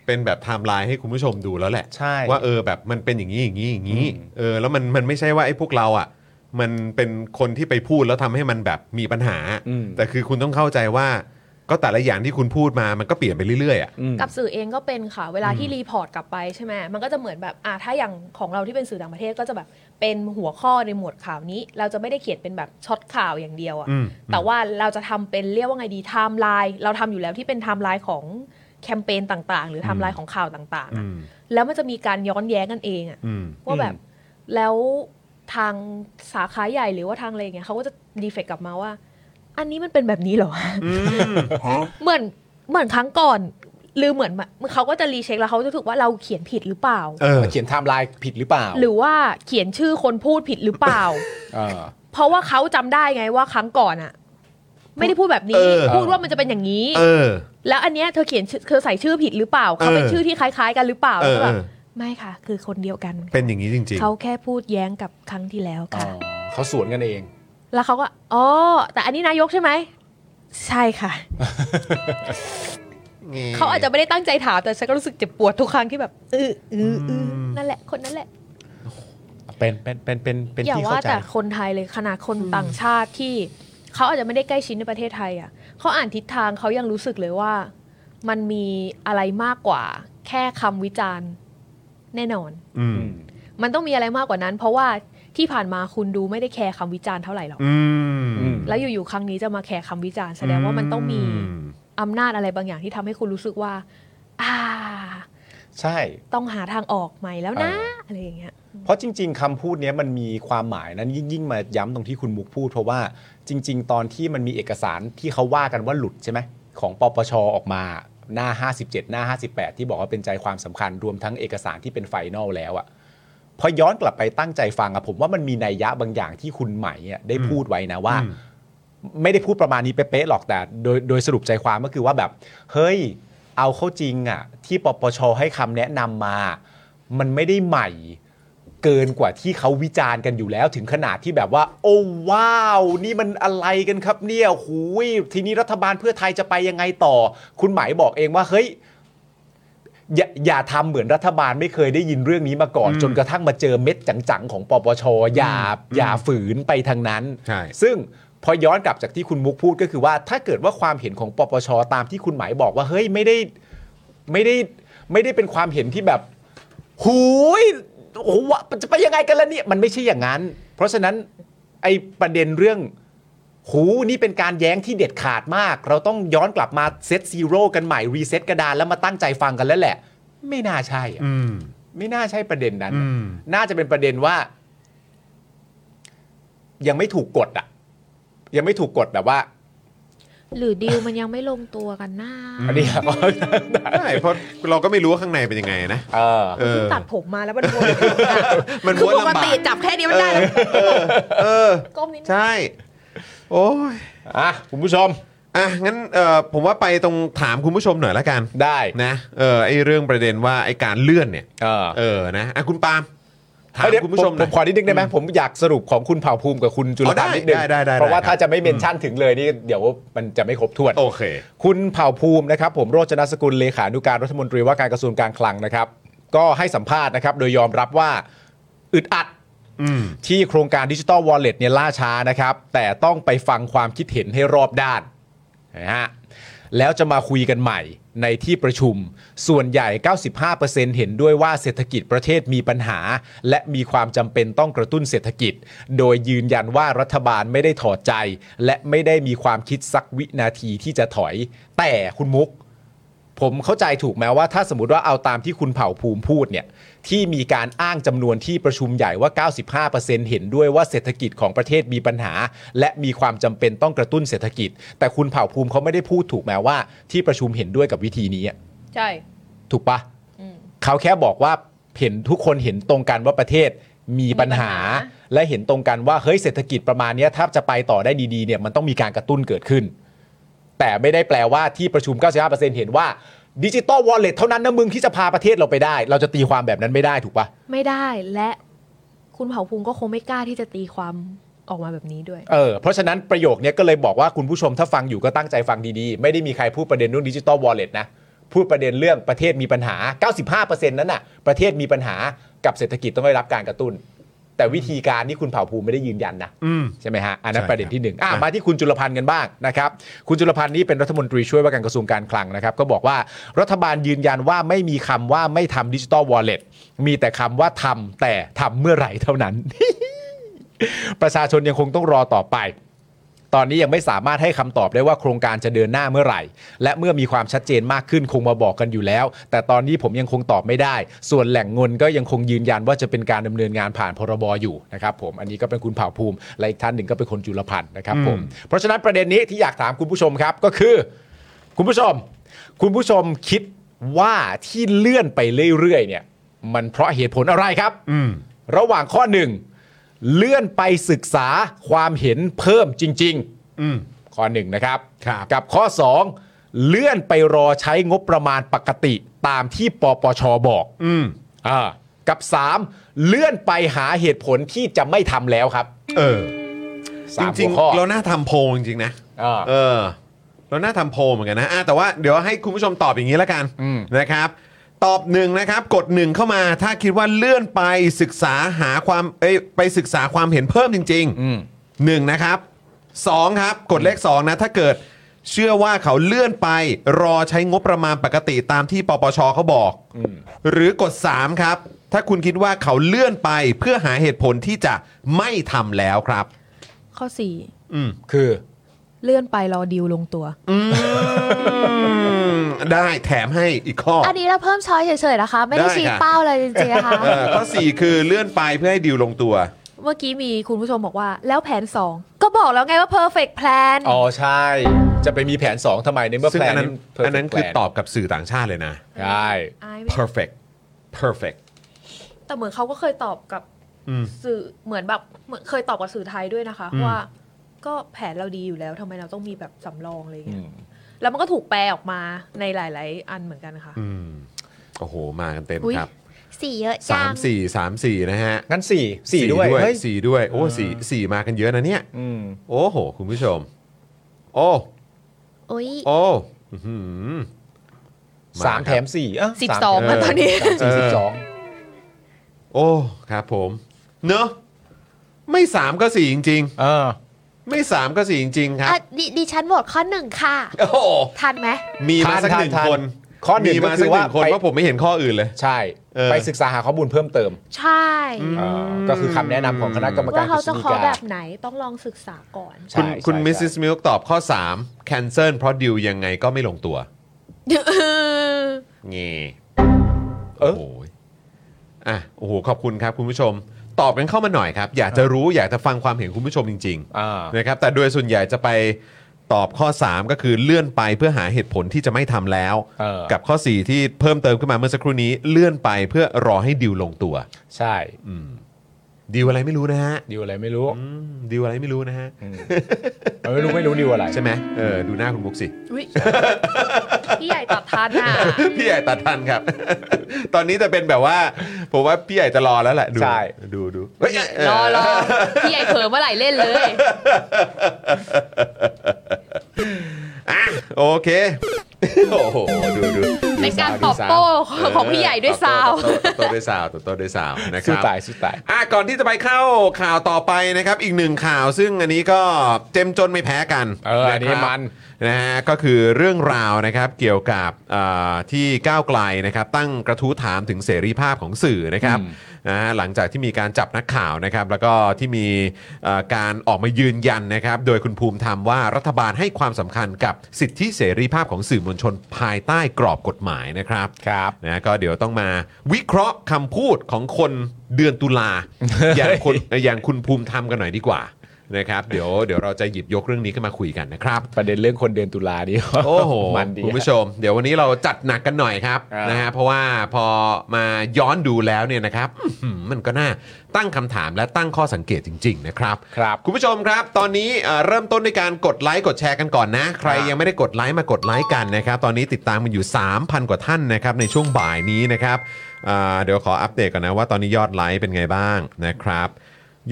เป็นแบบไทม์ไลน์ให้คุณผู้ชมดูแล้วแหละ
ใช่
ว่าเออแบบมันเป็นอย่างนี้อย่างนี้อย่างนี้
อืม
เออแล้วมันมันไม่ใช่ว่าไอ้พวกเราอ่ะ มันเป็นคนที่ไปพูดแล้วทำให้มันแบบมีปัญหา
อืม
แต่คือคุณต้องเข้าใจว่า ก็แต่ละอย่างที่คุณพูดมามันก็เปลี่ยนไปเรื่อยๆอ่ะ
อืม
กับสื่อเองก็เป็นค่ะ เวลาที่รีพอร์ตกลับไปใช่ไหมมันก็จะเหมือนแบบอ่าถ้าอย่างของเราที่เป็นสื่อต่างประเทศก็จะแบบเป็นหัวข้อในหมวดข่าวนี้ เราจะไม่ได้เขียนเป็นแบบช็อตข่าวอย่างเดียวอะ
อืม
แต่ว่าเราจะทำเป็นเรียกว่าไงดีไทม์ไลน์เราทำอยู่แล้วที่เป็นไทม์ไลน์ของแคมเปญต่างๆ หรือไทม์ไลน์ของข่าวต่างๆ
อื
อะ
ม
แล้วมันจะมีการย้อนแย้งกันเองอะ
อืม
ว่าแบบแล้วทางสาขาใหญ่หรือว่าทางอะไรอย่างเงี้ยเขาก็จะดีเฟกกลับมาว่า อันนี้มันเป็นแบบนี้เหรอวะเหมือนเหมือนครั้งก่อนหรือเหมือนมาเขาก็จะรีเช็คแล้วเขาจะรู้สึกว่าเราเขียนผิดหรือเปล่า
เออ
เขียนไทม์ไลน์ผิดหรือเปล่า
หรือว่าเขียนชื่อคนพูดผิดหรือเปล่า [LAUGHS]
เออ
เพราะว่าเขาจำได้ไงว่าครั้งก่อนอะไม่ได้พูดแบบนี้
เออ
พูดว่ามันจะเป็นอย่างนี้
เออ
แล้วอันเนี้ยเธอเขียนชื่อเธอใส่ชื่อผิดหรือเปล่าเขาเป็น
เออ
ชื่อที่คล้าย ๆ กันหรือเปล่า
เอ
แล้ว
อ
ก็
เอ
แบบ
อ
ไม่ค่ะ คือคนเดียวกันค่ะ
เป็นอย่างนี้จริง
เขาแค่พูดแย้งกับครั้งที่แล้ว
อ๋อ
ค่ะ
เขาสวนกันเอง
แล้วเขาก็ อ๋อ แต่อันนี้นายกใช่ไหม ใช่ค่ะ เขาอาจจะไม่ได้ตั้งใจถาม แต่ฉันก็รู้สึกเจ็บปวดทุกครั้งที่แบบเออเออเออนั่นแหละ คนนั้นแหละ
เป็นเป็นเป็นเป็นเป็น
อย่า
ที่
ว่า
เข้าใจ
แต่คนไทยเลยขนาดคนต่างชาติที่เขาอาจจะไม่ได้ใกล้ชิดในประเทศไทยอ่ะเขาอ่านทิศทางเขายังรู้สึกเลยว่า มันมีอะไรมากกว่า แค่คำวิจารณ์แน่นอน
ๆ อืม
อืม
มันต้องมีอะไรมากกว่านั้น เพราะว่าที่ผ่านมาคุณดูไม่ได้แคร์คำวิจารณ์เท่าไหร่หรอก
อืม
อืม
แล้วอยู่ๆ ครั้งนี้จะมาแข่คำวิจารณ์แสดงว่ามันต้องมีอำนาจอะไรบางอย่างที่ทำให้คุณรู้สึกว่า อ่า
ใช่
ต้องหาทางออกใหม่แล้วนะ
เออ
อะไรอย่างเงี้ย
เพราะจริง ๆคำพูดเนี้ยมันมีความหมายนั้นยิ่งยิ่งมาย้ำตรงที่คุณมุกพูด เพราะว่าจริง ๆ ตอนที่มันมีเอกสารที่เขาว่ากันว่าหลุดใช่ไหมของปปชออกมาหน้า 57 หน้า 58 ที่บอกว่าเป็นใจความสำคัญรวมทั้งเอกสารที่เป็นไฟนอลแล้วอะพอย้อนกลับไปตั้งใจฟังอะผมว่ามันมีนัยยะบางอย่างที่คุณไหมอะได้พูดไว้นะว่า ไม่ได้พูดประมาณนี้เป๊ะๆหรอกแต่โดยโดยสรุปใจความก็คือว่าแบบ เฮ้ย เอาเข้าจริงอ่ะ ที่ปปชให้คำแนะนำมา มันไม่ได้ใหม่ เกินกว่าที่เขาวิจารณ์กันอยู่แล้ว ถึงขนาดที่แบบว่า โอ้ว้าว นี่มันอะไรกันครับเนี่ยหูยทีนี้รัฐบาลเพื่อไทยจะไปยังไงต่อ คุณหมายบอกเองว่าเฮ้ย อย่าอย่าทำเหมือนรัฐบาลไม่เคยได้ยินเรื่องนี้มาก่อน จนกระทั่งมาเจอเม็ดจังๆ ของปปชอย่าอย่าฝืนไปทางนั้น
ใช่
ซึ่งพอย้อนกลับจากที่คุณมุกพูดก็คือว่า ถ้าเกิดว่าความเห็นของปปชตามที่คุณหมายบอกว่าเฮ้ยไม่ได้ไม่ได้ไม่ได้เป็นความเห็นที่แบบหูยโอ้โหวะมันจะไปยังไงกันล่ะเนี่ยมันไม่ใช่อย่างนั้น เพราะฉะนั้นไอประเด็นเรื่อง หูนี่เป็นการแย้งที่เด็ดขาดมาก เราต้องย้อนกลับมาเซตซีโร่กันใหม่ รีเซ็ตกระดานแล้วมาตั้งใจฟังกันแล้วแหละ ไม่น่าใช่อะ
อืม
ไม่น่าใช่ประเด็นนั้น
อืม
น่าจะเป็นประเด็นว่า ยังไม่ถูกกดอ่ะ ยังไม่ถูกกดแบบว่า
หรือดีลมันยังไม่ลงตัวกันหน้า
อันนี้ครับ
ใช่เพราะเราก็ไม่รู้ว่าข้างในเป็นยังไงนะ
[LAUGHS] เออ
เออ
ตัดผมมาแล้วมันวน
มัน
คือ
ม้วน
ปก
ลำบา
ติ
ก
จับแค่นี้มันได้แล้ว
เออ
ก้มนิดนึง
ใช่ โอ้ย
อ่ะ คุณผู้ชม
อ่ะ งั้นเอ่อผมว่าไปตรงถามคุณผู้ชมหน่อยละกัน
ได้
นะเออไอเรื่องประเด็นว่าไอการเลื่อนเนี่ย
เออ
เออนะอ่ะคุณปาล์มถาม
เอ้ยเดี๋ยว
คุณผู้ชมห
ผ
น่อ
ม
ย
ขอนิดนึงได้ไหมผมอยากสรุปของคุณเผ่าภูมิกับคุณจุล
อ๋อได้
พันธ์นิดนึง
ได้ได้ได้
เพราะว่า
ได้
ถ้าจะไม่เมนชั่นถึงเลยนี่เดี๋ยวมันจะไม่ครบถ้วน
โอเค
คุณเผ่าภูมินะครับ ผมโรจนสกุลเลขานุการรัฐมนตรีว่าการกระทรวงการคลังนะครับ ก็ให้สัมภาษณ์นะครับ โดยยอมรับว่าอึดอัด
อืม
ที่โครงการดิจิ t a ลวอลเล็ตเนี่ยล่าช้านะครับ แต่ต้องไปฟังความคิดเห็นให้รอบด้านนะฮะแล้วจะมาคุยกันใหม่ในที่ประชุม ส่วนใหญ่ 95%เห็นด้วยว่าเศรษฐกิจประเทศมีปัญหา และมีความจำเป็นต้องกระตุ้นเศรษฐกิจ โดยยืนยันว่ารัฐบาลไม่ได้ถอดใจ และไม่ได้มีความคิดสักวินาทีที่จะถอย แต่คุณมุก ผมเข้าใจถูกไหมว่าถ้าสมมติว่าเอาตามที่คุณเผ่าภูมิพูดเนี่ยที่มีการอ้างจำนวนที่ประชุมใหญ่ว่า 95%เห็นด้วยว่าเศรษฐกิจของประเทศมีปัญหา และมีความจำเป็นต้องกระตุ้นเศรษฐกิจ แต่คุณเผ่าภูมิเขาไม่ได้พูดถูกไหมว่าที่ประชุมเห็นด้วยกับวิธีนี้อะ
ใช่
ถูกปะเขาแค่บอกว่าเห็นทุกคนเห็นตรงกันว่าประเทศมีปัญหา และเห็นตรงกันว่าเฮ้ยเศรษฐกิจประมาณเนี้ยถ้าจะไปต่อได้ดีๆเนี่ยมันต้องมีการกระตุ้นเกิดขึ้น แต่ไม่ได้แปลว่าที่ประชุม 95%เห็นว่าดิจิตอลวอลเล็ตเท่านั้นนะมึงที่จะพาประเทศเราไปได้ เราจะตีความแบบนั้นไม่ได้ถูกปะ
ไม่ได้และคุณเผ่าภูมิก็คงไม่กล้าที่จะตีความออกมาแบบนี้ด้วย
เออเพราะฉะนั้นประโยคเนี้ยก็เลยบอกว่าคุณผู้ชมถ้าฟังอยู่ก็ตั้งใจฟังดีๆ ไม่ได้มีใครพูดประเด็นเรื่องดิจิตอลวอลเล็ตนะ พูดประเด็นเรื่องประเทศมีปัญหา 95%นั้นน่ะ ประเทศมีปัญหากับเศรษฐกิจต้องได้รับการกระตุ้น แต่วิธีการนี่คุณเผ่าภูมิไม่ได้ยืนยันนะ
อืม
ใช่ไหมฮะ อันนั้น
ใช่
ประเด็
ค
น
รับ
ที่หนึ่งอ่ะ
ใช่
มาที่คุณจุลพันธ์กันบ้างนะครับ คุณจุลพันธ์นี่เป็นรัฐมนตรีช่วยว่าการกระทรวงการคลังนะครับ ก็บอกว่ารัฐบาลยืนยันว่าไม่มีคำว่าไม่ทำดิจิตอลวอลเล็ตมีแต่คำว่าทำแต่ทำเมื่อไหร่เท่านั้น ประชาชนยังคงต้องรอต่อไป ตอนนี้ยังไม่สามารถให้คำตอบได้ว่าโครงการจะเดินหน้าเมื่อไหร่ และเมื่อมีความชัดเจนมากขึ้นคงมาบอกกันอยู่แล้ว แต่ตอนนี้ผมยังคงตอบไม่ได้ ส่วนแหล่งเงินก็ยังคงยืนยันว่าจะเป็นการดำเนินงานผ่านพรบอยู่นะครับผมอันนี้ก็เป็นคุณเผ่าภูมิ และอีกท่านหนึ่งก็เป็นคนจุลพันธ์นะครับผมเพราะฉะนั้นประเด็นนี้ที่อยากถามคุณผู้ชมครับก็คือ คุณผู้ชม คุณผู้ชมคิดว่าที่เลื่อนไปเรื่อยๆเนี่ย มันเพราะเหตุผลอะไรครับ
อืม
ระหว่างข้อหนึ่งเลื่อนไปศึกษาความเห็นเพิ่มจริง
อืม
ๆ ข้อหนึ่งนะครับ
ครับ
กับข้อ 2 เลื่อนไปรอใช้งบประมาณปกติตามที่ปปชบอก
อืม
อ่ากับ 3 เลื่อนไปหาเหตุผลที่จะไม่ทำแล้วครับ
เออ
สาม
จริง
หัวข้อ
ๆ เราน่าทำโพลจริงๆนะ
อ่า
เออ เราน่าทำโพลเหมือนกันนะอ่ะแต่ว่าเดี๋ยวให้คุณผู้ชมตอบอย่างนี้ละกัน
อืม
นะครับ ตอบหนึ่งนะครับ กดหนึ่งเข้ามาถ้าคิดว่าเลื่อนไปศึกษาหาความเอ้ยไปศึกษาความเห็นเพิ่มจริง ๆ
อืม
หนึ่งนะครับสองครับกดเลขสองนะถ้าเกิดเชื่อว่าเขาเลื่อนไปรอใช้งบประมาณปกติตามที่ปปชเขาบอก หรือกด 3 ครับ ถ้าคุณคิดว่าเขาเลื่อนไปเพื่อหาเหตุผลที่จะไม่ทำแล้วครับ
ข้อสี่
อืม
คือ
เลื่อนไปรอดีลลงตัว
อืมได้แถมให้อีกข้อ
อันนี้เราเพิ่มช้อยเฉยๆนะคะ ไม่ได้
ได้
ชี้
ค่ะ
เป้าอะไรจริงๆนะคะ
เออข้อ 4 คือเลื่อนไปเพื่อให้ดิวลงตัว
เมื่อกี้มีคุณผู้ชมบอกว่า แล้วแผน 2 ก็บอกแล้วไงว่า perfect plan
อ๋อใช่ จะไปมีแผน 2ทำไมในเมื่อ
ซึ่ง
แผ
อั
น
นนั้น
มั perfect
อันนั้นคือ
plan
ตอบกับสื่อต่างชาติเลยนะ
ใช่
อายไหม
perfect perfect
แต่เหมือนเขาก็เคยตอบกับ
อืม
สื่อเหมือนแบบเหมือนเคยตอบกับสื่อไทยด้วยนะคะ ว่าก็แผนเราดีอยู่แล้วทำไมเราต้องมีแบบสำรองอะไรอย่างเงี้ยแล้วมันก็ถูกแปลออกมาในหลาย ๆ อันเหมือนกันค่ะ
อืมโอ้โห มากันเต็ม
อุ๊ย
ครับ
สี่เยอะ
สา
จั
ม
ง
สี่สามสี่นะฮะ
งั้นสี่สี่ด้วยเฮ้ย
สี่ด้วย โอ้สี่สี่มากันเยอะนะเนี่ย
อืม
โอ้โห คุณผู้ชม โอ้
โอ้ย
โอ้อื้อหือ
สามแถมสี่เอ้ย
สิบ
าม
สองแล้วตอนนี้
สาม
เออ
สี่สิบสอง
โอ้ครับผม เนอะไม่สามก็สี่จริง
เออ
ๆ ไม่สามก็สี่จริง ๆ ครับ
อ่ะดดิฉันโหวตข้อหนึ่งค่ะ
โอ้โห
ทันไหม
มีมาสัก
ทัน
หนึ่ง
ทัน
คน
ข้อหนึ่ง
มีมา
ก็คื
สัก
อ
ห
ว่า
นึ่งคน
ไป
ว่าผมไม่เห็นข้ออื่นเลย
ใช่
เออ
ไปศึกษาหาข้อมูลเพิ่มเติม
ใช่
เออก็คือคำแนะนำของคณะกรรมกา
ว่าร เขาจะขอแบ
ก
บ
ฤษฎีก
ไหนต้องลองศึกษาก่อน
า
คุณ
ใช่
คุณ
ใช่
มิสซิส
ใช่
มิลตอบข้อ 3 cancel เพราะดิวยังไงก็ไม่ลงตัว เงี้โอ้โหอ่ะ โอ้โห ขอบคุณครับคุณผู้ชม ตอบกันเข้ามาหน่อยครับ อยากจะรู้อยากจะฟังความเห็นคุณผู้ชมจริง
อ่า
ๆนะครับ แต่โดยส่วนใหญ่จะไปตอบข้อ 3 ก็คือเลื่อนไปเพื่อหาเหตุผลที่จะไม่ทำแล้ว
เออ
กับข้อ 4 ที่เพิ่มเติมขึ้นมาเมื่อสักครู่นี้ เลื่อนไปเพื่อรอให้ดิวลงตัว
ใช่
ดิวอะไรไม่รู้นะฮะ
ดิวอะไรไม่รู้
อืมดิวอะไรไม่รู้นะฮะ
เออไม่รู้ไม่รู้ดิวอะไร
ใช่ไหมเออดูหน้าคุณมุกสิ
อุ๊ยพี่ใหญ่ตอบทันอ่ะ
[LAUGHS] พี่ใหญ่ตัดทันครับ [LAUGHS] ตอนนี้จะเป็นแบบว่า ผมว่าพี่ใหญ่จะรอแล้วแหละดู
ใช่
ดูดูเฮ้ยเ
รอรอพี่ใหญ่เผลอเมื่อไหร่เล่นเลย
อ่ะโอเค [LAUGHS] โอ้โหดูดู
เป็นการตอบโต้ของพี่ใหญ่ด้วยซาว
ตอบโต้ด้วยซาวตอบโต้ด้วยซาวนะค
สู้
รับ
ตายสู้ตาย
อ่ะก่อนที่จะไปเข้าข่าวต่อไปนะครับ อีกหนึ่งข่าวซึ่งอันนี้ก็เจ้มจนไม่แพ้กัน
เอออันนี้
ะครับ
มัน
นะฮะก็คือเรื่องราวนะครับเกี่ยวกับอ่าที่ก้าวไกลนะครับ ตั้งกระทู้ถามถึงเสรีภาพของสื่อนะครับ นะฮะหลังจากที่มีการจับนักข่าวนะครับ แล้วก็ที่มีเอ่อการออกมายืนยันนะครับ โดยคุณภูมิธรรมว่ารัฐบาลให้ความสำคัญกับสิทธิเสรีภาพของสื่อมวลชนภายใต้กรอบกฎหมายนะครับ
ครับ
นะก็เดี๋ยวต้องมาวิเคราะห์คำพูดของคนเดือนตุลา อย่างคนอย่างคุณภูมิธรรมกันหน่อยดีกว่านะครับ เดี๋ยวเดี๋ยวเราจะหยิบยกเรื่องนี้ขึ้นมาคุยกันนะครับ
ประเด็นเรื่องคนเดือนตุลานี่
โอ้โห
มันดี
คุณผู้ชม เดี๋ยววันนี้เราจัดหนักกันหน่อยครับ
อ่าน
นะฮะเพราะว่าพอมาย้อนดูแล้วเนี่ยนะครับอื้อหือมันก็น่าตั้งคำถามและตั้งข้อสังเกตจริง ๆ นะครับ
ครับ
คุณผู้ชมครับ ตอนนี้เอ่อเริ่มต้นด้วยการกดไลค์กดแชร์กันก่อนนะ ใครยังไม่ได้กดไลค์มากดไลค์กันนะครับ ตอนนี้ติดตามมันอยู่ 3,000 กว่าท่านนะครับในช่วงบ่ายนี้นะครับอ่าเดี๋ยวขออัปเดตก่อนนะว่าตอนนี้ยอดไลค์เป็นไงบ้างนะครับ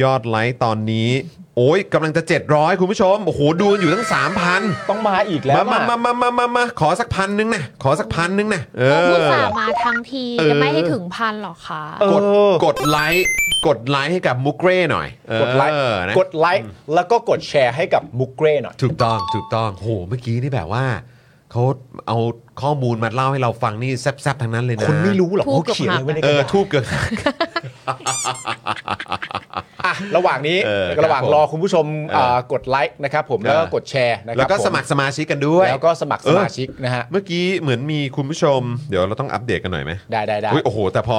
ยอดไลค์ตอนนี้ โอ้ยกำลังจะ 700 คุณผู้ชมโอ้โหดูกันอยู่ตั้ง 3,000
ต้องมาอีกแล้ว
มามา
อะ
มามามามามาขอสักพันนึงนะ ขอสักพันนึงนะ เอ
ผู้
อ
สาห์มาทั้งที จะไม่ให้ถึงพันหรอกคะ
กด กดไลค์ กดไลค์ให้กับมุกเร่หน่อย
กดไลค์
เออนะ
กดไลค์แล้วก็กดแชร์ให้กับมุกเร่หน่อย
ถูกต้องถูกต้องโหเมื่อกี้นี่แบบว่าเขาเอาข้อมูลมาเล่าให้เราฟังนี่แซ่บๆทั้งนั้นเลยนะ
คุณไม่รู้หรอก
ทูบ
เขา
กับ
เขียนอะไรไว้ใน
หัก
ก
เออ
ระดาษ
ทูบเกิน
อ่ะระหว่างนี้
เออครับ
ระหว่างรอคุณผู้ชม
เอออ่
ะกดไลค์นะครับผม
เออ
แล้วก็กดแชร์นะครับ
แล้วก็
ผ
สมัครสมาชิกกันด้วย
แล้วก็สมัครสมาชิกนะฮะ
เมื่อกี้เหมือนมีคุณผู้ชม เดี๋ยวเราต้องอัปเดตกันหน่อยไหม
ได้ได้ได้
อุ๊ยโอ้โห แต่พอ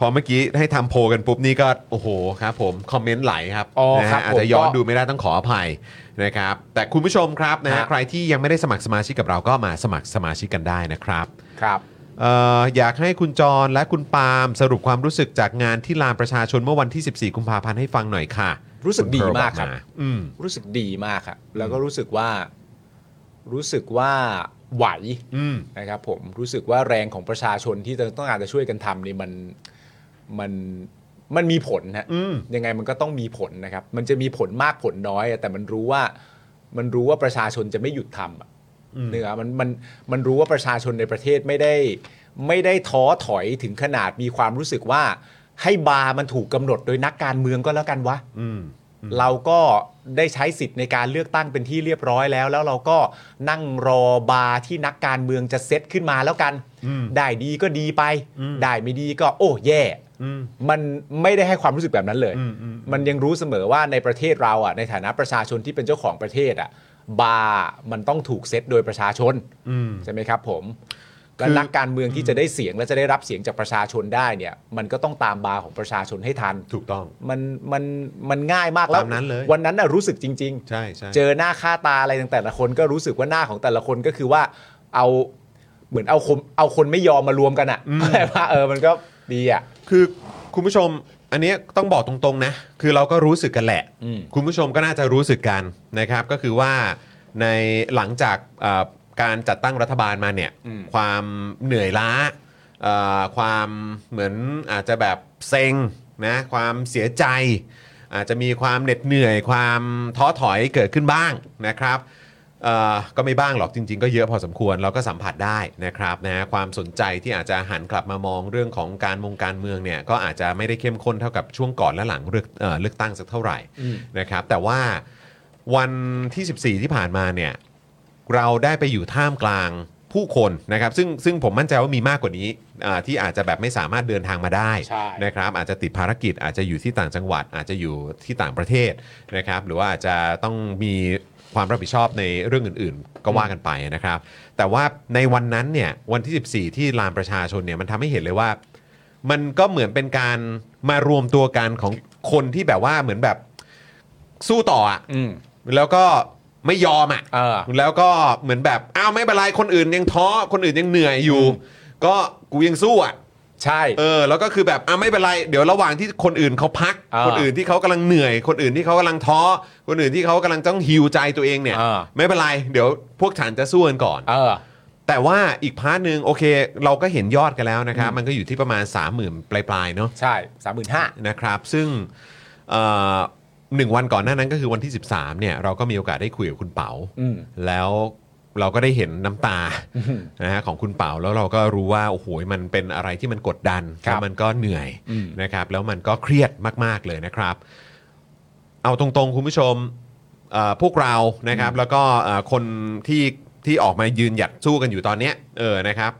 พอเมื่อกี้ให้ทำโพลกันปุ๊บนี่ก็โอ้โหครับผมคอมเมนต์ไหลครับ
อ๋อ
นะ
ครั
ฮะอา
บ
จ
ผม
จะย้อน
ก็
ดูไม่ได้ต้องขออภัยนะครับ แต่คุณผู้ชมครับนะฮะ
ฮะ
ใครที่ยังไม่ได้สมัครสมาชิกกับเราก็มาสมัครสมาชิกกันได้นะครับ
ครับ
เอ่ออยากให้คุณจรและคุณปาล์มสรุปความรู้สึกจากงานที่ลานประชาชนเมื่อวันที่ 14 กุมภาพันธ์ให้ฟังหน่อยค่ะ
รู้สึกดีมากครับ
ณเพิลอกอืม
รู้สึกดีมากครับแล้วก็รู้สึกว่า รู้สึกว่าไหว
อืม
นะครับผมรู้สึกว่าแรงของประชาชนที่ต้องการจะช่วยกันทำนี่มันมันมันมีผลฮะ
อืม
ยังไงมันก็ต้องมีผลนะครับ มันจะมีผลมากผลน้อยอะแต่มันรู้ว่ามันรู้ว่าประชาชนจะไม่หยุดทำอะเนื้อมันมันมันรู้ว่าประชาชนในประเทศไม่ได้ ไม่ได้ท้อถอยถึงขนาดมีความรู้สึกว่า ให้บาร์มันถูกกำหนดโดยนักการเมืองก็แล้วกันวะ
อืม
เราก็ได้ใช้สิทธิ์ในการเลือกตั้งเป็นที่เรียบร้อยแล้ว แล้วเราก็นั่งรอบาร์ที่นักการเมืองจะเซตขึ้นมาแล้วกัน ได้ดีก็ดีไป ได้ไม่ดีก็โอ้แย่
อืม
มันไม่ได้ให้ความรู้สึกแบบนั้นเลย
อืมอืม
มันยังรู้เสมอว่าในประเทศเราอ่ะในฐานะประชาชนที่เป็นเจ้าของประเทศอ่ะบาร์มันต้องถูกเซตโดยประชาชน
อืม
ใช่ไหมครับผม
คือ
และนักการเมืองที่จะได้เสียงและจะได้รับเสียงจากประชาชนได้เนี่ย มันก็ต้องตามบาร์ของประชาชนให้ทัน
ถูกต้อง
มันมันมันง่ายมากแล้ว
ตามนั้นเลย
วันนั้นน่ะรู้สึกจริง
ใช่ใช่
ๆ เจอหน้าค่าตาอะไรต่างแต่ละคนก็รู้สึกว่าหน้าของแต่ละคนก็คือว่าเอาเหมือนเอาคนเอาคนไม่ยอมมารวมกันอะ่ะ ว่าเออมันก็ดีอ่ะ
คือคุณผู้ชมอันเนี้ยต้องบอกตรงๆนะ คือเราก็รู้สึกกันแหละ
อืม
คุณผู้ชมก็น่าจะรู้สึกกันนะครับ ก็คือว่าในหลังจากเอ่อการจัดตั้งรัฐบาลมาเนี่ย ความเหนื่อยล้าเอ่อความเหมือนอาจจะแบบเซ็งนะความเสียใจ อาจจะมีความเหน็ดเหนื่อย ความท้อถอยเกิดขึ้นบ้างนะครับเอ่อก็ไม่บ้างหรอกจริง ๆ ก็เยอะพอสมควรเราก็สัมผัสได้นะครับนะฮะความสนใจที่อาจจะหันกลับมามองเรื่องของการมงการเมืองเนี่ยก็อาจจะไม่ได้เข้มข้นเท่ากับช่วงก่อนและหลังเลือกเอ่อเลือกตั้งสักเท่าไหร่นะครับแต่ว่าวันที่ 14 ที่ผ่านมาเนี่ย เราได้ไปอยู่ท่ามกลางผู้คนนะครับซึ่งซึ่งผมมั่นใจว่ามีมากกว่านี้อ่าที่อาจจะแบบไม่สามารถเดินทางมาได้
ใช่
นะครับอาจจะติดภารกิจอาจจะอยู่ที่ต่างจังหวัด อาจจะอยู่ที่ต่างประเทศนะครับหรือว่าอาจจะต้องมีความรับผิดชอบในเรื่องอื่นๆ ก็ว่ากันไปนะครับ แต่ว่าในวันนั้นเนี่ยวันที่ 14 ที่ลานประชาชนเนี่ยมันทำให้เห็นเลยว่า มันก็เหมือนเป็นการมารวมตัวกันของคนที่แบบว่าเหมือนแบบสู้ต่ออะ
อืม
แล้วก็ไม่ยอม
เออ
อะ่ะ แล้วก็เหมือนแบบ อ้าวไม่เป็นไร คนอื่นยังท้อ คนอื่นยังเหนื่อยอยู่
อืม
ก็กูยังสู้อะ่ะ
ใช่
เออ แล้วก็คือแบบ อ้าวไม่เป็นไร เดี๋ยวระหว่างที่คนอื่นเขาพัก
อ่า
คนอื่นที่เขากำลังเหนื่อย คนอื่นที่เขากำลังท้อ คนอื่นที่เขากำลังต้องฮิวใจตัวเองเนี่ย
อ่า
ไม่เป็นไร เดี๋ยวพวกฉันจะสู้กันก่อน
เออ
แต่ว่าอีกพาร์ทหนึ่งโอเค เราก็เห็นยอดกันแล้วนะครับ มันก็อยู่ที่ประมาณ 30,000 ปลายๆเนาะ
ใช่สามหมื่นห้า
นะครับซึ่งเอ่อหนึ่งวันก่อนหน้านั้นก็คือวันที่ 13เนี่ยเราก็มีโอกาสได้คุยกับคุณเปา
อืม
แล้วเราก็ได้เห็นน้ำตานะฮะของคุณเปาแล้วเราก็รู้ว่าโอ้โหมันเป็นอะไรที่มันกดดัน
ครับ
แล้วมันก็เหนื่อย
อืม
นะครับแล้วมันก็เครียดมาก ๆ เลยนะครับ เอาตรงๆ คุณผู้ชมเอ่อพวกเรานะครับแล้วก็เอ่อคนที่ที่ออกมายืนหยัดสู้กันอยู่ตอนเนี้ยเออนะครับ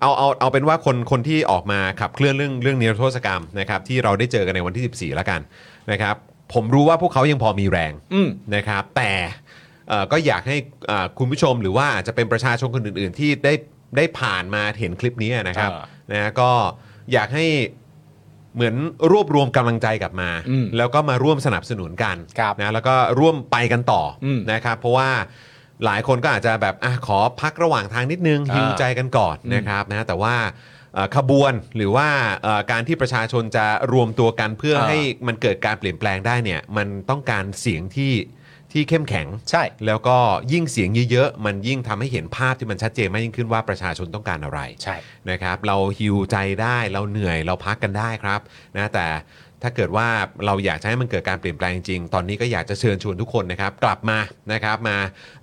เอาเอาเอาเป็นว่าคนคนที่ออกมาขับเคลื่อนเรื่องเรื่องนิรโทษกรรมนะครับที่เราได้เจอกันในวันที่ 14 แล้วกันนะครับผมรู้ว่าพวกเขายังพอมีแรง
อืม
นะครับแต่เอ่อก็อยากให้เอ่อคุณผู้ชมหรือว่าอาจจะเป็นประชาชนคนอื่น ๆ ที่ได้ได้ผ่านมาเห็นคลิปนี้นะครับ
อ่า
นะฮะก็อยากให้ เหมือนรวบรวมกำลังใจกลับมา
อืม
แล้วก็มาร่วมสนับสนุนกัน
ครับ
นะแล้วก็ร่วมไปกันต่ออ
ม
นะครับเพราะว่าหลายคนก็อาจจะแบบอะขอพักระหว่างทางนิดนึง
อ่า
หิวใจกันก่อน
อืม
นะครับนะแต่ว่าเอ่อขบวนหรือว่าเอ่อการที่ประชาชนจะรวมตัวกันเพื่อ
เออ
ให้มันเกิดการเปลี่ยนแปลงได้เนี่ยมันต้องการเสียงที่ที่เข้มแข็ง
ใช่
แล้วก็ยิ่งเสียงเยอะๆมันยิ่งทำให้เห็นภาพที่มันชัดเจนมากยิ่งขึ้นว่าประชาชนต้องการอะไร
ใช่
นะครับเราฮิวใจได้เราเหนื่อยเราพักกันได้ครับนะแต่ ถ้าเกิดว่าเราอยากจะให้มันเกิดการเปลี่ยนแปลงจริง ตอนนี้ก็อยากจะเชิญชวนทุกคนนะครับ กลับมานะครับมา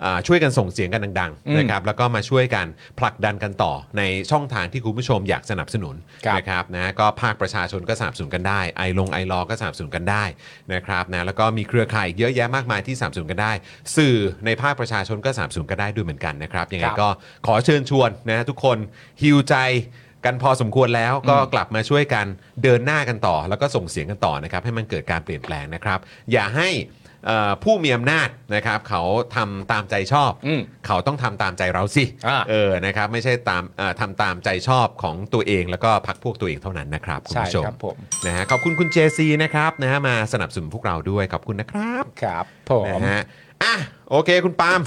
อ่าช่วยกันส่งเสียงกันดัง
อืม
ๆนะครับแล้วก็มาช่วยกันผลักดันกันต่อในช่องทางที่คุณผู้ชมอยากสนับสนุน
ครับ
นะครับนะก็ภาคประชาชนก็สนับสนุนกันได้ไอลงไอรอก็สนับสนุนกันได้นะครับนะแล้วก็มีเครือข่ายอีกเยอะแยะมากมายที่สนับสนุนกันได้ สื่อในภาคประชาชนก็สนับสนุนกันได้ด้วยเหมือนกันนะครับยังไงก็ขอเชิญชวนนะฮะทุกคนฮิวใจ กันพอสมควรแล้วก็กลับมาช่วยกันเดินหน้ากันต่อ แล้วก็ส่งเสียงกันต่อนะครับให้มันเกิดการเปลี่ยนแปลงนะครับ อย่าให้เอ่อผู้มีอำนาจนะครับเขาทำตามใจชอบ
อืม
เขาต้องทำตามใจเราสิ
อ่า
เออนะครับไม่ใช่ตามเอ่อทำตามใจชอบของตัวเองแล้วก็พักพวกตัวเองเท่านั้นนะครับคุณ
ใช่
ผู้ชม
ครับผม
นะฮะขอบคุณคุณเจซีนะครับนะฮะมาสนับสนุนพวกเราด้วยขอบคุณนะครับ
ครับผ
นะ
ม
ฮะอ่ะโอเคคุณปาล์ม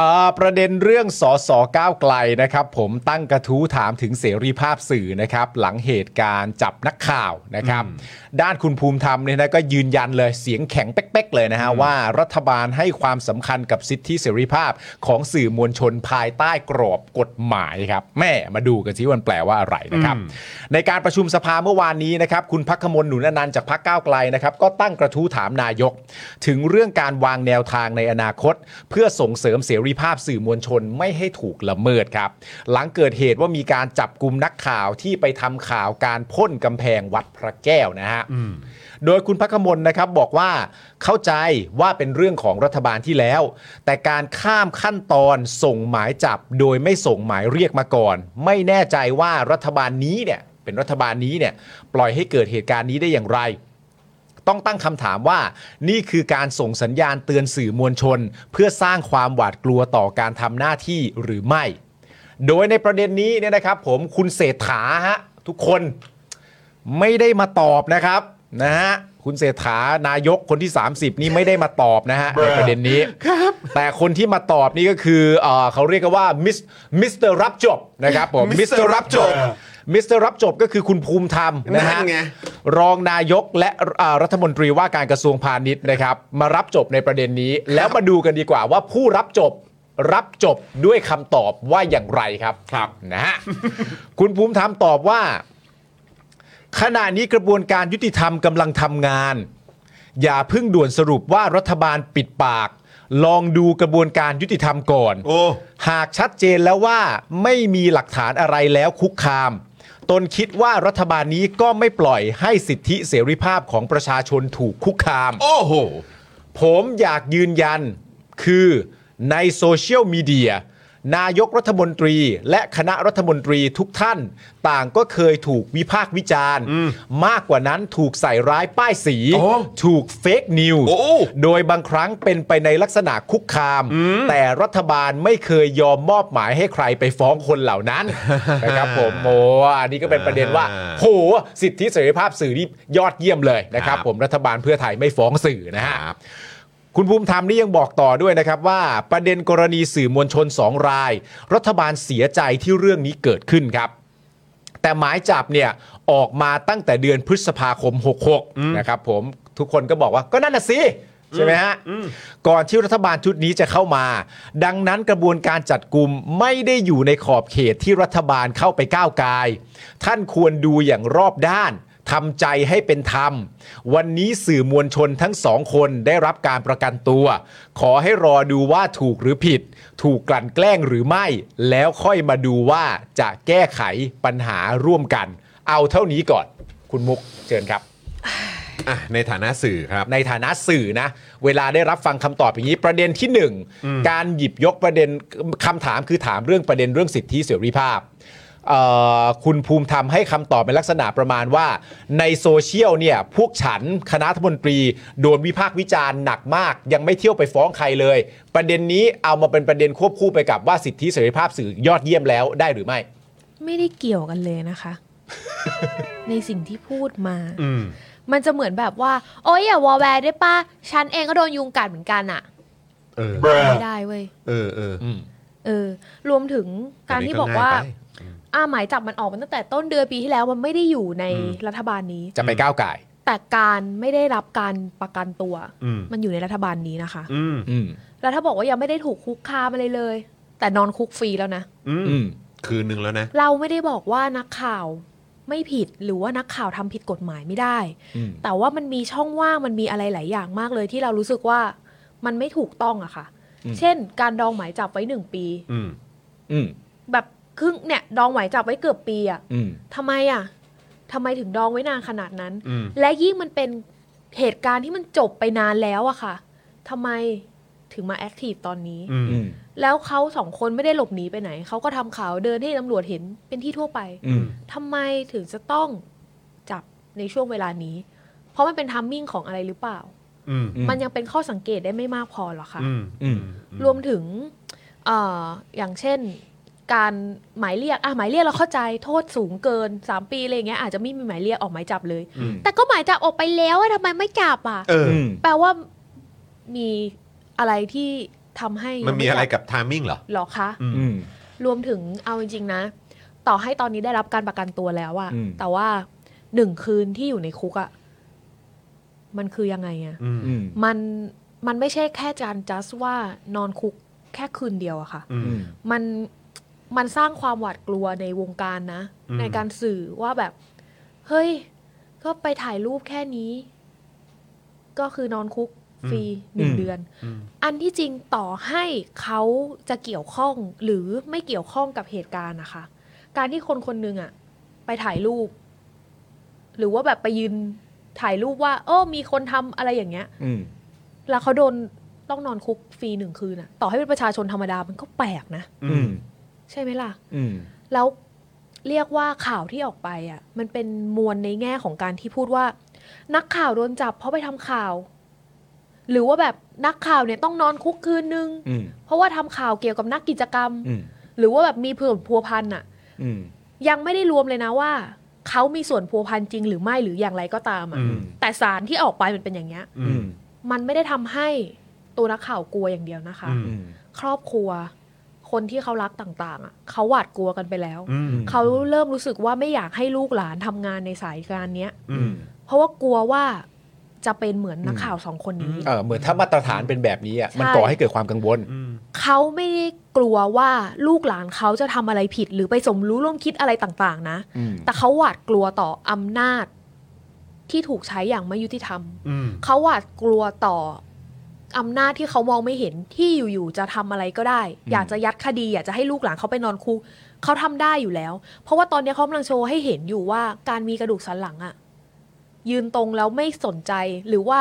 อ่าประเด็นเรื่องสอสอก้าวไกลนะครับผมตั้งกระทู้ถามถึงเสรีภาพสื่อนะครับหลังเหตุการณ์จับนักข่าวนะครับด้านคุณภูมิธรรมเนี่ยนะก็ยืนยันเลยเสียงแข็งเป๊กๆเลยนะฮะว่ารัฐบาลให้ความสำคัญกับสิทธิเสรีภาพของสื่อมวลชนภายใต้กรอบกฎหมายครับแม่มาดูกันสิวันแปลว่าอะไรนะครับในการประชุมสภาเมื่อวานนี้นะครับคุณพักขมลหนุนอนันต์จากพักก้าวไกลนะครับก็ตั้งกระทู้ถามนายก ถึงเรื่องการวางแนวทางในอนาคต เพื่อส่งเสริมเสรีภาพสื่อมวลชนไม่ให้ถูกละเมิดครับ หลังเกิดเหตุว่ามีการจับกลุ่มนักข่าวที่ไปทำข่าวการพ่นกำแพงวัดพระแก้วนะฮะ โดยคุณพักขมลนะครับบอกว่าเข้าใจว่าเป็นเรื่องของรัฐบาลที่แล้ว แต่การข้ามขั้นตอนส่งหมายจับโดยไม่ส่งหมายเรียกมาก่อน ไม่แน่ใจว่ารัฐบาลนี้เนี่ยเป็นรัฐบาลนี้เนี่ยปล่อยให้เกิดเหตุการณ์นี้ได้อย่างไร ต้องตั้งคำถามว่า นี่คือการส่งสัญญาณเตือนสื่อมวลชน เพื่อสร้างความหวาดกลัวต่อการทำหน้าที่หรือไม่ โดยในประเด็นนี้เนี่ยนะครับผมคุณเศรษฐาฮะทุกคน ไม่ได้มาตอบนะครับนะฮะคุณเศรษฐานายกคนที่ 30 นี่ไม่ได้มาตอบนะฮ [LAUGHS] ะ ในประเด็นนี้ครับแต่คนที่มาตอบนี่ก็คือเออเขาเรียกกันว่ามิสมิสเตอร์รับจบนะครับผมมิสเตอร์รับจบมิสเตอร์รับจบก็คือคุณภูมิธรรมนะฮะ
นั่นไง
รองนายกและเอ่อรัฐมนตรีว่าการกระทรวงพาณิชย์นะครับมารับจบในประเด็นนี้ แล้วมาดูกันดีกว่าว่าผู้รับจบรับจบด้วยคำตอบว่าอย่างไรครับครับนะฮะ คุณภูมิธรรมตอบว่า ขณะนี้กระบวนการยุติธรรมกำลังทำงาน อย่าเพิ่งด่วนสรุปว่ารัฐบาลปิดปาก ลองดูกระบวนการยุติธรรมก่อน
โอ้
หากชัดเจนแล้วว่าไม่มีหลักฐานอะไรแล้วคุกคาม ตนคิดว่ารัฐบาลนี้ก็ไม่ปล่อยให้สิทธิเสรีภาพของประชาชนถูกคุกคาม
โอ้โห
ผมอยากยืนยันคือในโซเชียลมีเดียนายกรัฐมนตรีและคณะรัฐมนตรีทุกท่าน ต่างก็เคยถูกวิพากษ์วิจารณ์ มากกว่านั้นถูกใส่ร้ายป้ายสี
โอ้
ถูกเฟกนิวส์
โอ้
โดยบางครั้งเป็นไปในลักษณะคุกคาม แต่รัฐบาลไม่เคยยอมมอบหมายให้ใครไปฟ้องคนเหล่านั้น [LAUGHS] นะครับผมโอ้อันนี้ก็เป็นประเด็นว่าโหสิทธิเสรีภาพสื่อนี่ยอดเยี่ยมเลยนะครับผมรัฐบาลเพื่อไทยไม่ฟ้องสื่อนะฮะ คุณภูมิธรรมนี่ยังบอกต่อด้วยนะครับว่าประเด็นกรณีสื่อมวลชนสองราย รัฐบาลเสียใจที่เรื่องนี้เกิดขึ้นครับ แต่หมายจับเนี่ยออกมาตั้งแต่เดือนพฤษภาคม 66 นะครับผมทุกคนก็บอกว่าก็นั่นน่ะสิ ใช่ไหมฮะ ก่อนที่รัฐบาลชุดนี้จะเข้ามา ดังนั้นกระบวนการจัดกลุ่มไม่ได้อยู่ในขอบเขตที่รัฐบาลเข้าไปก้าวไกายท่านควรดูอย่างรอบด้านทำใจให้เป็นธรรม วันนี้สื่อมวลชนทั้งสองคนได้รับการประกันตัว ขอให้รอดูว่าถูกหรือผิด ถูกกลั่นแกล้งหรือไม่ แล้วค่อยมาดูว่าจะแก้ไขปัญหาร่วมกัน เอาเท่านี้ก่อน คุณมุกเชิญครับ
อ่ะในฐานะสื่อครับ
ในฐานะสื่อนะ เวลาได้รับฟังคำตอบอย่างนี้ประเด็นที่หนึ่งการหยิบยกประเด็นคำถามคือถามเรื่องประเด็นเรื่องสิทธิเสรีภาพเอ่อคุณภูมิธรรมให้คำตอบเป็นลักษณะประมาณว่า ในโซเชียลเนี่ยพวกฉันคณะรัฐมนตรีโดนวิพากษ์วิจารณ์หนักมาก ยังไม่เที่ยวไปฟ้องใครเลย ประเด็นนี้เอามาเป็นประเด็นควบคู่ไปกับว่าสิทธิเสรีภาพสื่อยอดเยี่ยมแล้วได้หรือไม่
ไม่ได้เกี่ยวกันเลยนะคะ
[LAUGHS]
ในสิ่งที่พูดมา
อืม
มันจะเหมือนแบบว่า โอ้ยอย่าวอลแวร์ได้ป่ะฉันเองก็โดนยุงกัดเหมือนกันอะ
เออ
ไม่ได้เว้ย
เออเออ
เออ รวมถึงการที่บอกว่า อ่าหมายจับมันออกมาตั้งแต่ต้นเดือนปีที่แล้วมันไม่ได้อยู่ในรัฐบาลนี้
จะไปก้าวไก่าย
แต่การไม่ได้รับการประกันตัว
อืม
มันอยู่ในรัฐบาลนี้นะคะ
อืม
อืม
แล้วถ้าบอกว่ายังไม่ได้ถูกคุกคามอะไรเลย แต่นอนคุกฟรีแล้วนะ
อืม
อืม
คืนนึงแล้วนะ
เราไม่ได้บอกว่านักข่าว
ไม่ผิดหรือว่านักข่าวทำผิดกฎหมายไม่ได้
อืม
แต่ว่ามันมีช่องว่างมันมีอะไรหลายอย่างมากเลยที่เรารู้สึกว่ามันไม่ถูกต้องอะค่ะ
อืม
เช่น การดองหมายจับไว้หนึ่งปี
อืม
อืม
แบบครึ่งเนี่ยดองหมายจับไว้เกือบปีอะ
อืม
ทำไมอะทำไมถึงดองไว้นานขนาดนั้น
อืม
และยิ่งมันเป็นเหตุการณ์ที่มันจบไปนานแล้วอะค่ะทำไมถึงมาแอคทีฟตอนนี้
อืม
อืม
แล้วเขาสองคนไม่ได้หลบหนีไปไหน เขาก็ทำข่าวเดินให้ตำรวจเห็นเป็นที่ทั่วไป
อืม
ทำไมถึงจะต้องจับในช่วงเวลานี้ เพราะมันเป็นทัมมิ่งของอะไรหรือเปล่า
อืม
อืม
มันยังเป็นข้อสังเกตได้ไม่มากพอหรอคะ
อืม
อืม
รวมถึงเอออย่างเช่น การหมายเรียกอ่ะหมายเรียกเราเข้าใจโทษสูงเกิน 3 ปีอะไรอย่างเงี้ยอาจจะไม่มีหมายเรียกออกหมายจับเลย
อืม
แต่ก็หมายจับออกไปแล้วอะทำไมไม่จับอ่ะ
เออ
อืม
แปลว่ามีอะไรที่ทำให้
มันมีอะไร
ยังจั
กับไทมิ่งเหรอ
หรอคะ
อืม
อืม
รวมถึงเอาจริงๆนะ ต่อให้ตอนนี้ได้รับการประกันตัวแล้วอะ
อืม
แต่ว่าหนึ่งคืนที่อยู่ในคุกอะมันคือยังไงอะ
อืม
อืม
มันมันไม่ใช่แค่การจัสว่านอนคุกแค่คืนเดียวอะค่ะ
อืม
อืม
มันมันสร้างความหวาดกลัวในวงการนะ
อืม
ในการสื่อว่าแบบ เฮ้ย ก็ไปถ่ายรูปแค่นี้ ก็คือนอนคุกฟรีหนึ่ง
อืม
เดือน
อืม
อันที่จริงต่อให้เขาจะเกี่ยวข้องหรือไม่เกี่ยวข้องกับเหตุการณ์นะคะ การที่คนคนหนึงอะไปถ่ายรูป หรือว่าแบบไปยืนถ่ายรูปว่า เออมีคนทำอะไรอย่างเงี้ย
อืม
แล้วเขาโดนต้องนอนคุกฟรีหนึ่งคืนอะต่อให้เป็นประชาชนธรรมดามันก็แปลกนะ
อื
อื
ม
ม
ใช่ไหมล่ะ
อืม
แล้วเรียกว่าข่าวที่ออกไปอ่ะ มันเป็นมวลในแง่ของการที่พูดว่า นักข่าวโดนจับเพราะไปทำข่าว หรือว่าแบบนักข่าวเนี่ยต้องนอนคุกคืนนึง
อืม
เพราะว่าทำข่าวเกี่ยวกับนักกิจกรรม
อืม
หรือว่าแบบมีเผื่อพัวพันอ่ะ
อืม
ยังไม่ได้รวมเลยนะว่าเขามีส่วนพัวพันจริงหรือไม่หรืออย่างไรก็ตามอ่ะ
อืม
แต่สารที่ออกไปมันเป็นอย่างเงี้ย
อื
อื
ม
ม
มันไม่ได้ทำให้ตัวนักข่าวกลัวอย่างเดียวนะคะ
อืม
อืม
ครอบครัว คนที่เขารักต่าง ๆ อ่ะเขาหวาดกลัวกันไปแล้ว
อืม
เขาเริ่มรู้สึกว่าไม่อยากให้ลูกหลานทำงานในสายการเนี้ย
อืม
เพราะว่ากลัวว่าจะเป็นเหมือนนัก
อืม
ข่าวสองคนนี้
เออเหมือนถ้ามาตรฐานเป็นแบบนี้อ่ะ มัน
ใช่
ก่อให้เกิดความกังวล
อืม
เขาไม่ได้กลัวว่าลูกหลานเขาจะทำอะไรผิด หรือไปสมรู้ร่วมคิดอะไรต่างๆ นะ
อืม
แต่เขาหวาดกลัวต่ออำนาจที่ถูกใช้อย่างไม่ยุติธรรม
อืม
เขาหวาดกลัวต่ออำนาจที่เขามองไม่เห็นที่อยู่ๆจะทำอะไรก็ได้
อืม
อยากจะยัดคดี อยากจะให้ลูกหลานเขาไปนอนคุกเขาทำได้อยู่แล้ว เพราะว่าตอนนี้เขากำลังโชว์ให้เห็นอยู่ว่าการมีกระดูกสันหลังอะยืนตรงแล้วไม่สนใจหรือว่า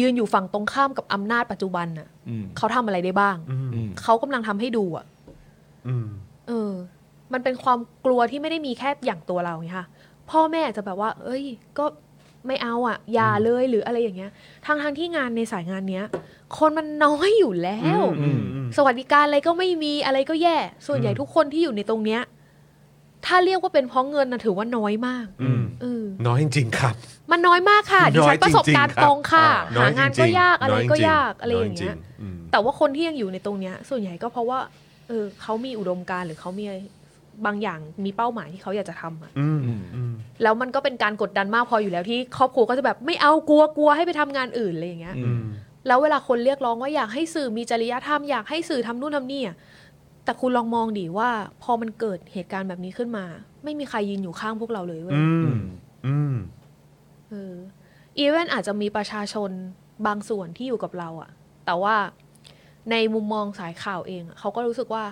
ยืนอยู่ฝั่งตรงข้ามกับอำนาจปัจจุบันน่ะ
อืม
เขาทำอะไรได้บ้าง
อืม
อืม
เขากำลังทำให้ดูอะ
อืม
เออ มันเป็นความกลัวที่ไม่ได้มีแค่อย่างตัวเราไงค่ะ พ่อแม่อาจจะแบบว่า เอ้ย ก็ไม่เอาอะอย่าเลยหรืออะไรอย่างเงี้ยทางทางๆที่งานในสายงานเนี้ย คนมันน้อยอยู่แล้ว
อืม อืม
สวัสดิการอะไรก็ไม่มีอะไรก็แย่ ส่วนใหญ่
อืม
ทุกคนที่อยู่ในตรงเนี้ย ถ้าเรียกว่าเป็นเพราะเงินนะถือว่าน้อยมาก
อืม
เออ
น้อยจริงๆครับ
มันน้อยมากค่ะดิ
น้อ
ฉั
ย
น
จริงๆ
ประสบการณ์
ครับ
ตรงค่ะ
น้อ
หาย
จริงๆ
งานก็ยากอะไร
น้อยจริงๆ
ก็ยากอะไรอย่าง
น้อยจริ
เงี้
ง
ย
อืม
แต่ว่าคนที่ยังอยู่ในตรงเนี้ย ส่วนใหญ่ก็เพราะว่า เออเขามีอุดมการณ์หรือเขามีบางอย่างมีเป้าหมายที่เขาอยากจะทำอะ
อืม อืม
แล้วมันก็เป็นการกดดันมากพออยู่แล้วที่ครอบครัวก็จะแบบไม่เอากลัวกลัวให้ไปทำงานอื่นอะไรอย่างเงี้ย
อืม
แล้วเวลาคนเรียกร้องว่าอยากให้สื่อมีจริยธรรมอยากให้สื่อทำนู่นทำนี่อะแต่คุณลองมองดิว่า พอมันเกิดเหตุการณ์แบบนี้ขึ้นมา ไม่มีใครยืนอยู่ข้างพวกเราเลยเว้ย
อื
อื
มอื
ม
ม
เอออีเวนอาจจะมีประชาชนบางส่วนที่อยู่กับเราอะแต่ว่าในมุมมองสายข่าวเองอะเขาก็รู้สึกว่า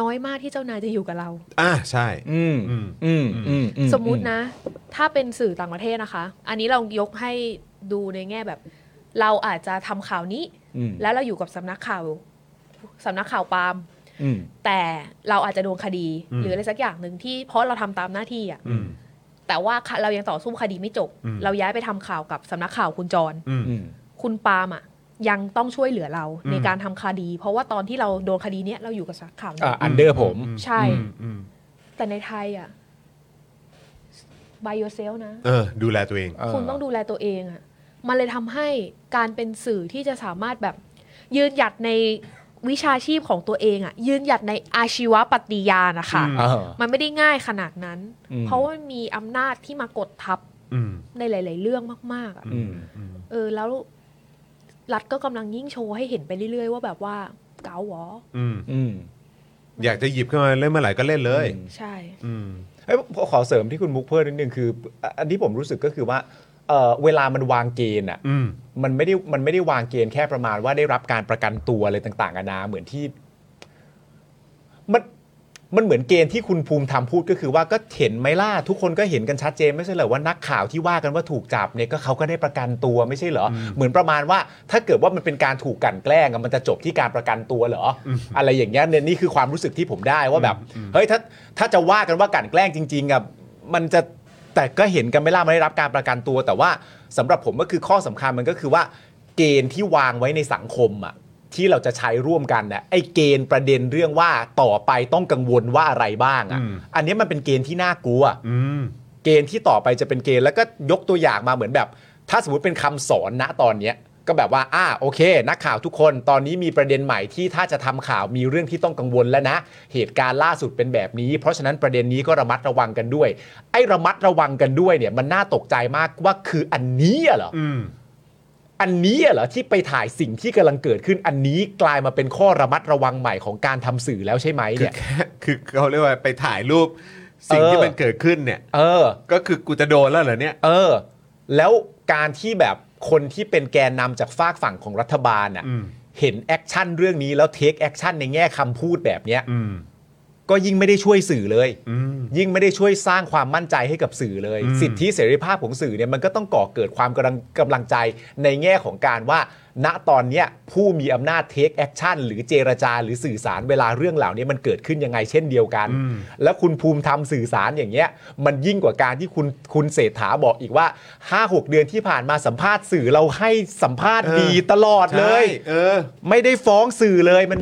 น้อยมากที่เจ้านายจะอยู่กับเรา
อ่า ใช่
อืม
อืม
อืม อืมอื
สมมุตินะ ถ้าเป็นสื่อต่างประเทศนะคะ อันนี้เรายกให้ดูในแง่แบบ เราอาจจะทำข่าวนี้
อืม
แล้วเราอยู่กับสำนักข่าวสำนักข่าวปาล์ม
อืม
แต่เราอาจจะโดนคดี
อืม
หรืออะไรสักอย่างหนึ่งที่เพราะเราทำตามหน้าที่อ่ะ
อืม
แต่ว่าเรายังต่อสู้คดีไม่จบ
อืม
เราย้ายไปทำข่าวกับสำนักข่าวคุณจร
อืม
อืม
คุณปาล์มอ่ะยังต้องช่วยเหลือเรา
อืม
ในการทำคดี เพราะว่าตอนที่เราโดนคดีเนี้ยเราอยู่กับสำนักข่าวนี้
อ่า อันเดอร์ผม
ใช่
อืมอืม
แต่ในไทยอ่ะ by yourself นะ
เออ ดูแลตัวเอง
เออ
คุณต้องดูแลตัวเองอะ่ะ มันเลยทำให้การเป็นสื่อที่จะสามารถแบบ ยืนหยัดในวิชาชีพของตัวเองอะ่ะ ยืนหยัดในอาชีวปฏิญาณนะคะ
อื
เออ
มันไม่ได้ง่ายขนาดนั้น
อืม
เพราะว่ามันมีอำนาจที่มากดทับ
อืม
ในหลาย ๆ เรื่องมาก ๆอะ่ะ
อืม
อืม
เออ แล้วรัฐก็กำลังยิ่งโชว์ให้เห็นไปเรื่อย ๆ ว่าแบบว่าเก๋าหวอ
อืม
อืม
อยากจะหยิบขึ้นมาเล่นเมื่อไหร่ก็เล่นเลย
ใช่
อืม
เอ้ยผมขอเสริมที่คุณมุกเพิ่มนิดนึงคืออ่ะอันที่ผมรู้สึกก็คือว่าเอ่อเวลามันวางเกณฑ์อ่ะมันไม่ได้มันไม่ได้วางเกณฑ์แค่ประมาณว่าได้รับการประกันตัวอะไรต่างๆนานาเหมือนที่ มันมันเหมือนเกณฑ์ที่คุณภูมิธรรมพูดก็คือว่าก็เห็นไหมล่ะทุกคนก็เห็นกันชัดเจนไม่ใช่เหรอว่านักข่าวที่ว่ากันว่าถูกจับเนี่ยก็เขาก็ได้ประกันตัวไม่ใช่เหรอเหมือนประมาณว่า ถ้าเกิดว่ามันเป็นการถูกกลันแกล้งอะมันจะจบที่การประกันตัวเหรอออะไรอย่างเงี้ยเนี่ยนี่คือความรู้สึกที่ผมได้ว่าแบบเฮ้ยถ้าถ้าจะว่ากันว่ากลันแกล้งจริงๆอ่ะมันจะแต่ก็เห็นกันไหม่ล่ะมันได้รับการประกันตัว แต่ว่าสำหรับผมก็คือข้อสำคัญมันก็คือว่า เกณฑ์ที่วางไว้ในสังคมอ่ะ ที่เราจะใช้ร่วมกันนะไอ้เกณฑ์ประเด็นเรื่องว่าต่อไปต้องกังวลว่าอะไรบ้าง
อื
อะ่ะ
ม
อันนี้มันเป็นเกณฑ์ที่น่ากลัว
อืม
เกณฑ์ที่ต่อไปจะเป็นเกณฑ์แล้วก็ยกตัวอย่างมาเหมือนแบบ ถ้าสมมติเป็นคำสอนณตอนเนี้ยก็แบบว่าอ่าโอเค นักข่าวทุกคนตอนนี้มีประเด็นใหม่ที่ถ้าจะทำข่าวมีเรื่องที่ต้องกังวลแล้วนะ เหตุการณ์ล่าสุดเป็นแบบนี้ เพราะฉะนั้นประเด็นนี้ก็ระมัดระวังกันด้วย ไอ้ระมัดระวังกันด้วยเนี่ยมันน่าตกใจมากว่าคืออันนี้อะเหรอ
อืม
อันนี้เหรอที่ไปถ่ายสิ่งที่กำลังเกิดขึ้นอันนี้กลายมาเป็นข้อระมัดระวังใหม่ของการทำสื่อแล้วใช่ไหม
คือ
เนี่ย
แค่คือเขาเรียกว่าไปถ่ายรูปสิ่งที่
เออ
มันเกิดขึ้นเนี่ย
เออ
ก็คือกูจะโดนแล้วเหรอเนี่ย
เออ แล้วการที่แบบคนที่เป็นแกนนำจากฝากฝั่งของรัฐบาลอ่ะ
อืม
เห็นแอคชั่นเรื่องนี้แล้วเทคแอคชั่นในแง่คำพูดแบบเนี้ย
อืม
ก็ยิ่งไม่ได้ช่วยสื่อเลย
อืม
ยิ่งไม่ได้ช่วยสร้างความมั่นใจให้กับสื่อเลย
อืม
สิทธิเสรีภาพของสื่อเนี่ยมันก็ต้องก่อเกิดความกำลังกำลังใจในแง่ของการว่า ณตอนเนี้ยผู้มีอำนาจเทคแอคชั่นหรือเจรจาหรือสื่อสารเวลาเรื่องเหล่านี้มันเกิดขึ้นยังไงเช่นเดียวกัน แล้วคุณภูมิธรรมสื่อสารอย่างเงี้ย มันยิ่งกว่าการที่คุณคุณเศรษฐาบอกอีกว่า 5-6 เดือนที่ผ่านมาสัมภาษณ์สื่อเราให้สัมภาษณ์ดีตลอดเลย
ใช่เออ
ไม่ได้ฟ้องสื่อเลยมัน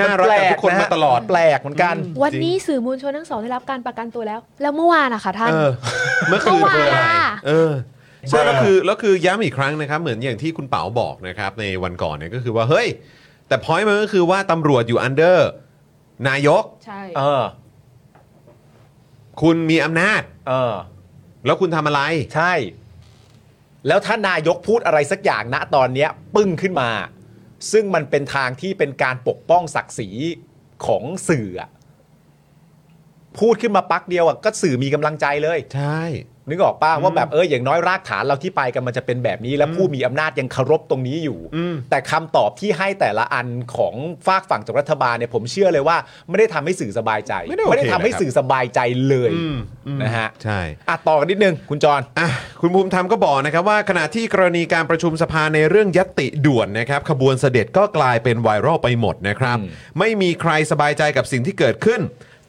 น่ารักกับทุกคนมาตลอด
แปลกเหมือนกัน
วันนี้สื่อมวลชนทั้งสองได้รับการประกันตัวแล้ว แล้วเมื่อวานนะคะท่าน
เออ เมื่อคืนเบอร์อะไร
เมื่อวานล่ะ
เออ ใช่แล้วคือแล้วคือย้ำอีกครั้งนะครับ เหมือนอย่างที่คุณเป๋าบอกนะครับ ในวันก่อนเนี่ยก็คือว่า เฮ้ย แต่พอยต์มันก็คือว่าตำรวจอยู่อันเดอร์นายก
ใช่
เออ
คุณมีอำนาจ
เออ
แล้วคุณทำอะไร
ใช่ แล้วถ้านายกพูดอะไรสักอย่างณตอนเนี้ยปึ้งขึ้นมา ซึ่งมันเป็นทางที่เป็นการปกป้องศักดิ์ศรีของสื่ออะพูดขึ้นมาปักเดียวอะก็สื่อมีกำลังใจเลย
ใช่
นึกออกป้าว่าแบบเอออย่างน้อยรากฐานเราที่ไปกันมันจะเป็นแบบนี้และผู้มีอำนาจยังเคารพตรงนี้อยู่
อืม
แต่คำตอบที่ให้แต่ละอันของฝากฝั่งจากรัฐบาลเนี่ยผมเชื่อเลยว่า ไม่ได้ทำให้สื่อสบายใจ
ไม่ได้โอเค
ทำให้
นะครับ
สื่อสบายใจเลย
อืมอืม
นะฮะ
ใช่
อ่ะต่อกันนิดนึงคุณจร
อ่ะคุณภูมิธรรมก็บอกนะครับว่าขณะที่กรณีการประชุมสภาในเรื่องยัตติด่วนนะครับขบวนเสด็จก็กลายเป็นไวรัลไปหมดนะครับ
อืม
ไม่มีใครสบายใจกับสิ่งที่เกิดขึ้น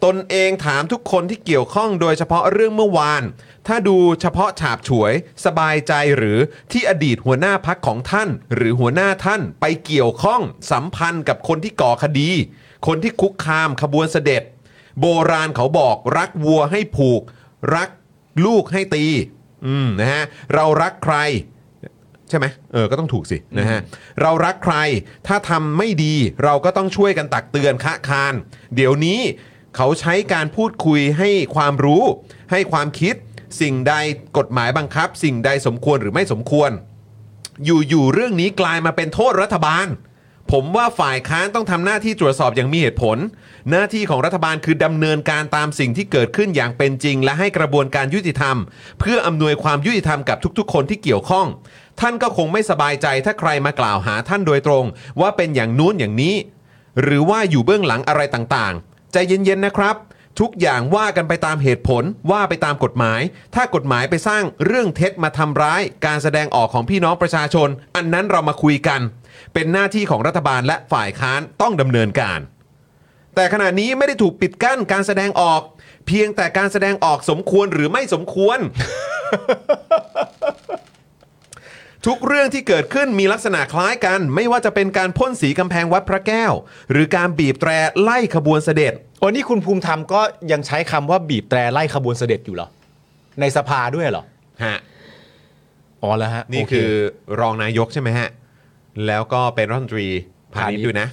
ตนเองถามทุกคนที่เกี่ยวข้องโดยเฉพาะเรื่องเมื่อวาน ถ้าดูเฉพาะฉาบฉวย สบายใจหรือที่อดีตหัวหน้าพักของท่าน หรือหัวหน้าท่านไปเกี่ยวข้องสัมพันธ์กับคนที่ก่อคดี คนที่คุกคามขบวนเสด็จ โบราณเขาบอกรักวัวให้ผูก รักลูกให้ตี อืมนะฮะเรารักใคร ใช่ไหมเออ ก็ต้องถูกสินะฮะ เรารักใคร ถ้าทำไม่ดี เราก็ต้องช่วยกันตักเตือนคะคาน เดี๋ยวนี้เขาใช้การพูดคุยให้ความรู้ ให้ความคิด สิ่งใดกฎหมายบังคับ สิ่งใดสมควรหรือไม่สมควร อยู่ๆเรื่องนี้กลายมาเป็นโทษรัฐบาล ผมว่าฝ่ายค้านต้องทำหน้าที่ตรวจสอบอย่างมีเหตุผล หน้าที่ของรัฐบาลคือดำเนินการตามสิ่งที่เกิดขึ้นอย่างเป็นจริง และให้กระบวนการยุติธรรม เพื่ออำนวยความยุติธรรมกับทุกๆ คนที่เกี่ยวข้อง ท่านก็คงไม่สบายใจถ้าใครมากล่าวหาท่านโดยตรง ว่าเป็นอย่างนู้นอย่างนี้ หรือว่าอยู่เบื้องหลังอะไรต่างๆ ใจเย็นๆนะครับ ทุกอย่างว่ากันไปตามเหตุผลว่าไปตามกฎหมาย ถ้ากฎหมายไปสร้างเรื่องเท็จมาทำร้าย การแสดงออกของพี่น้องประชาชน อันนั้นเรามาคุยกัน เป็นหน้าที่ของรัฐบาลและฝ่ายค้านต้องดำเนินการ แต่ขณะนี้ไม่ได้ถูกปิดกั้นการแสดงออก เพียงแต่การแสดงออกสมควรหรือไม่สมควร ทุกเรื่องที่เกิดขึ้นมีลักษณะคล้ายกัน ไม่ว่าจะเป็นการพ่นสีกำแพงวัดพระแก้ว หรือการบีบแตรไล่ขบวนเสด็จ
โอ้นี่คุณภูมิธรรมก็ยังใช้คำว่าบีบแตรไล่ขบวนเสด็จอยู่เหรอ ในสภาด้วยเหรอ
ฮะ
อ๋อแล้วฮะ
นี่
โเ
คือรองนายกใช่ไหมฮะ แล้วก็เป็นรัฐมนตรีพาณิชย์
พาณิชย์
ด้วยนะ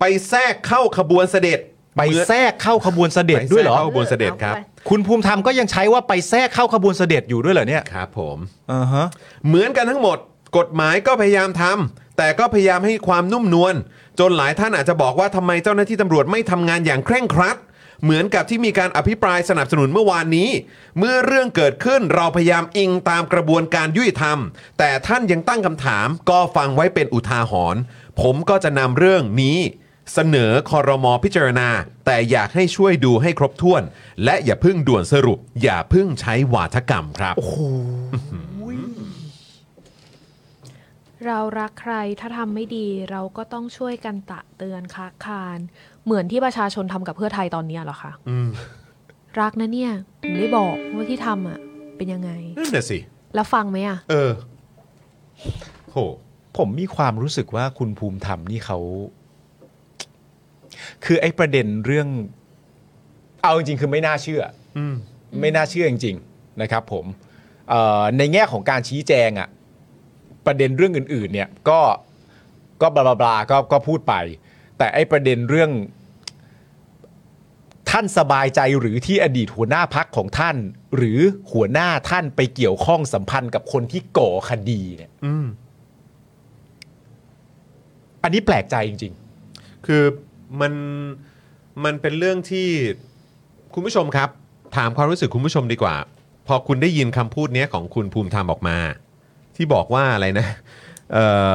ไปแทรกเข้าขบวนเสด็จ
ไป
เหมือน
แทรกเข้าขบวนเสด็จด้วยเหรอ
ไปแทรกเข้า บนเสด็จครับ
คุณภูมิธรรมก็ยังใช้ว่าไปแทรกเข้าขบวนเสด็จอยู่ด้วยเหรอเนี่ย
ครับผม
อ่าฮะ
เหมือนกันทั้งหมด กฎหมายก็พยายามทำแต่ก็พยายามให้ความนุ่มนวลจนหลายท่านอาจจะบอกว่าทำไมเจ้าหน้าที่ตำรวจไม่ทำงานอย่างเคร่งครัด เหมือนกับที่มีการอภิปรายสนับสนุนเมื่อวานนี้ เมื่อเรื่องเกิดขึ้นเราพยายามอิงตามกระบวนการยุติธรรม แต่ท่านยังตั้งคำถามก็ฟังไว้เป็นอุทาหรณ์ผมก็จะนำเรื่องนี้ เสนอคอรมอพิจารณา แต่อยากให้ช่วยดูให้ครบถ้วน และอย่าเพึ่งด่วนสรุป อย่าเพึ่งใช้วาทกรรมครับ
เรารักใครถ้าทำไม่ดีเราก็ต้องช่วยกันตะเตือนคะคาน เหมือนที่ประชาชนทำกับเพื่อไทยตอนเนี้ยเหรอคะ
อืม
รักนะเนี่ยถึงได้บอกว่าที่ทำอ่ะ เป็นยังไง
นั่นน่ะสิ
แล้วฟังไหมอ่ะ
เออ โห
ผมมีความรู้สึกว่าคุณภูมิธรรมนี่เขา คือไอ้ประเด็นเรื่อง เอาจริงๆคือไม่น่าเชื่ออ
ม
ไม่น่าเชื่อจริง ๆ นะครับ ผมเอ่อในแง่ของการชี้แจงอะประเด็นเรื่องอื่น ๆ เนี่ย ก็ก็บลาบลาบลาก็ก็พูดไป แต่ไอ้ประเด็นเรื่อง ท่านสบายใจหรือที่อดีตหัวหน้าพักของท่าน หรือหัวหน้าท่านไปเกี่ยวข้องสัมพันธ์กับคนที่ก่อคดีเนี่ย
อืม
อันนี้แปลกใจจริง
คือมันมันเป็นเรื่องที่คุณผู้ชมครับ ถามความรู้สึกคุณผู้ชมดีกว่า พอคุณได้ยินคำพูดเนี้ยของคุณภูมิธรรมออกมา ที่บอกว่าอะไรนะเออ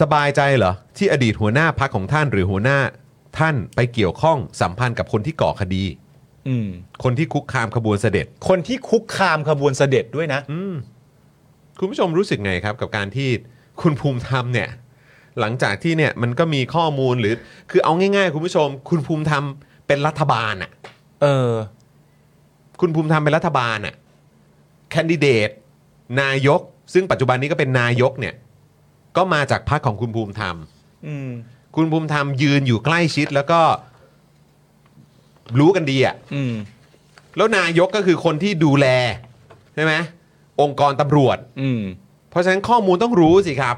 สบายใจเหรอ ที่อดีตหัวหน้าพักของท่านหรือหัวหน้าท่านไปเกี่ยวข้องสัมพันธ์กับคนที่ก่อคดี
ๆ อืม
คนที่คุกคามขบวนเสด็จ
คนที่คุกคามขบวนเสด็จด้วยนะ
อืมคุณผู้ชมรู้สึกไงครับ กับการที่คุณภูมิธรรมเนี่ย หลังจากที่เนี่ยมันก็มีข้อมูลหรือ คือเอาง่ายๆ คุณผู้ชม คุณภูมิธรรมเป็นรัฐบาลอ่ะ
เออ
คุณภูมิธรรมเป็นรัฐบาลอ่ะแคนดิเดต นายก ซึ่งปัจจุบันนี้ก็เป็นนายกเนี่ย ก็มาจากพรรคของคุณภูมิธรรม
อืม
คุณภูมิธรรมยืนอยู่ใกล้ชิดแล้วก็ รู้กันดีอ่ะ
อืม
แล้วนายกก็คือคนที่ดูแลใช่ไหมองค์กรตำรวจ
อืม
เพราะฉะนั้นข้อมูลต้องรู้สิครับ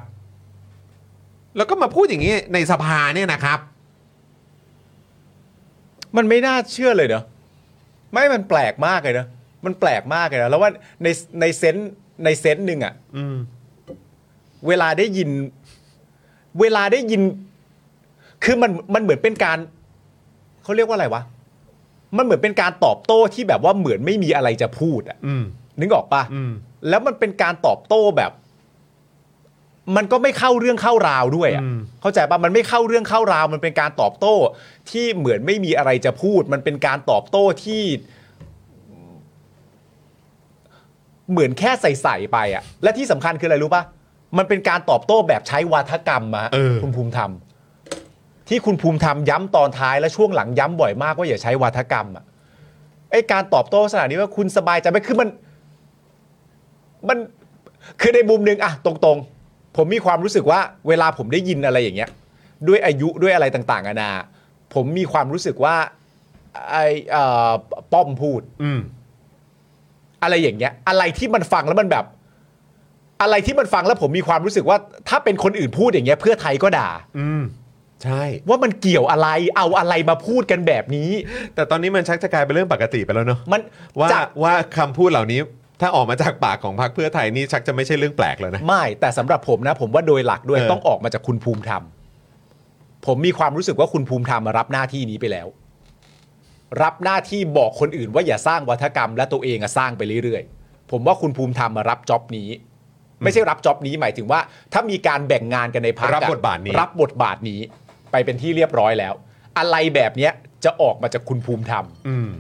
แล้วก็มาพูดอย่างนี้ในสภาเนี่ยนะครับ
มันไม่น่าเชื่อเลยเนอะไม่มันแปลกมากเลยเนอะมันแปลกมากเลยนะแล้วว่าในในเซนส์ในเซนส์หนึ่งอะ
อืม
เวลาได้ยิน เวลาได้ยิน คือมันมันเหมือนเป็นการเขาเรียกว่าอะไรวะ มันเหมือนเป็นการตอบโต้ที่แบบว่าเหมือนไม่มีอะไรจะพูดอะ
อืม
นึกออกปะ
อืม
แล้วมันเป็นการตอบโต้แบบ มันก็ไม่เข้าเรื่องเข้าราวด้วยอะ
อืม
เข้าใจปะมันไม่เข้าเรื่องเข้าราว มันเป็นการตอบโต้ ที่เหมือนไม่มีอะไรจะพูด มันเป็นการตอบโต้ที่ เหมือนแค่ใส่ๆไปอะและที่สำคัญคืออะไรรู้ปะมันเป็นการตอบโต้แบบใช้วาทกรรมมา
เออ
คุณภูมิธรรม ที่คุณภูมิธรรมย้ำตอนท้ายและช่วงหลังย้ำบ่อยมากว่าอย่าใช้วาทกรรมอะไอการตอบโต้ลักษณะนี้ว่าคุณสบายใจไหมคือมัน มันคือในมุมหนึ่งอะตรงๆ ผมมีความรู้สึกว่า เวลาผมได้ยินอะไรอย่างเงี้ย ด้วยอายุด้วยอะไรต่างๆนานาผมมีความรู้สึกว่าไอเอ่อป้อมพูด
อืม
อะไรอย่างเงี้ย อะไรที่มันฟังแล้วมันแบบ อะไรที่มันฟังแล้วผมมีความรู้สึกว่า ถ้าเป็นคนอื่นพูดอย่างเงี้ย เพื่อไทยก็ด่า
อืม ใช่
ว่ามันเกี่ยวอะไรเอาอะไรมาพูดกันแบบนี้
แต่ตอนนี้มันชักจะกลายเป็นเรื่องปกติไปแล้วเนอะ
มัน
ว่า
จาก
ว่าคำพูดเหล่านี้ ถ้าออกมาจากปากของพรรคเพื่อไทยนี่ชักจะไม่ใช่เรื่องแปลกแล้วนะ
ไม่แต่สำหรับผมนะ ผมว่าโดยหลักด้วย
เออ
ต้องออกมาจากคุณภูมิธรรม ผมมีความรู้สึกว่าคุณภูมิธรรมมารับหน้าที่นี้ไปแล้ว รับหน้าที่บอกคนอื่นว่าอย่าสร้างวัฒกรรมและตัวเองอะสร้างไปเรื่อยๆ ผมว่าคุณภูมิธรรมมารับจ็อบนี้ ไม่ใช่รับจ็อบนี้หมายถึงว่า ถ้ามีการแบ่งงานกันในพัก
รับบทบาทนี้
รับบทบาทนี้ ไปเป็นที่เรียบร้อยแล้ว อะไรแบบเนี้ยจะออกมาจากคุณภูมิธรรม
อืม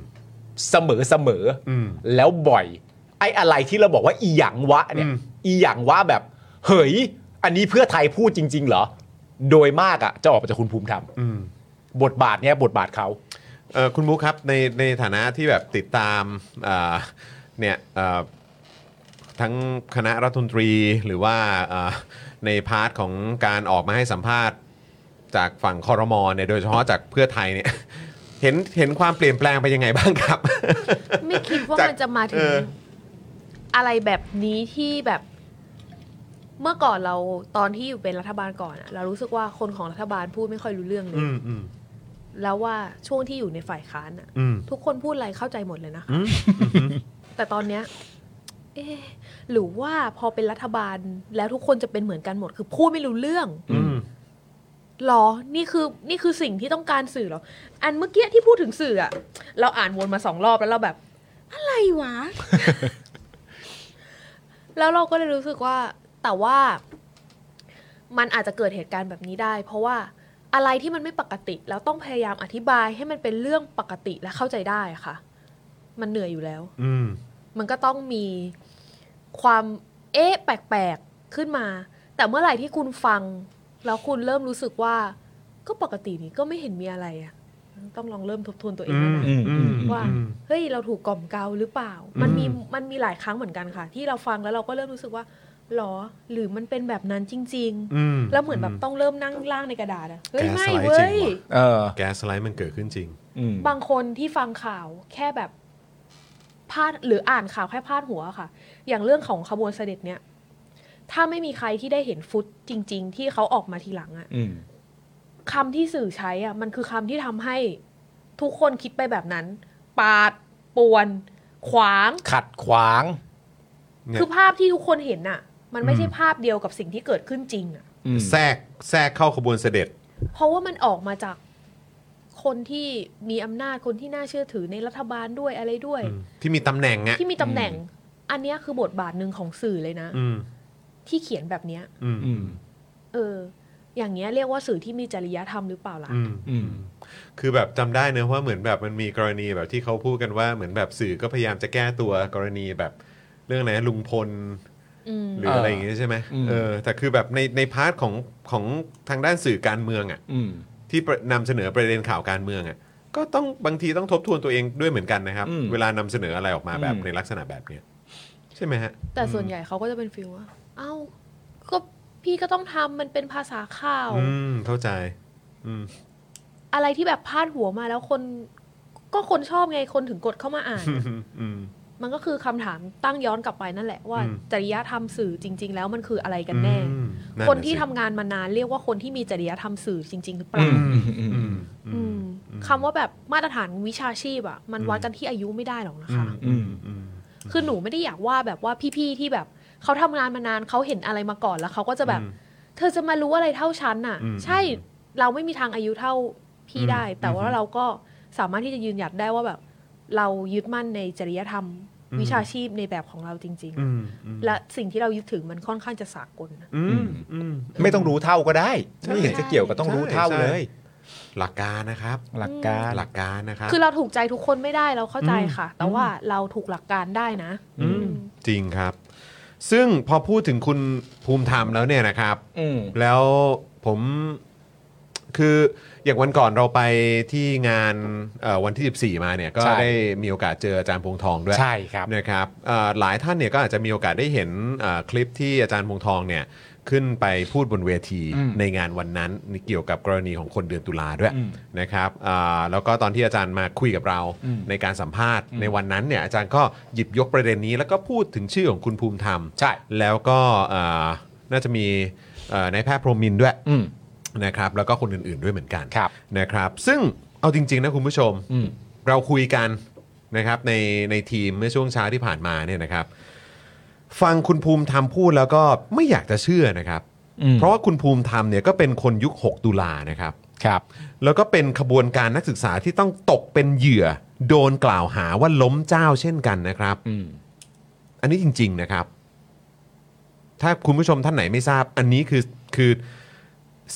เสมอเสมออ
ม
แล้วบ่อย ไอ้อะไรที่เราบอกว่าอีหยังวะเนี่ย
อืม
อีหยังวะแบบเฮ้ยอันนี้เพื่อไทยพูดจริง ๆ เหรอ โดยมากอะจะออกมาจากคุณภูมิธรรม
อืม
บทบาทเนี่ยบทบาทเขา
เอ่อคุณมุกครับในในฐานะที่แบบติดตามอ่าเนี่ยเอ่อทั้งคณะรัฐมนตรีหรือว่าอ่าในพาร์ทของการออกมาให้สัมภาษณ์ จากฝั่งคอรมอเนี่ยโดยเฉพาะจากเพื่อไทยเนี่ย [LAUGHS] เห็นเห็นความเปลี่ยนแปลงไปยังไงบ้างครับ
[LAUGHS] ไม่คิดว่า
จาก
มันจะมาถึ
เองอ
อะไรแบบนี้ที่แบบ เมื่อก่อนเราตอนที่อยู่เป็นรัฐบาลก่อนอะเรารู้สึกว่าคนของรัฐบาลพูดไม่ค่อยรู้เรื่องเลย
อืมอืม
แล้วว่าช่วงที่อยู่ในฝ่ายค้านอะ
อืม
ทุกคนพูดอะไรเข้าใจหมดเลยนะคะ
อืม
[LAUGHS] แต่ตอนเนี้ยเอ๊ะหรือว่าพอเป็นรัฐบาลแล้วทุกคนจะเป็นเหมือนกันหมด คือพูดไม่รู้เรื่อง
อืม
หรอ นี่คือนี่คือสิ่งที่ต้องการสื่อเหรอ อันเมื่อกี้ที่พูดถึงสื่ออะเราอ่านวนมาสองรอบแล้วเราแบบ อะไรวะ [LAUGHS] แล้วเราก็เลยรู้สึกว่า แต่ว่า มันอาจจะเกิดเหตุการณ์แบบนี้ได้ เพราะว่าอะไรที่มันไม่ปกติ แล้วต้องพยายามอธิบายให้มันเป็นเรื่องปกติและเข้าใจได้ค่ะ มันเหนื่อยอยู่แล้ว
อืม
มันก็ต้องมีความเอ๊ะแปลกๆ ขึ้นมา แต่เมื่อไหร่ที่คุณฟัง แล้วคุณเริ่มรู้สึกว่า ก็ปกตินี่ก็ไม่เห็นมีอะไรอะต้องลองเริ่มทบทวนตัวเองแล้วนะ
อืมอืม
ว่า เฮ้ย เราถูกกล่อมเกลาหรือเปล่า มันมีมันมีหลายครั้งเหมือนกันค่ะ ที่เราฟังแล้วเราก็เริ่มรู้สึกว่าหรอ หรือมันเป็นแบบนั้นจริง
อืม
ๆ แล้วเหมือนแบบต้องเริ่มนั่งล่างในกระดาษอะเฮ้ยไม่
gaslight จริ
เว้
ง
ย
ว่ะ
เออ
แก๊สไลท์มันเกิดขึ้นจริง
อืม
บางคนที่ฟังข่าวแค่แบบพลาดหรืออ่านข่าวแค่พลาดหัวค่ะ อย่างเรื่องของขบวนเสด็จเนี่ย ถ้าไม่มีใครที่ได้เห็นฟุตจริง ๆ ที่เขาออกมาทีหลังอะ
อืม
คำที่สื่อใช้อะมันคือคำที่ทำให้ทุกคนคิดไปแบบนั้น ปาดป่วน ขวาง
ขัดขวาง
เนี่ย
คือภาพที่ทุกคนเห็นน่ะ มันไม่ใช่ภาพเดียวกับสิ่งที่เกิดขึ้นจริงอะ
อืม
แทรกแทรกเข้าขบวนเสด็จ
เพราะว่ามันออกมาจากคนที่มีอำนาจคนที่น่าเชื่อถือในรัฐบาลด้วยอะไรด้วย
ที่มีตำแหน่งอ่ะ
ที่มีตำแหน่ง อันเนี้ยคือบทบาทหนึ่งของสื่อเลยนะ
อืม
ที่เขียนแบบเนี้ย
อืม
อืม
เออ อย่างเงี้ยเรียกว่าสื่อที่มีจริยธรรมหรือเปล่าล่ะ
อืม
อืม
คือแบบจำได้เนอะว่าเหมือนแบบมันมีกรณีแบบที่เขาพูดกันว่าเหมือนแบบสื่อก็พยายามจะแก้ตัวกรณีแบบเรื่องอะไรนะลุงพล
อืม
หรืออะไรอย่างเงี้ยใช่ไหม
อืม
เออแต่คือแบบในในพาร์ทของของทางด้านสื่อการเมืองอะ่ะ
อืม
ที่ประนำเสนอประเด็นข่าวการเมืองอะ่ะก็ต้องบางทีต้องทบทวนตัวเองด้วยเหมือนกันนะครับ
อืม
เวลานำเสนออะไรออกมาแบบ
อืม
ในลักษณะแบบเนี้ยใช่ไหมฮะ
แต่ส่วนใหญ่เขาก็จะเป็นฟิลว่า เอ้า ก็พี่ก็ต้องทำมันเป็นภาษาข่าว
อืมเข้าใจ อืม
อะไรที่แบบพาดหัวมาแล้วคน ก็คนชอบไงคนถึงกดเข้ามาอ่าน
อืม
มันก็คือคำถามตั้งย้อนกลับไปนั่นแหละว่า
อืม
จริยธรรมสื่อจริง ๆ แล้วมันคืออะไรกันแน่
อืมะ
คนที่
สิ
ทำงานมานานเรียกว่าคนที่มีจริยธรรมสื่อจริง ๆ หรือเปล่า
อืม
อืมอื
อื
ม
ม
อืม
คำว่าแบบมาตรฐานวิชาชีพอะมันวัดกันที่อายุไม่ได้หรอกนะ
อื
คะ
มอืมอืม
คือหนูไม่ได้อยากว่าแบบว่าพี่ ๆ ที่แบบเขาทำงานมานานเขาเห็นอะไรมาก่อนแล้วเขาก็จะแบบ
อืม
เธอจะมารู้อะไรเท่าฉันน่ะ
อืม
ใช่เราไม่มีทางอายุเท่าพี่
อืม
ได้ แต่
อื
ว่ามเราก็สามารถที่จะยืนหยัดได้ว่าแบบ เรายึดมั่นในจริยธรรม
อืม
วิชาชีพในแบบของเราจริง
อืมอืม
ๆ และสิ่งที่เรายึดถือมันค่อนข้างจะสากลนะ
อืมอืม
ไม่ต้องรู้เท่าก็ได้
ใช่
ไม่เห็นจะเกี่ยวกับต้องรู้เท่าเลย
หลักการนะครับ
หลักการ
หลักการนะครับ
คือเราถูกใจทุกคนไม่ได้เราเข้าใจ
อืม
ค่ะ แต่ว่าเราถูกหลักการได้นะ
อืมจริงครับ ซึ่งพอพูดถึงคุณภูมิธรรมแล้วเนี่ยนะครับ
อืม
แล้วผมคืออย่างวันก่อนเราไปที่งานเอ่อวันที่ 14 มาเนี่ยก็
ใช่
ได้มีโอกาสเจออาจารย์พวงทองด้วย
ใช่ครับ
นะครับเอ่อหลายท่านเนี่ยก็อาจจะมีโอกาสได้เห็นเอ่อคลิปที่อาจารย์พงทองเนี่ยขึ้นไปพูดบนเวที
อืม
ในงานวันนั้นเกี่ยวกับกรณีของคนเดือนตุลาด้วย
อืม
นะครับอ่าแล้วก็ตอนที่อาจารย์มาคุยกับเรา
อืม
ในการสัมภาษณ์
อืม
ในวันนั้นเนี่ยอาจารย์ก็หยิบยกประเด็นนี้ แล้วก็พูดถึงชื่อของคุณภูมิธรรม
ใช่
แล้วก็เอ่อน่าจะมีเอ่อนายแพทย์พรหมมินทร์ด้วย
อืม
นะครับแล้วก็คนอื่นๆด้วยเหมือนกัน
ครับ
นะครับ ซึ่งเอาจริงๆนะคุณผู้ชม
อืม
เราคุยกันนะครับในในทีมเมื่อช่วงเช้าที่ผ่านมาเนี่ยนะครับ ฟังคุณภูมิธรรมพูดแล้วก็ไม่อยากจะเชื่อนะครับ
อืม
เพราะว่าคุณภูมิธรรมเนี่ยก็เป็นคนยุค 6 ตุลานะครับ
ครับ
แล้วก็เป็นขบวนการนักศึกษาที่ต้องตกเป็นเหยื่อ โดนกล่าวหาว่าล้มเจ้าเช่นกันนะครับ
อืม
อันนี้จริง ๆนะครับ ถ้าคุณผู้ชมท่านไหนไม่ทราบ อันนี้คือคือ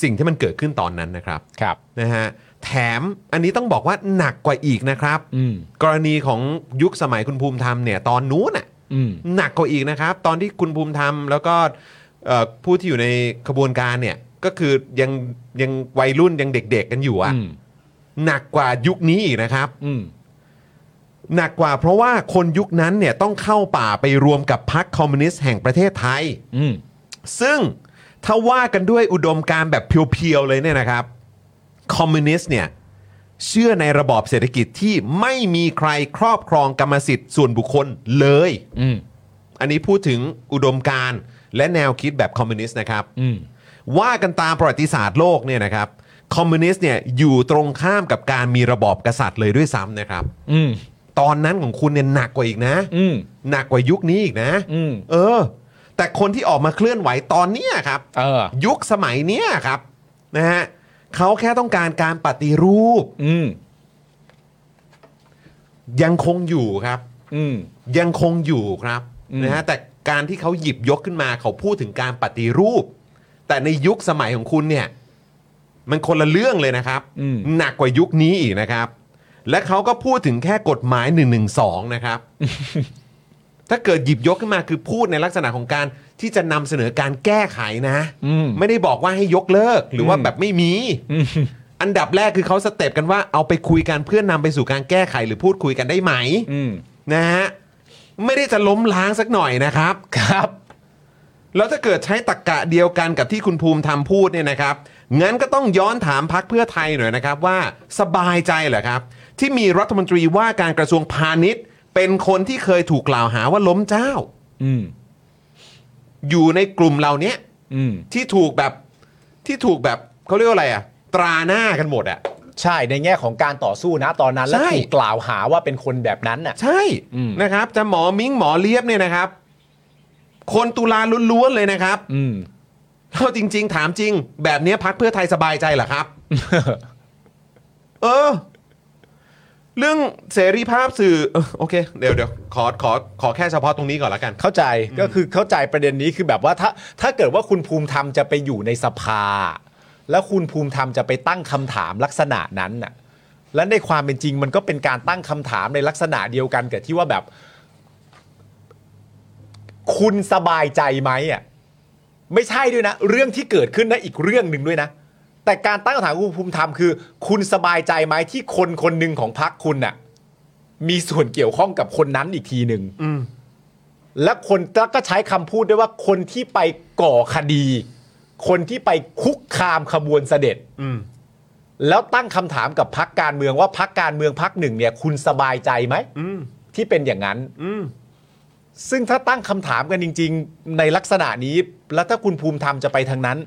สิ่งที่มันเกิดขึ้นตอนนั้นนะครับ
ครับ
นะฮะแถมอันนี้ต้องบอกว่าหนักกว่าอีกนะครับ
อืม
กรณีของยุคสมัยคุณภูมิธรรมเนี่ยตอนนู้นน่ะ
อืม
หนักกว่าอีกนะครับ ตอนที่คุณภูมิธรรมแล้วก็เอ่อผู้ที่อยู่ในขบวนการเนี่ยก็คือยังยังวัยรุ่นยังเด็กๆกันอยู่อะ
อืม
หนักกว่ายุคนี้อีกนะครับ
อืม
หนักกว่าเพราะว่าคนยุคนั้นเนี่ยต้องเข้าป่าไปรวมกับพรรคคอมมิวนิสต์แห่งประเทศไทย
อืม
ซึ่งถ้าว่ากันด้วยอุดมการณ์แบบเพียวๆเลยเนี่ยนะครับ คอมมิวนิสต์เนี่ยเชื่อในระบอบเศรษฐกิจที่ไม่มีใครครอบครองกรรมสิทธิ์ส่วนบุคคลเลย
อืม
อันนี้พูดถึงอุดมการณ์และแนวคิดแบบคอมมิวนิสต์นะครับ
อืม
ว่ากันตามประวัติศาสตร์โลกเนี่ยนะครับ คอมมิวนิสต์เนี่ยอยู่ตรงข้ามกับการมีระบอบกษัตริย์เลยด้วยซ้ำนะครับ
อืม
ตอนนั้นของคุณเนี่ยหนักกว่าอีกนะ
อืม
หนักกว่ายุคนี้อีกนะ
อืม
เออ แต่คนที่ออกมาเคลื่อนไหวตอนเนี้ยครับ
เออ
ยุคสมัยเนี้ยครับนะฮะ เขาแค่ต้องการการปฏิรูป
อืม
ยังคงอยู่ครับ
อืม
ยังคงอยู่ครับ
อืม
นะฮะแต่การที่เขาหยิบยกขึ้นมาเขาพูดถึงการปฏิรูป แต่ในยุคสมัยของคุณเนี่ย มันคนละเรื่องเลยนะครับ
อืม
หนักกว่ายุคนี้อีกนะครับ และเขาก็พูดถึงแค่กฎหมาย 112
[LAUGHS]
นะครับ ถ้าเกิดหยิบยกขึ้นมาคือพูดในลักษณะของการที่จะนำเสนอการแก้ไขนะ
อืม
ไม่ได้บอกว่าให้ยกเลิกหรือว่า
อืม
แบบไม่มี
อืม [LAUGHS]
อันดับแรกคือเขาสเต็ปกันว่าเอาไปคุยกันเพื่อนนำไปสู่การแก้ไขหรือพูดคุยกันได้ไหม
อืม
นะฮะไม่ได้จะล้มล้างสักหน่อยนะครับ
ครับ
แล้วถ้าเกิดใช้ตรกกะเดียวกันกับที่คุณภูมิธรรมพูดเนี่ยนะครับ งั้นก็ต้องย้อนถามพักเพื่อไทยหน่อยนะครับว่าสบายใจเหรอครับ ที่มีรัฐมนตรีว่าการกระทรวงพาณิชย์ เป็นคนที่เคยถูกกล่าวหาว่าล้มเจ้า
อืม
อยู่ในกลุ่มเหล่าเนี้ย
อืม
ที่ถูกแบบที่ถูกแบบเขาเรียกว่าอะไรอะตราหน้ากันหมดอะ
ใช่ในแง่ของการต่อสู้นะตอนนั้น และ
ใช่
ถูกกล่าวหาว่าเป็นคนแบบนั้นน่ะ
ใช่
อืม
นะครับจะหมอมิ้งหมอเลียบเนี่ยนะครับ คนตุลาล้วนๆเลยนะครับ
อืม [LAUGHS]
เอาจริง ๆ ถามจริง แบบเนี้ยพักเพื่อไทยสบายใจเหรอครับ เออ เรื่องเสรีภาพสื่อเออโอเค เดี๋ยวเดี๋ยวขอขอขอแค่เฉพาะตรงนี้ก่อนละกัน
เข้าใจก็คือเข้าใจประเด็นนี้คือแบบว่าถ้าถ้าเกิดว่าคุณภูมิธรรมจะไปอยู่ในสภา แล้วคุณภูมิธรรมจะไปตั้งคำถามลักษณะนั้นน่ะและในความเป็นจริงมันก็เป็นการตั้งคำถามในลักษณะเดียวกันกับที่ว่าแบบ คุณสบายใจไหมอ่ะไม่ใช่ด้วยนะ เรื่องที่เกิดขึ้นนะอีกเรื่องหนึ่งด้วยนะ แต่การตั้งคำถามของคุณภูมิธรรมคือ คุณสบายใจไหมที่คนคนหนึ่งของพรรคคุณน่ะ มีส่วนเกี่ยวข้องกับคนนั้นอีกทีหนึ่ง และคนก็ใช้คำพูดด้วยว่าคนที่ไปก่อคดี คนที่ไปคุกคามขบวนเสด็จแล้วตั้งคำถามกับพักการเมืองว่าพักการเมืองพักหนึ่งเนี่ย คุณสบายใจไหมที่เป็นอย่างนั้นซึ่งถ้าตั้งคำถามกันจริง ๆ ในลักษณะนี้ แล้วถ้าคุณภูมิธรรมจะไปทางนั้น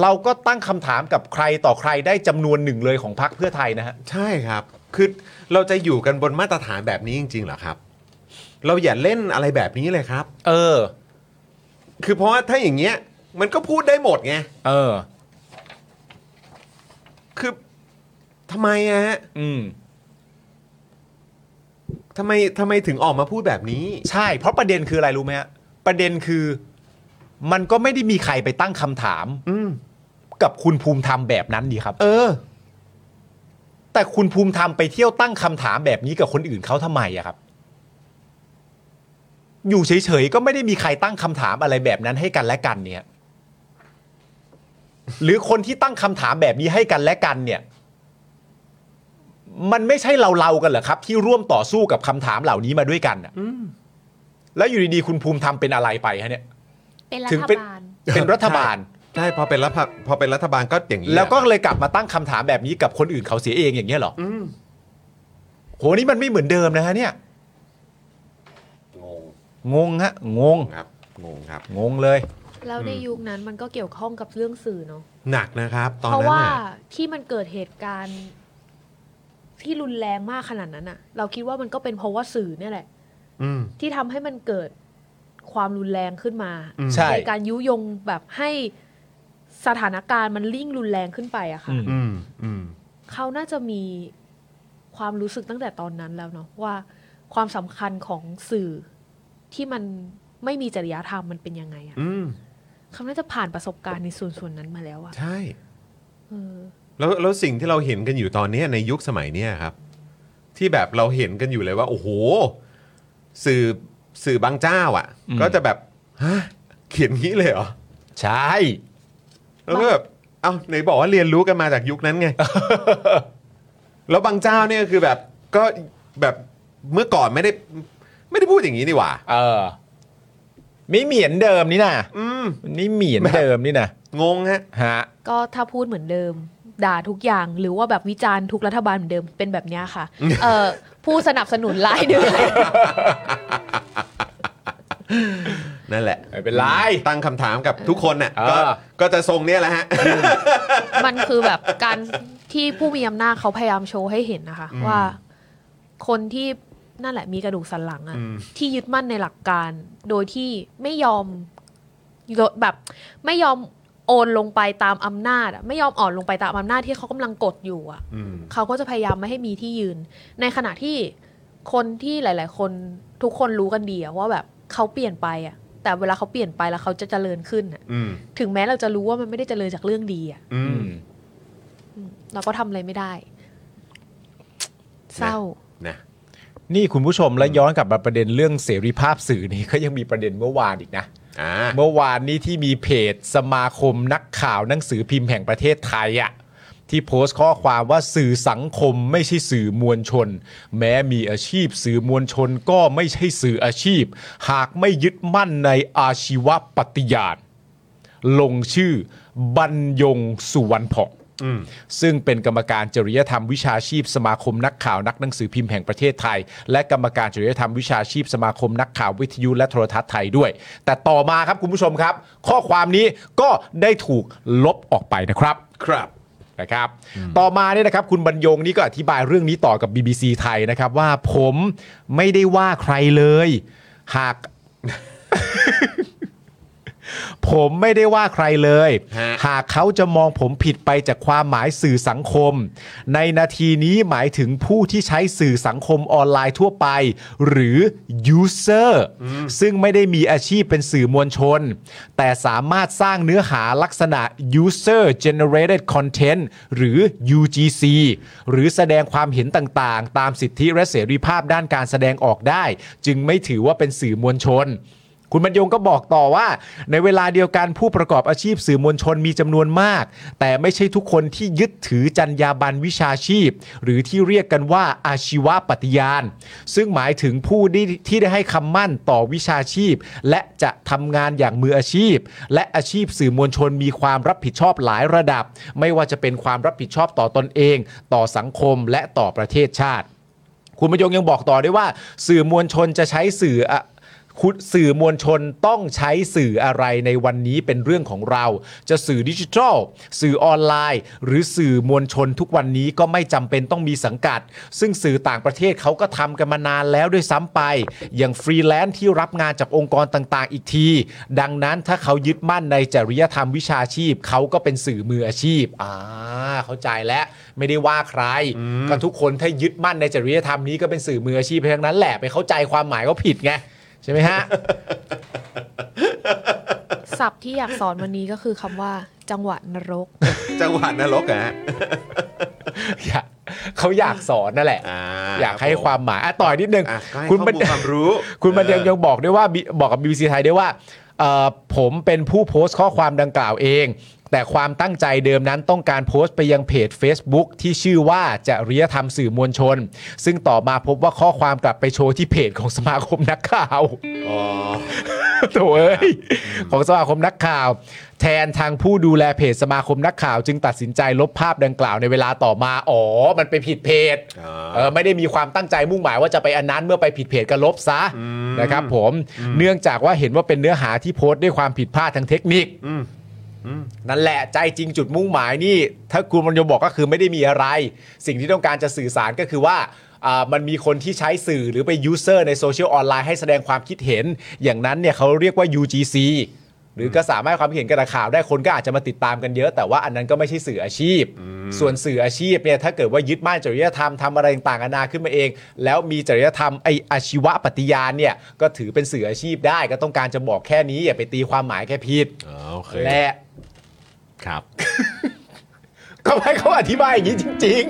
เราก็ตั้งคำถามกับใครต่อใครได้จำนวนหนึ่งเลยของพักเพื่อไทยนะฮะ
ใช่ครับ คือเราจะอยู่กันบนมาตรฐานแบบนี้จริงๆเหรอครับ เราอย่าเล่นอะไรแบบนี้เลยครับ
เออ
คือเพราะว่าถ้าอย่างเงี้ย มันก็พูดได้หมดไง
เออ
คือทำไมอะฮะ
อืม
ทำไมทำไมถึงออกมาพูดแบบนี้
ใช่ เพราะประเด็นคืออะไรรู้ไหมฮะประเด็นคือมันก็ไม่ได้มีใครไปตั้งคำถาม
อืม
กับคุณภูมิธรรมแบบนั้นดีครับ
เออ
แต่คุณภูมิธรรมไปเที่ยวตั้งคำถามแบบนี้กับคนอื่นเขาทำไมอะครับ อยู่เฉยๆก็ไม่ได้มีใครตั้งคำถามอะไรแบบนั้นให้กันและกันเนี่ย หรือคนที่ตั้งคำถามแบบนี้ให้กันและกันเนี่ย มันไม่ใช่เราเราๆกันเหรอครับ ที่ร่วมต่อสู้กับคำถามเหล่านี้มาด้วยกันอะแล้วอยู่ดีๆคุณภูมิธรรมเป็นอะไรไปฮะเนี่ย
เป็นรั
ถึง
ฐ
เป็น
บาล
เป็นรัฐบาล
ใช่พอเป็นรัฐพอเป็นรัฐบาลก็อย่างนี้หะ
แล้วก็เลยกลับมาตั้งคำถามแบบนี้กับคนอื่นเขาเสียเองอย่างเงี้ยเหรออโหนี่มันไม่เหมือนเดิมนะฮะเนี่ย
งง
งงฮะ งง
ครับงงครับ
งงเลย
แล้วในยุคนั้นมันก็เกี่ยวข้องกับเรื่องสื่อเนาะ
หนักนะครับ ตอน
เพราะ
นั้น
ว่า
น่ะ
ที่มันเกิดเหตุการณ์ที่รุนแรงมากขนาดนั้นอะเราคิดว่ามันก็เป็นเพราะว่าสื่อเนี่ยแหละ
อืม
ที่ทำให้มันเกิดความรุนแรงขึ้นมา
อืม
ใช่
ในการยุยงแบบให้สถานการณ์มันลิ่งรุนแรงขึ้นไปอะค่ะ
อืม
อืมอืม
เขาน่าจะมีความรู้สึกตั้งแต่ตอนนั้นแล้วเนาะว่าความสำคัญของสื่อที่มันไม่มีจริยธรรมมันเป็นยังไงอะ
อืม
เขาน่าจะผ่านประสบการณ์ในส่วนส่วนๆนั้นมาแล้วอะ
ใช่
เออ
แล้วแล้วสิ่งที่เราเห็นกันอยู่ตอนเนี้ยในยุคสมัยเนี้ยครับ ที่แบบเราเห็นกันอยู่เลยว่า โอ้โห สื่อสื่อบางเจ้า อ่ะ
อืม
ก็จะแบบฮะเขียนงี้เลยเหรอ
ใช่
แล้วก็แบบเอ้าไหนบอกว่าเรียนรู้กันมาจากยุค
[LAUGHS]
นั้นไง แล้วบางเจ้าเนี่ยคือแบบก็แบบเมื่อก่อนไม่ได้ ไม่ได้พูดอย่างนี้นี่หว่า
เออ ไม่เหมือนเดิมนี่นะ
อืม
นี่เหมือนเดิมนี่นะ
งงฮะ
ฮะ
ก็ถ้าพูดเหมือนเดิม ด่าทุกอย่างหรือว่าแบบวิจารณ์ทุกรัฐบาลเหมือนเดิมเป็นแบบเนี้ย
[LAUGHS]
ค่ะ เออผู้สนับสนุนรายหนึ่ง
นั่นแหละ
ไม่เป็นไร
ตั้งคำถามกับทุกคนน่ะ
เออ
ก็ก็จะทรงเนี่ยแหละฮะ
มันคือแบบการที่ผู้มีอำนาจเขาพยายามโชว์ให้เห็นนะคะ
อืม
ว่าคนที่นั่นแหละมีกระดูกสันหลังอะ
อืม
ที่ยึดมั่นในหลักการ โดยที่ไม่ยอมแบบไม่ยอม
โอนลงไปตามอำนาจอะไม่ยอมอ่อนลงไปตามอำนาจที่เขากำลังกดอยู่อะ
อืม
เขาก็จะพยายามไม่ให้มีที่ยืน ในขณะที่คนที่หลาย ๆ คนทุกคนรู้กันดีอะว่าแบบเขาเปลี่ยนไปอะแต่เวลาเขาเปลี่ยนไปแล้วเขาจะเจริญขึ้นอะ
อืม
ถึงแม้เราจะรู้ว่ามันไม่ได้เจริญจากเรื่องดีอะ
อื
อื
ม
ม
อืมเราก็ทำอะไรไม่ได้ เศร้า
นะ
นี่คุณผู้ชมและย้อนกลับมาประเด็นเรื่องเสรีภาพสื่อนี่ก็ยังมีประเด็นเมื่อวานอีกนะ
อ่า
เมื่อวานนี้ที่มีเพจสมาคมนักข่าวหนังสือพิมพ์แห่งประเทศไทยอะที่โพสต์ข้อความว่าสื่อสังคมไม่ใช่สื่อมวลชน แม้มีอาชีพสื่อมวลชนก็ไม่ใช่สื่ออาชีพ หากไม่ยึดมั่นในอาชีวปฏิญาณลงชื่อบรรยงสุวรรณผ่อง
อืม
ซึ่งเป็นกรรมการจริยธรรมวิชาชีพสมาคมนักข่าวนักหนังสือพิมพ์แห่งประเทศไทย และกรรมการจริยธรรมวิชาชีพสมาคมนักข่าววิทยุและโทรทัศน์ไทยด้วย แต่ต่อมาครับคุณผู้ชมครับ ข้อความนี้ก็ได้ถูกลบออกไปนะครับ
ครับ
นะครับต่อมาเนี่ยนะครับคุณบรรยงนี่ก็อธิบายเรื่องนี้ต่อกับ BBC ไทยนะครับว่าผมไม่ได้ว่าใครเลย หาก ผมไม่ได้ว่าใครเลย
ฮะ
หากเขาจะมองผมผิดไปจากความหมายสื่อสังคม ในนาทีนี้หมายถึงผู้ที่ใช้สื่อสังคมออนไลน์ทั่วไป หรือ user ซึ่งไม่ได้มีอาชีพเป็นสื่อมวลชน แต่สามารถสร้างเนื้อหาลักษณะ user generated content หรือ UGC หรือแสดงความเห็นต่างๆ ตามสิทธิและเสรีภาพด้านการแสดงออกได้ จึงไม่ถือว่าเป็นสื่อมวลชน คุณบรรยงก็บอกต่อว่า ในเวลาเดียวกันผู้ประกอบอาชีพสื่อมวลชนมีจำนวนมาก แต่ไม่ใช่ทุกคนที่ยึดถือจรรยาบรรณวิชาชีพ หรือที่เรียกกันว่าอาชีวปฏิญาณ ซึ่งหมายถึงผู้ที่ที่ได้ให้คำมั่นต่อวิชาชีพ และจะทำงานอย่างมืออาชีพ และอาชีพสื่อมวลชนมีความรับผิดชอบหลายระดับ ไม่ว่าจะเป็นความรับผิดชอบต่อตนเอง ต่อสังคมและต่อประเทศชาติ คุณประยงยังบอกต่อด้วยว่า สื่อมวลชนจะใช้สื่ออะคุณสื่อมวลชนต้องใช้สื่ออะไรในวันนี้เป็นเรื่องของเรา จะสื่อดิจิทัล สื่อออนไลน์ หรือสื่อมวลชนทุกวันนี้ก็ไม่จำเป็นต้องมีสังกัด ซึ่งสื่อต่างประเทศเขาก็ทำกันมานานแล้วด้วยซ้ำไป อย่างฟรีแลนซ์ที่รับงานจากองค์กรต่างๆ อีกที ดังนั้นถ้าเขายึดมั่นในจริยธรรมวิชาชีพ เขาก็เป็นสื่อมืออาชีพอ่าเข้าใจแล้วไม่ได้ว่าใคร ก็ทุกคนถ้ายึดมั่นในจริยธรรมนี้ก็เป็นสื่อมืออาชีพเพียงนั้นแหละไปเข้าใจความหมายก็ผิดไงใช่ไหมฮะ
ศัพท์ที่อยากสอนวันนี้ก็คือคำว่า จังหวะนรก
[LAUGHS] จังหวัดนรกอะฮะ
อยากเขาอยากสอนนั่นแหหละ
อ่า
อยากให้ความหมายอ่ะต่อยนิดนึง
อ่ะก็ให้
คุ
คุณ
ณ
บ
บั
ร
น
รความรู้
คุณบันเทิงยังบอกด้วยว่าบิบอกกับ BBC ไทยด้วยว่าเอ่อผมเป็นผู้โพสต์ข้อความดังกล่าวเอง แต่ความตั้งใจเดิมนั้นต้องการโพสต์ไปยังเพจ Facebook ที่ชื่อว่าจริยธรรมสื่อมวลชน ซึ่งต่อมาพบว่าข้อความกลับไปโชว์ที่เพจของสมาคมนักข่าว
อ๋อ
โถเอ้ยของสมาคมนักข่าว แทนทางผู้ดูแลเพจสมาคมนักข่าว จึงตัดสินใจลบภาพดังกล่าวในเวลาต่อมา อ๋อ มันไปผิดเพจ
อ่า
เออไม่ได้มีความตั้งใจมุ่งหมายว่าจะไปอันนั้นเมื่อไปผิดเพจก็ลบซะนะครับผมเนื่องจากว่าเห็นว่าเป็นเนื้อหาที่โพสต์ด้วยความผิดพลาดทางเทคนิค
อืม
นั่นแหละใจจริงจุดมุ่งหมายนี่ ถ้าคุณบรรยงบอกก็คือไม่ได้มีอะไร สิ่งที่ต้องการจะสื่อสารก็คือว่าอ่ามันมีคนที่ใช้สื่อหรือไปยูเซอร์ในโซเชียลออนไลน์ให้แสดงความคิดเห็น อย่างนั้นเนี่ยเขาเรียกว่า UGC หรือก็สามารถให้ความคิดเห็นกับข่าวได้คนก็อาจจะมาติดตามกันเยอะ แต่ว่าอันนั้นก็ไม่ใช่สื่ออาชีพ ส่วนสื่ออาชีพเนี่ยถ้าเกิดว่ายึดมั่นจริยธรรมทำอะไรต่างๆนานาขึ้นมาเอง แล้วมีจริยธรรมไออาชีวปฏิญาณเนี่ยก็ถือเป็นสื่ออาชีพได้ก็ต้องการจะบอกแค่นี้อย่าไปตีความหมายแค่ผิด
อ๋อโอเค
และ [LAUGHS]
ครับ
เขาให้เขาอธิบายอย่างนี้จริง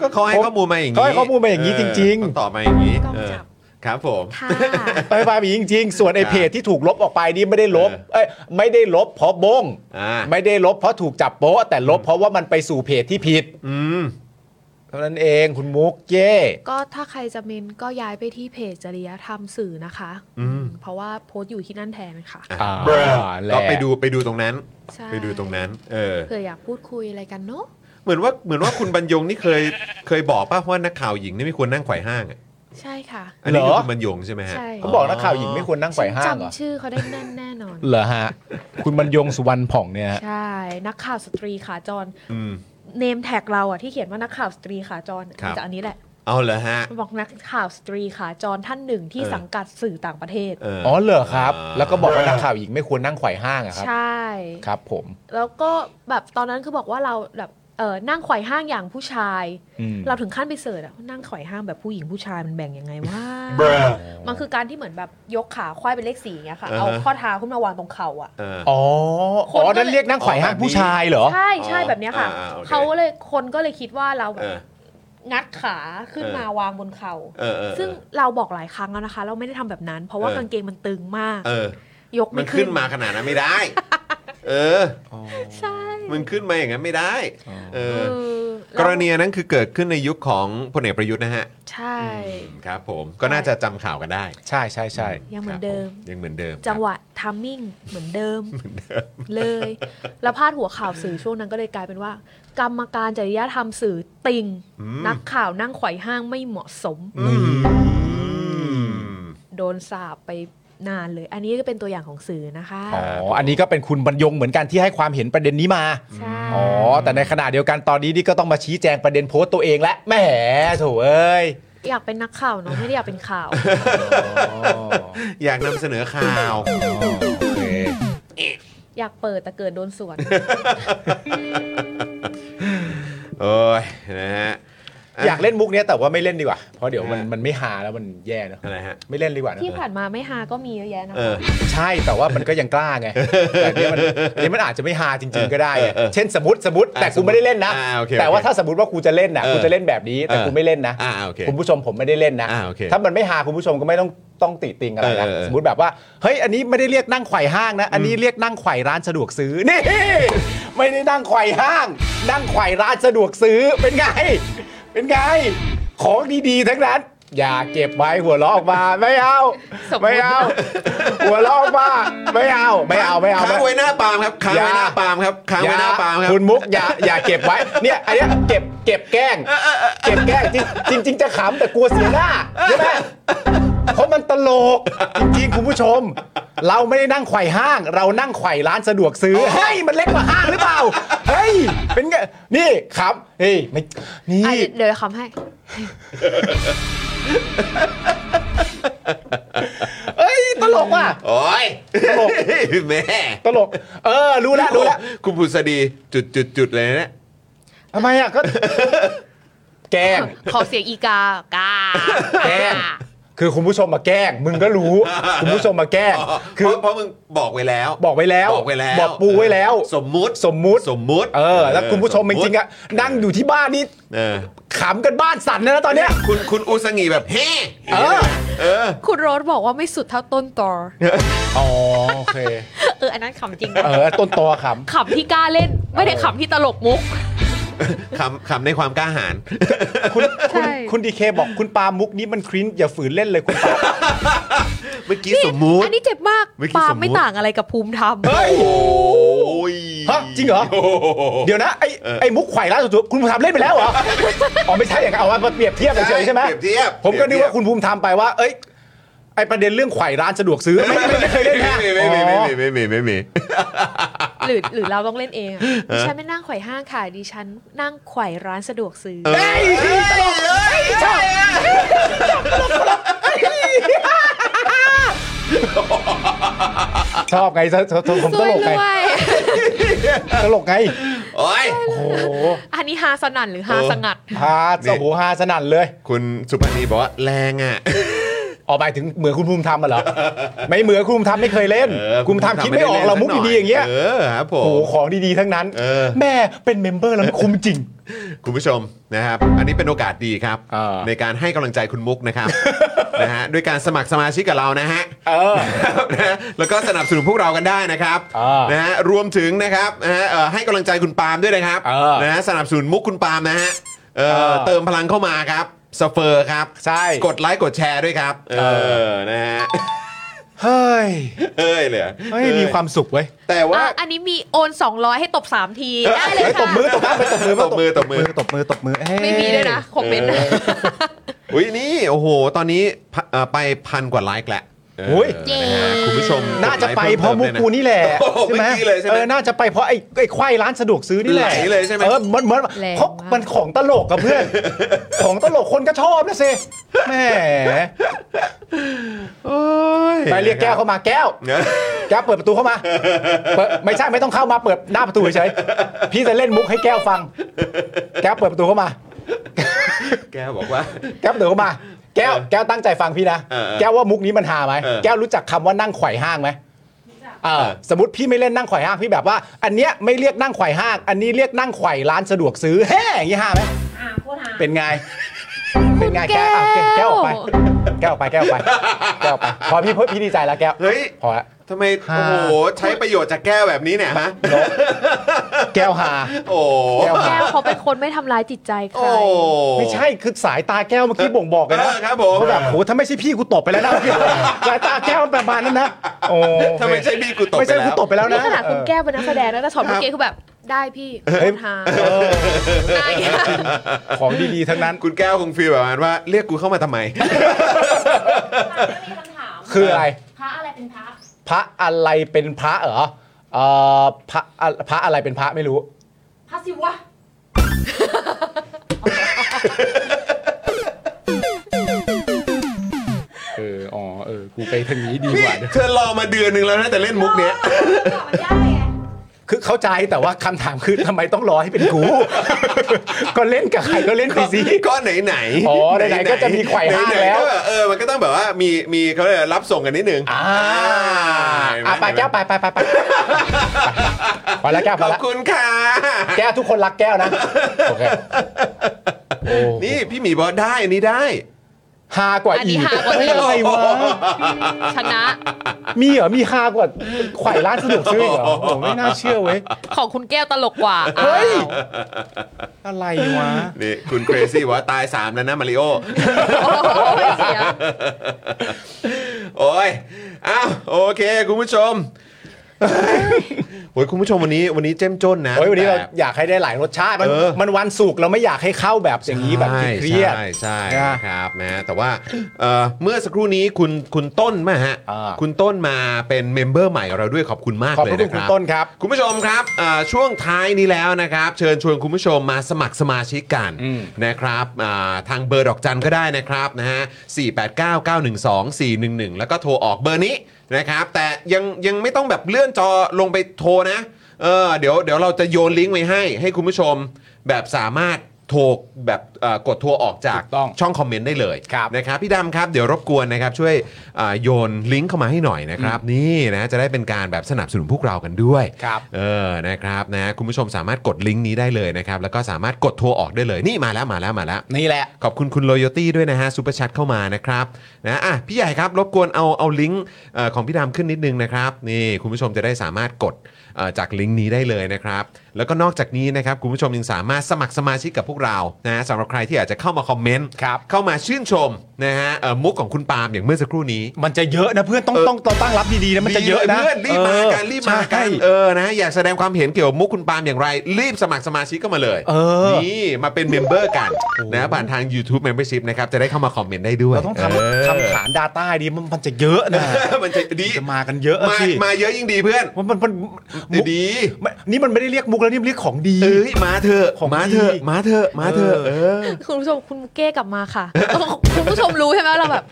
ก็เขาให้ข้อมูลมาอย่างนี้
เขาให้ข้อมูลมาอย่างนี้จริงๆ
เออเขาตอบมาอย่างนี้
กล้อง
เออ
จับ
ครับผม
ค่ะ
ๆ ไปไปอย่างนี้จริง ๆ ส่วนไอ้เพจที่ถูกลบออกไปนี่ไม่ได้ลบ เอ้ยไม่ได้ลบเพราะบง
อ่า
ไม่ได้ลบเพราะถูกจับโป๊ะแต่ลบเพราะว่ามันไปสู่เพจที่ผิด
อืม
เท่านั้นเองคุณมุกเย่
[LAUGHS] ก็ถ้าใครจะเมนก็ย้ายไปที่เพจจริยธรรมสื่อนะคะ
อืม
เพราะว่าโพสต์อยู่ที่นั่นแทนค่ะ
อ่าแหละ
ก็ไปดูไปดูตรงนั้น
ใช่
ไปดูตรงนั้น เออ
เผื่ออยากพูดคุยอะไรกันเนาะ
เหมือนว่าเหมือนว่า [LAUGHS] คุณบรรยงนี่เคยเคยบอกป่ะว่านักข่าวหญิงนี่ไม่ควรนั่งไขว่ห้างอะ
ใช่ค่ะ
อันนี้
เหร
คือ
อ
คุณบรรยงใช่ไหมฮะ
ใช่
เขาบอกนักข่าวหญิงไม่ควรนั่งไขว่ห้างเหรอ
จำชื่อเขาได้แน่นแน่นอน
[LAUGHS]
เหรอฮะ คุณบรรยงสุวรรณผ่องเนี่ยฮะ
ใช่ นักข่าวสตรีขาจร
อืม
เนมแท็กเราอะที่เขียนว่านักข่าวสตรีขาจร
ครับ
จากอันนี้แหละ
เอาเหรอฮะ
บอกนักข่าวสตรีขาจรท่านหนึ่งที่
เออ
สังกัดสื่อต่างประเทศ
เออ
อ๋อเหรอครับ
อ่า
แล้วก็บอกว่านักข่าวหญิงไม่ควรนั่งไขว่ห้างอะครับ
ใช่
ครับผม
แล้วก็แบบตอนนั้นคือบอกว่าเราแบบเออนั่งไขว่ห้างอย่างผู้ชาย
อืม
เราถึงขั้นไปเสิร์ชอะนั่งไขว่ห้างแบบผู้หญิงผู้ชายมันแบ่งยังไงว่า มันคือการที่เหมือนแบบยกขาควายเป็นเลขสี่อย่างเงี้ยค่ะ
อ่าฮะ
เอาข้อเท้าขึ้นมาวางตรงเข่าอ่ะ
เออ
อ๋อ
คนก็
อ๋อ
เลย
นั่นเรียกนั่งไขว่ห้างผู้ชายเหรอ
ใช่ใช่แบบเนี้ยค่ะ
อ่าๆโอเค
เขาเลยคนก็เลยคิดว่าเราแบ
เอบ อ
งัดขาขึ้น
เออ
มาวางบนเข่า
เออเออ
ซึ่งเราบอกหลายครั้งแล้วนะคะ เราไม่ได้ทำแบบนั้น เพราะว่ากางเกงมันตึงมาก
เออ
ยก
มั
ไม่
น
ขึ้
ขึ้
น
นมาขนาดนั้นไม่ได้
[LAUGHS]
เออ
ใช่
มันขึ้นมาอย่างนั้นไม่ได้ เอ
เอ
อ
อก
รณีนั้นคือเกิดขึ้นในยุคของพลเอกประยุทธ์นะฮะ
ใช่
ครับผมก็น่าจะจำข่าวกันได้
ใช่ใช่ใช่
ยังเหมือนเดิม
ครับผยังเหมือนเดิม
จังหวะทัมมิ่งเหมือนเดิมเลย แล้วพาดหัวข่าวสื่อช่วงนั้นก็เลยกลายเป็นว่า กรรมการจริยธรรมสื่อติง นักข่าวนั่งไขว่ห้างไม่เหมาะสม โดนสาบไปนานเลย อันนี้ก็เป็นตัวอย่างของสื่อนะคะ
อ๋อ อันนี้ก็เป็นคุณบรรยงเหมือนกันที่ให้ความเห็นประเด็นนี้มา
ใช่
อ๋อ แต่ในขณะเดียวกันตอนนี้นี่ก็ต้องมาชี้แจงประเด็นโพสต์ตัวเองและแหมโถเอ้ย
อยากเป็นนักข่าว
[LAUGHS]
เนาะไม่ได้อยากเป็นข่าว
อยากนำเสนอข่
[LAUGHS]
าว
อยากเปิดแต่เกิดโดนสวน
โอ้ยนะฮะะ
อยากเล่นมุกเนี้ยแต่ว่าไม่เล่นดีกว่า เพราะเดี๋ยวมัน
ฮะ
มันไม่หาแล้วมันแย่เนอะ
อะไรฮะ
ไม่เล่นดีกว่าเนอะ
ที่ผ่านมาไม่ฮาก็มีเยอะแยะนะ
เออ
คะ
ใช่แต่ว่ามันก็ยังกล้าไงแต่เนี่ยมันเนี่ยมันอาจจะไม่ฮาจริง ๆ ก็ได้ไง
เออเออ
เช่นสมมติสมมติแต่
อ่ะ
กูไม่ได้เล่นนะ
อ่าโอเค
แต่ว่าถ้าสมมติว่ากูจะเล่นน่ะ
เออ
กูจะเล่นแบบนี้แต่
เออ
กูไม่เล่นนะ
อ่าโอเค
คุณผู้ชมผมไม่ได้เล่นนะ
อ่าโอเค
ถ้ามันไม่ฮาคุณผู้ชมก็ไม่ต้องต้องติติงอะไรนะ
เออเออ
สมมติแบบว่าเฮ้ยอันนี้ไม่ได้เรียกนั่งไขว่ห้างนะ อันนี้เรียกนั่งไขว่ร้านสะดวกซื้อนี่ ไม่ได้นั่งไขว่ห้าง นั่งไขว่ร้านสะดวกซื้อเป็นไง เป็นไง ของดีๆทั้งนั้น อย่าเก็บไว้หัวล้อออกมาไม่เอา
สมมุติ
ไม่เอาหัวล้อออกมาไม่เอาไม่เอาไม่เอา
ค้าง
ไม่
ไว้หน้าปาล์มครับค้างไว้หน้าปาล์มครับค้าง
อย่
ไว้หน้าปาล์มครับ
คุณมุกอย่าอย่าเก็บไว้เนี่ยอันเนี้ยเก็บเก็บแกล้งเก็บแกล้งจริงจริง ๆ จะขำแต่กลัวเสียหน้าใช่ไหมเพราะมันตลกจริงๆคุณผู้ชม เราไม่ได้นั่งไขว่ห้าง เรานั่งไขว่ร้านสะดวกซื้อเฮ้ยมันเล็กกว่าห้างหรือเปล่าเฮ้ยเป็นไงนี่ครับเฮ้ยไม่นี่
อ่ะเดี๋ยวเดี๋ยวคำให้
เอ้ยตลกว่ะ
โอ้ย
ตลก
แม่
ตลก เออ รู้แล้วรู้แล้ว
คุณบุษดีจุดจุดจุดๆๆเลยนะเนี่ย
ทำไมอ่ะก็ [LAUGHS] แกล้ง
ขอเสียงอีกากา
แกล้งคือคุณผู้ชมมาแกล้ง มึงก็
[LAUGHS]
รู้ คุณผู้ชมมาแกล้ง
อ๋อ
คื
เพ
อ
ราะเพราะมึงบอกไว้แล้ว
บอกไว้แล้ว
บอกไว้แล้ว
บอกปูไว้แล้ว
สมมุติ
สมมุติ
สมมุติ
เออ แล้วคุณผู้ชมจริงๆอ่ะนั่งอยู่ที่บ้านนี่
เออ
ขำกันบ้านสั่นนะตอนเนี้ย
คุณคุณอุสงีแบบเฮ้
เออ
เออ
คุณโรสบอกว่าไม่สุดเท่าต้นตอ
อ๋อโอเค
เออ อันนั้นขำจริง
เออ ต้นตอข
ขำที่กล้าเล่น ไม่ได้ขำที่ตลกมุก
คำคำในความกล้าหาญ
ำคุณคุณ
ใช่
คุณดีเคบอกคุณปามุกนี้มันคริ้นอย่าฝืนเล่นเลยคุณปา
เมื่อกี้สมมุติ
อันนี้เจ็บมาก
เมื่อกี้
ปาล์
ส
ม
มมุติ
ไม่ต่างอะไรกับภูมิธรรม
เฮ้ย
โอ้ย
ฮะจริงเหรอ
โโ
เดี๋ยวนะไอ้
เออ
ไอ้มุกไขว่ร้านสะดวกคุณภูมิธรรมเล่นไปแล้วเหรอ อ๋อไม่ใช่อย่างนั้นเอาว่ามาเปรียบเทียบเฉยๆใช่ไหม
เปรียบเทียบ
ผมก็นึก
เปรีย
ว่า
บเทียบ
คุณภูมิธรรมไปว่า เอ้ยไอ้ประเด็นเรื่องไขว่ร้านสะดวกซื้อไม่ไม่ไม่เคยเล่น
ไม่
นะ
มีไม่มีไม่มีไม่มีไม่มี
หรือหรือเราต้องเล่นเองอะดิฉันไม่นั่งไขว่ห้างค่ะ ดิฉันนั่งไขว่ร้านสะดวกซื้อ
เฮ้ยตลกเฮ้ยชอบชอบไงชอบผม
ส
ต
วย
ลก
ร
ไง
วย
ตลกไง
โอ้ย
โอ้โห
อันนี้ฮาสนั่นหรือฮาสงัด
ฮา
นี่
โอ้โหฮาสนั่นเลย
คุณสุภานีบอกว่าแรงอ่ะ
ออกไปถึงเหมือนคุณภูมิธรรมอะเหรอไม่เหมือนคุณภูมิธรรมไม่เคยเล่น
เออ
คุณภูมิธรรมคิดไม่ออกเรามุกดีๆอย่างเงี้ย
เออครับผ
โอ้โห
ม
ของดีๆทั้งนั้น
เออ
แม่เป็นเมมเบอร์แล้วมันคุ้มจริง
คุณผู้ชมนะครับ อันนี้เป็นโอกาสดีครับ
เออ
ในการให้กำลังใจคุณมุก
[LAUGHS]
นะครับ นะฮะด้วยการสมัครสมาชิกกับเรานะฮะ
เออ
ครับ [LAUGHS] นะแล้วก็สนับสนุนพวกเรากันได้นะครับ
อ่าน
นะฮะรวมถึงนะครับนะฮะเอ่อให้กำลังใจคุณปาล์มด้วยนะครับ
เออ
นะฮะสนับสนุนมุกคุณปาล์มนะฮะเอ่อ
เออ
เติมพลังเข้ามาครับสเฟอร์ครับ
ใช่
กดไลค์กดแชร์ด้วยครับ เอ
เอ
อนะฮะ [LAUGHS]
เฮ้ย
เอ้ยเลย
เฮ้ยมีความสุขเว้ย
แต่ว่า
อ่ะอันนี้มีโอน 200 ให้ตบ 3 ที ได้เลย
เฮ้ยตบ
ค่ะ
มือตบมือตบมือ
ตบมือตบมือ
ตบมือตบมือเฮ้
ไม่มีด้วยนะคอมเมนต์
อุ้ยนี่โอ้โห ตอนนี้พะเอ่อไปพันกว่าไลค์แล้ว เออ
โอ้ย
เย้
นะฮะคุณผู้ชมด
น่าจะ
ลค์
ไปเพราะมุก
พิ่ติ
กูนี่แหละ
โอ้โ
ใช่ไหม
เอกี้เลยใช่ไห
เอ
ม
อน่าจะไปเพราะไอ้ไอ้ควายร้านสะดวกซื้อนี่แหละ
ไหลเลยใช่ไหม
เออมันเหมือน
แรงมาก
เพราะมันของตลกกับเพื่อน
[LAUGHS]
ของตลกคนก็ชอบนะสิแหม
โอ้
ไปเรียกแก้วเข้ามาแก้ว
[LAUGHS] นะ
แก้วเปิดประตูเข้ามาเปิดไม่ใช่ไม่ต้องเข้ามาเปิดหน้าประตูเฉยๆพี่จะเล่นมุกให้แก้วฟัง แก้วเปิดประตูเข้ามา
แก้วบอกว่า
แก้วเดินเข้ามา แก้วแก้วตั้งใจฟังพี่นะ
เออเออ
แก้วว่ามุกนี้มันหาไหม
เออ
แก้วรู้จักคำว่านั่งไขว่ห้างไหมเออ
เออ
สมมติพี่ไม่เล่นนั่งไขว่ห้างพี่แบบว่า อันเนี้ยไม่เรียกนั่งไขว่ห้าง อันนี้เรียกนั่งไขว่ร้านสะดวกซื้อแฮ่อย่างงี้ห้าไหมเป็นไง เป็นไงแก้วอ่ะแก้วแก้วออกไป แก้วออกไปแก้วออกไปแก้วออกไปพอพี่พพี่ดีใจแล้วแก้ว
เฮ้ย
พอละ
ทำไม
ฮะ
โอ้โหใช้ประโยชน์จากแก้วแบบนี้เนี่ยฮะ
แก้วหา
โอ้โห
แก้ว
แก้วเขาเป็นคนไม่ทำร้ายจิตใจใคร
โอ้โห
ไม่ใช่คือสายตาแก้วเมื่อกี้บ่งบอกเลย
เอ
นะ
อครับผม
ว่าแบบโหถ้าไม่ใช่พี่กูตบไปแล้วนะเมื่อกี้
[LAUGHS]
สายตาแก้วมันประมาณนั้นนะโอ้
ถ้าไม่ใช่พี่กูตก
ไม่
ไป
ใช่
แล้
กู
ว
ตบไปแล้วนะ
นี่ขนาดคุณแก้วเป็นนักแสดงแล้วแต่ช็อตเมื่อกี้คือแบบได้พี่
เฮ้ย
ทางได้ค่ะ
ของดีๆทั้งนั้น
คุณแก้วคงฟีลแบบประมาณว่าเรียกกูเข้ามาทำไม
มีคำถาม
คืออะไร
พระอะไรเป็นพระ
พระอะไรเป็นพระเหรอเอ่อพระอะพระอะไรเป็นพระไม่รู้
พระศิวะ
เอออ๋อเออกูไปทางนี้ดี
พี่
กว่า
เธอรอมาเดือนหนึ่งแล้วนะแต่เล่นมุกเนี้ย
มันยากไง
คือเข้าใจแต่ว่าคำถามคือ [LAUGHS] ทำไมต้องรอให้เป็นกู [LAUGHS] ก็เล่นกับใครก็เล่นไปสิ
ก็ไหนไหนๆ
อ๋อไหนๆก็จะมีไขว่ห้าง
ไหนๆ
แล้ว
ก็บบเออมันก็ต้องแบบว่ามีมีเขาเลยกอะไรรับส่งกันนิดนึง
อ่า
เห็นหม
อ่ะไปแก้วไปไปไปไปพอแล้วแก้วพ
ข
อ
อบ
แล้ว
คุณค่ะ
แก้วทุกคนรักแก้วนะโอเคโอ้
นี่พี่หมีบอกได้อันนี้ได้
ฮากว่า
อัน
อี
นี้
ก
หากว่า
เฮ้ย
พี่
อะไรวะ
[LAUGHS] ชนะ
มีเหรอมีฮากว่าไขว่ร้านสะดวกซื้ออีกเหรอโอ้ไม่น่าเชื่อเว้ย
ของคุณแก้วตลกกว่า
เฮ้ยอะ
อ้าว
ไรวะ
นี่
[LAUGHS]
คุณเครซี่ว่าตายสามแล้วนะมาริโอ
โอ้ยเสีย
[LAUGHS] โอ้ย อ้าว โอเค คุณผู้ชม [LAUGHS] โอ้ยคุณผู้ชมวันนี้วันนี้เจ้มจนนะ
เฮ้ยวันนี้เราอยากให้ได้หลายรสชาติ มัน
เออ
มันวันศุกร์เราไม่อยากให้เข้าแบบอย่างนี้แบบเครียด
ใช่ใช่
นะ
นะครับนะแต่ว่าเอ่อเมื่อสักครู่นี้คุณคุณต้นมาฮะ
อ่า
คุณต้นมาเป็นเมมเบอร์ใหม่เราด้วยขอบคุณมาก
ขอบ
เล
พ
ย
ระคุ
นะค
ณคุณ
รับ
ต้นครับ
คุณผู้ชมครับอ่าช่วงท้ายนี้แล้วนะครับ เชิญชวนคุณผู้ชมมาสมัครสมาชิกกัน
อืม
นะครับอ่าทางเบอร์ดอกจันก็ได้นะครับนะฮะ489912411 แล้วก็โทรออกเบอร์นี้นะครับ แต่ยังยังไม่ต้องแบบเลื่อนจอลงไปโทรนะเออเดี๋ยวเดี๋ยวเราจะโยนลิงก์ไว้ให้ ให้คุณผู้ชมแบบสามารถโทรแบบเอ่อกดโทรออกจาก
ถูกต้อง
ช่องคอมเมนต์ได้เลย
ครับ
นะครับพี่ดำครับเดี๋ยวรบกวนนะครับช่วยอ่าโยนลิงก์เข้ามาให้หน่อยนะครับนี่นะจะได้เป็นการแบบสนับสนุนพวกเรากันด้วย
ครับ
เออ นะครับ นะ คุณผู้ชมสามารถกดลิงก์นี้ได้เลยนะครับ แล้วก็สามารถกดโทรออกได้เลย นี่มาแล้ว มาแล้ว มาแล้ว
นี่แหละ
ขอบคุณคุณโ o โยตี้ด้วยนะฮะซูเปอร์แชทเข้ามานะครับ นะ อ่ะ พี่ใหญ่ครับ รบกวนเอา เอาลิงก์เอ่อของพี่ดำขึ้นนิดนึงนะครับ นี่ คุณผู้ชมจะได้สามารถกดเอ่อจากลิงก์นี้ได้เลยนะครับ แล้วก็นอกจากนี้นะครับ คุณผู้ชมยังสามารถสมัครสมาชิกกับพวกเรา นะสำหรับใครที่อยากจะเข้ามาคอมเมนต์
ครับ
เข้ามาชื่นชม นะฮะเอ่อมุกของคุณปาล์มอย่างเมื่อสักครู่นี้
มันจะเยอะนะเพื่อนต้องต้องต้องตั้งรับดีๆนะมันจะเยอะนะ
ดีลเพื่อนรีบมากันรีบ
เออ
มากัน
ใช่
เออนะอยากแสดงความเห็นเกี่ยวกับมุกคุณปาล์มอย่างไร รีบสมัครสมาชิกก็มาเลย
เออ
นี่มาเป็นเมมเบอร์กันนะผ่านทาง YouTube Membership นะครับจะได้เข้ามาคอมเมนต์ได้ด้วย
เราต้องท
เออ
ำทำฐาน Data ดีมันมันจะเยอะนะ
มันจะดี
จะมากันเยอะอะ
มา
สิ
มาเยอะยิ่งดีเพื่อน
มันมันมันมุก
ดี
ไม่นี่มันไม่ได้เรียกมุกแล้วนี่มันเรียกของดี
เอ้ยมาเถอะ
ของ
มาเถอะ
ดี
มาเถอะมาเถอะเออ
[LAUGHS] คุณผู้ชมคุณมุกเก้กลับมาค่ะ [LAUGHS] คุณผู้ชมรู้ใช่ไหมว่าเราแบบ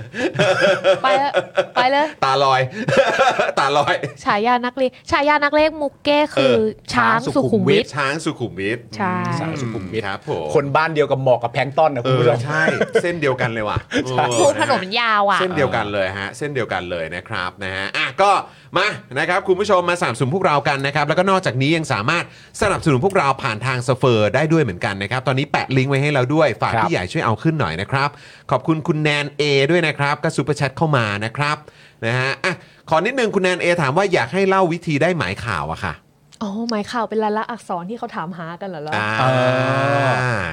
ไปแล้วไปเลย
ตาลอย [LAUGHS] ตาลอย
ฉายานักเลงฉายานักเลงมุกเก้คือ ช้างสุขุมวิท
ช้างสุขุมวิท
ใช่
ช้างสุขุมวิท
ครับผม
คนบ้านเดียวกับหมอกกับแพลงก์ต้นนะ
เอ
คุณ
อ
ผู้ชม
ใช่เส้นเดียวกันเลยว่ะเออ
คือถนนยาวอ่ะ
เส้นเดียวกันเลยฮะเส้นเดียวกันเลยนะครับนะฮะอ่ะก็มานะครับคุณผู้ชมมาสนับสนุนพวกเรากันนะครับแล้วก็นอกจากนี้ยังสามารถสนับสนุนพวกเราผ่านทางสเฟอร์ได้ด้วยเหมือนกันนะครับตอนนี้แปะลิงก์ไว้ให้เราด้วยฝาก
ครับ
พี่ใหญ่ช่วยเอาขึ้นหน่อยนะครับขอบคุณคุณแนน A ด้วยนะครับก็ซูเปอร์แชทเข้ามานะครับนะฮะอ่ะขอนิดนึงคุณแนน A ถามว่าอยากให้เล่าวิธีได้หมายข่าวอะค่ะ
อ๋อหมายข่าวเป็นลายลักษณ์อักษรที่เขาถามหากันเหรอล่ะ
อ่า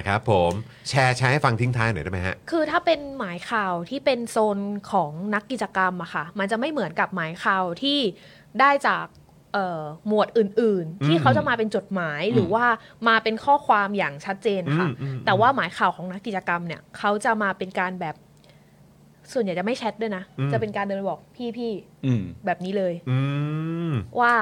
ครับผมแชร์แชร์ให้ฟังทิ้งท้ายหน่อยได้ไหมฮะ
คือถ้าเป็นหมายข่าวที่เป็นโซนของนักกิจกรรมอะค่ะ มันจะไม่เหมือนกับหมายข่าวที่ได้จากเอ่อหมวดอื่น ๆ ที่เขาจะมาเป็นจดหมายหรือว่ามาเป็นข้อความอย่างชัดเจนค่ะ
อืมอืมอืม
แต่ว่าหมายข่าวของนักกิจกรรมเนี่ยเขาจะมาเป็นการแบบ ส่วนใหญ่จะไม่แชทด้วยนะ
อืม
จะเป็นการเดินไปบอกพี่พี่
อืม
แบบนี้เลย
อืม
ว่า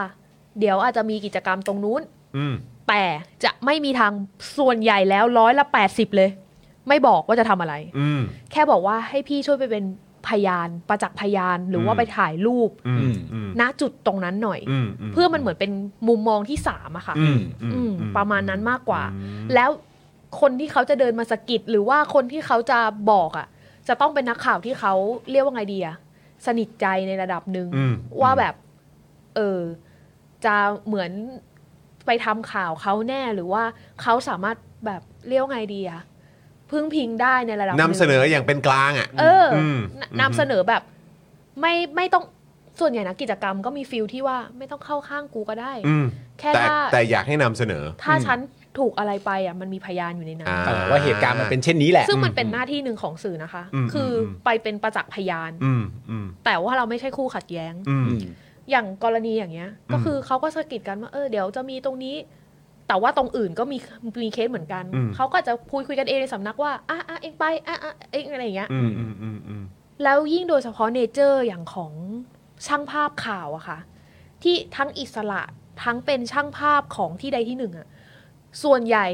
เดี๋ยวอาจจะมีกิจกรรมตรงนู้น
อืม
แต่จะไม่มีทางส่วนใหญ่แล้วร้อยละแปดสิบเลย ไม่บอกว่าจะทำอะไร
อืม
แค่บอกว่าให้พี่ช่วยไปเป็นพยานประจักษ์พยานหรือ
อืม
ว่าไปถ่ายรูป
อืมอืม
ณจุดตรงนั้นหน่อย
อืม
เพื่อมันเหมือนเป็นมุมมองที่สามอะค่ะ
อืม
อืมประมาณนั้นมากกว่า
อืม
แล้วคนที่เขาจะเดินมาสะกิดหรือว่าคนที่เขาจะบอกอะจะต้องเป็นนักข่าวที่เขาเรียกว่าไงดีอะสนิทใจในระดับหนึ่ง
อืม
ว่าแบบ เออ จะเหมือนไปทำข่าวเขาแน่หรือว่าเขาสามารถแบบเรียกว่าไงดีอะพึ่งพิงได้ในระดับหง
นำเสนออย่างเป็นกลางอ่ะ
เอออ
ม
นำเสนอแบบ ไม่ไม่ต้องส่วนใหญ่นะกิจกรรมก็มีฟิลที่ว่าไม่ต้องเข้าข้างกูก็ได้
อืม
แค่
แต่
ถ้า
แต่อยากให้นำเสนอ
ถ้า
อืม
ฉันถูกอะไรไปอ่ะมันมีพยานอยู่ในนั้น
อ่
เออว่าเหตุการณ์มันเป็นเช่นนี้แหละ
ซึ่งมันเป็นหน้าที่หนึ่งของสื่อนะคะ
อืม
คืออ
ม
ไปเป็นประจักษ์พยาน
อืมอืม
แต่ว่าเราไม่ใช่คู่ขัดแย้ง
อืม
อืม
อย่างกรณีอย่างเงี้ย ก็คือเขาก็สะกิดกันว่าเออเดี๋ยวจะมีตรงนี้ แต่ว่าตรงอื่นก็มีมีเคสเหมือนกัน
อืม
เขาก็จะพูดคุยกันเองในสำนักว่าอ่ะอ่ะเองไปอ่ะอ่ะเองอะไรอย่างเงี้ย
อืมอืมอืมอืม
แล้วยิ่งโดยเฉพาะเนเจอร์อย่างของช่างภาพข่าวอะค่ะ ที่ทั้งอิสระทั้งเป็นช่างภาพของที่ใดที่หนึ่งอะส่วนใหญ่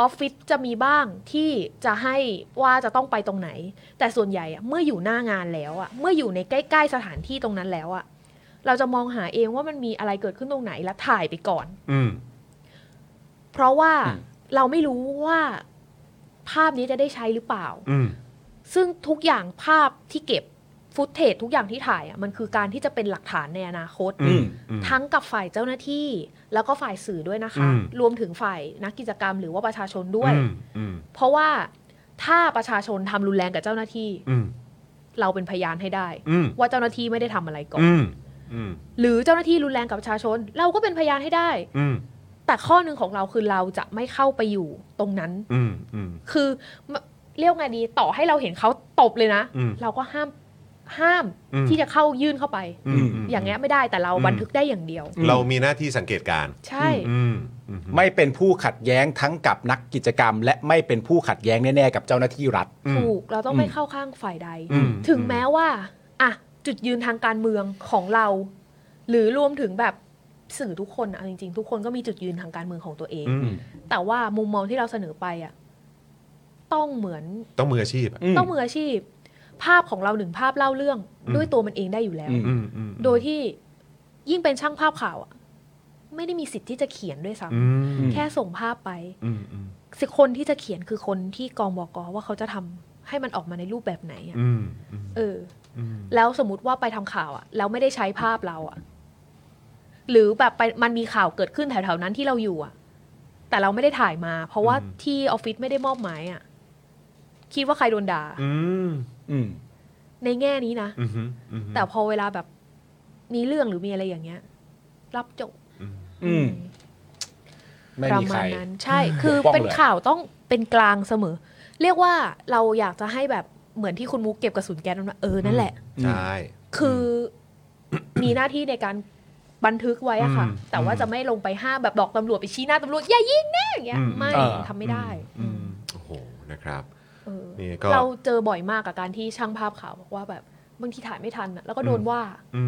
ออฟฟิศจะมีบ้างที่จะให้ว่าจะต้องไปตรงไหน แต่ส่วนใหญ่อะเมื่ออยู่หน้างานแล้วอะเมื่ออยู่ในใกล้ ๆ สถานที่ตรงนั้นแล้วอะเราจะมองหาเองว่ามันมีอะไรเกิดขึ้นตรงไหนแล้วถ่ายไปก่อน
อืม
เพราะว่า
อืม
เราไม่รู้ว่าภาพนี้จะได้ใช้หรือเปล่า
อืม
ซึ่งทุกอย่างภาพที่เก็บฟุตเทจทุกอย่างที่ถ่ายอ่ะมันคือการที่จะเป็นหลักฐานในอนาคต
อืม
อืม
ทั้งกับฝ่ายเจ้าหน้าที่แล้วก็ฝ่ายสื่อด้วยนะคะ
อืม
รวมถึงฝ่ายนักกิจกรรมหรือว่าประชาชนด้วย
อืมอืม
เพราะว่าถ้าประชาชนทำรุนแรงกับเจ้าหน้าที่
อืม
เราเป็นพยานให้ได้
อืม
ว่าเจ้าหน้าที่ไม่ได้ทำอะไรก่อน
อืมอืม
หรือเจ้าหน้าที่รุนแรงกับประชาชน เราก็เป็นพยานให้ได้
อืม
แต่ข้อหนึ่งของเราคือเราจะไม่เข้าไปอยู่ตรงนั้น
อืมอืม
คือเรียกไงดีต่อให้เราเห็นเขาตบเลยนะ
อืม
เราก็ห้ามห้าม
อืม
ที่จะเข้ายื่นเข้าไป
อืมม
อย่างเงี้ยไม่ได้แต่เราบันทึกได้อย่างเดียว
เรามีหน้าที่สังเกตการณ์
ใช่
อืมอืม
ไม่เป็นผู้ขัดแย้งทั้งกับนักกิจกรรม และไม่เป็นผู้ขัดแย้งแน่ๆกับเจ้าหน้าที่รัฐ
อืม
ถูกเราต้อง
อืม
ไม่เข้าข้างฝ่ายใด
อืม
ถึง
อืม
แม้ว่าอ่ะจุดยืนทางการเมืองของเรา หรือรวมถึงแบบสื่อทุกคนอะเอาจริงๆ ทุกคนก็มีจุดยืนทางการเมืองของตัวเอง
อืม
แต่ว่ามุมมองที่เราเสนอไปอ่ะต้องเหมือน
ต้องมืออาชีพอะ
ต้องมืออาชีพ ภาพของเราหนึ่งภาพเล่าเรื่องด้วยตัวมันเองได้อยู่แล้ว
อืม
อืมอืม
โดยที่ยิ่งเป็นช่างภาพข่าวอะไม่ได้มีสิทธิ์ที่จะเขียนด้วยซ้
อืม
อืม
ำแค่ส่งภาพไป
อืมอืม
สิคนที่จะเขียนคือคนที่กองบอกอว่าเขาจะทำให้มันออกมาในรูปแบบไหนอะ
อืมอืม
เออ
อืม
แล้วสมมติว่าไปทำข่าวอะแล้วไม่ได้ใช้ภาพเราอะหรือแบบไปมันมีข่าวเกิดขึ้นแถวๆนั้นที่เราอยู่อะแต่เราไม่ได้ถ่ายมา เพราะว่า
อืม
ที่ออฟฟิศไม่ได้มอบหมายอะคิดว่าใครโดนด่า
อืม
อืม
ในแง่นี้นะ
อืมอืม
แต่พอเวลาแบบมีเรื่องหรือมีอะไรอย่างเงี้ย รับจบ
อืม ไม่
ประ
มีใค
มาณ
ร
นั้น ใช่ คือ
ปกป้องเลย
เป็นข่าวต้องเป็นกลางเสมอ เรียกว่าเราอยากจะให้แบบเหมือนที่คุณมุกเก็บกระสุนแก๊สนั่นนะเออนั่นแหละ
ใช่
คืออมีหน้าที่ในการบันทึกไว้อะค่ะ
อืม
แต่ว่าจะไม่ลงไปห้ามแบบบอกตำรวจไปชี้หน้าตำรวจอย่ายิงแน่อย่างเงี้ย
อืม
ไม่
เออ
ทำไม่ได้
อืมโอ้โหนะครับ
เออ
นี่ก็
เราเจอบ่อยมากกับการที่ช่างภาพข่าวบอกว่าแบบบางทีถ่ายไม่ทันอะแล้วก็โดนว่า
อื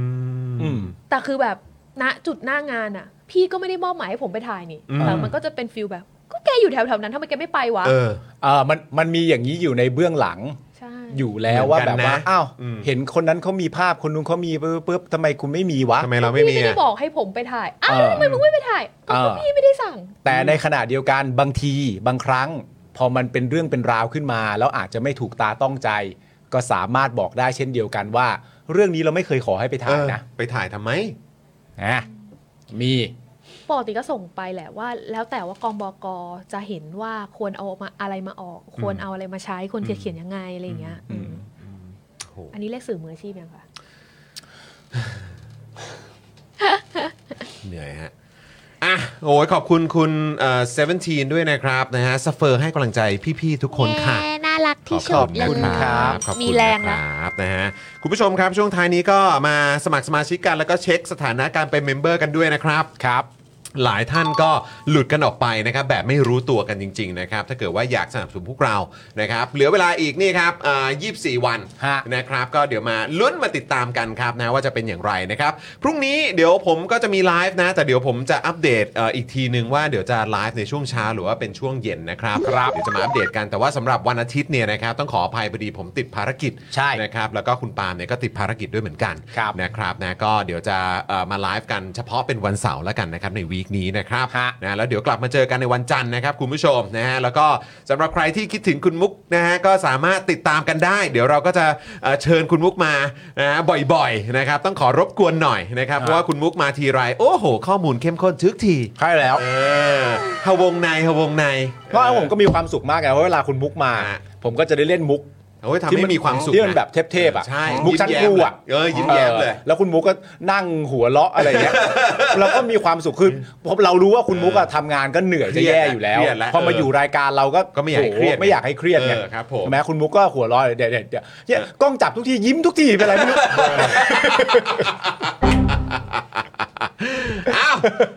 ม
อืม
แต่คือแบบณจุดหน้างานอ่ะ พี่ก็ไม่ได้มอบหมายให้ผมไปถ่ายนี่
อืม
แต่มันก็จะเป็นฟิลแบบ ก็แกอยู่แถวๆนั้นทำไมแกไม่ไปวะ
เออ
เออมันมันมีอย่างนี้อยู่ในเบื้องหลัง
ใช่
อยู่แล้วว่า
เหมื
แบ
อนกัน
บ
นะ
ว่าอ้าว
อืม
เห็นคนนั้นเขามีภาพคนนู้นเขามีปุ๊บปุ๊บทำไมคุณไม่มีวะ
ทำไมเราไม่มี
พี่ไม่ได้
อะ
บอกให้ผมไปถ่ายอ้าว
เออ
ทำไมมึงไม่ไปถ่ายก็
เออ
พี่ไม่ได้สั่ง
แต่ในขณะเดียวกันบางทีบางครั้ง พอมันเป็นเรื่องเป็นราวขึ้นมา แล้วอาจจะไม่ถูกตาต้องใจ ก็สามารถบอกได้เช่นเดียวกันว่า เรื่องนี้เราไม่เคยขอให้ไปถ่ายนะ
เออไปถ่ายทำไม
นะมี
ปกติก็ส่งไปแหละว่า แล้วแต่ว่ากองบกจะเห็นว่าควรเอามาอะไรมาออก ควรเอาอะไรมาใช้ควรจะเขียนยังไงอะไรอย่างเงี้ย
อืม
อืม
โห
อันนี้เรียกสื่อมืออาชีพยังคะ
เหนื่อยฮะ อ่ะ โอ้ยขอบคุณคุณเอ่อ17 ด้วยนะครับนะฮะสเฟอร์ให้กำลังใจพี่ ๆ ทุกคนค่ะ
น่ารักที่
ขอบ
สุดเล
คุ
ย
ณครับขอบคุณ
มีแรงนะ
ครับนะฮะคุณผู้ชมครับช่วงท้ายนี้ก็มาสมัครสมาชิกกันแล้วก็เช็คสถานะการเป็นเมมเบอร์กันด้วยนะครับ ครับ หลายท่านก็หลุดกันออกไปนะครับแบบไม่รู้ตัวกันจริงๆนะครับถ้าเกิดว่าอยากสนับสนุนพวกเรานะครับเหลือเวลาอีกนี่ครับอ่า24 วัน
ฮะ
นะครับก็เดี๋ยวมาลุ้นมาติดตามกันครับนะว่าจะเป็นอย่างไรนะครับพรุ่งนี้เดี๋ยวผมก็จะมีไลฟ์นะแต่เดี๋ยวผมจะอัปเดตเอ่ออีกทีนึงว่าเดี๋ยวจะไลฟ์ในช่วงเช้าหรือว่าเป็นช่วงเย็นนะครับครับเดี๋ยวจะมาอัปเดตกันแต่ว่าสำหรับวันอาทิตย์เนี่ยนะครับต้องขออภัยพอดีผมติดภารกิจ
ใช่
นะครับแล้วก็คุณปาล์มเนี่ยก็ติดภารกิจด้วยเหมือนกัน
ครับ
นะครับนะก็เดี๋ยวจะเอ่อมาไลฟ์กันเฉพาะเป็นวันเสาร์แล้วกันนะครับในวีคนี้นะครับ
ฮะ
นะแล้วเดี๋ยวกลับมาเจอกันในวันจันทร์นะครับคุณผู้ชมนะฮะแล้วก็สำหรับใครที่คิดถึงคุณมุกนะฮะก็สามารถติดตามกันได้ เดี๋ยวเราก็จะเอ่อเชิญคุณมุกมานะฮะบ่อยๆนะครับต้องขอรบกวนหน่อยนะครับเพราะว่าคุณมุกมาทีไรโอ้โห ข้อมูลเข้มข้นทุกที
ใช่แล้ว
เออฮวงในฮวงใน
เพราะผมก็มีความสุขมากไงเพราะเวลาคุณมุกมา
ฮะ
ผมก็จะได้เล่นมุก
โอ้ยทำให้มีความสุข
ที่มันแบบเทพๆอ่ะ
ใช่
มุกชั้นครูอ่ะ
เออยิ้มแย้มเลย
ออแล้วคุณมุกก็นั่งหัวเราะอะไรเงี้ย
[LAUGHS]
เราก็มีความสุขขึ้นเพราะเรารู้ว่าคุณมุกอะทำงานก็เหนื่อยจะแย่อยู่แล้ว
เครียดแล้ว
พอมาอยู่รายการเราก็
ก็ไม่อยากให้เครียด
โโไม่อยากให้เครียดไง
เออครับผม
ใช่ไหมคุณมุกก็หัวเราะเดี๋ยวเดี๋ยวเดี๋ยวเนี่ยกล้องจับทุกทียิ้มทุกทีเป็นไรไม่รู้
อ้าว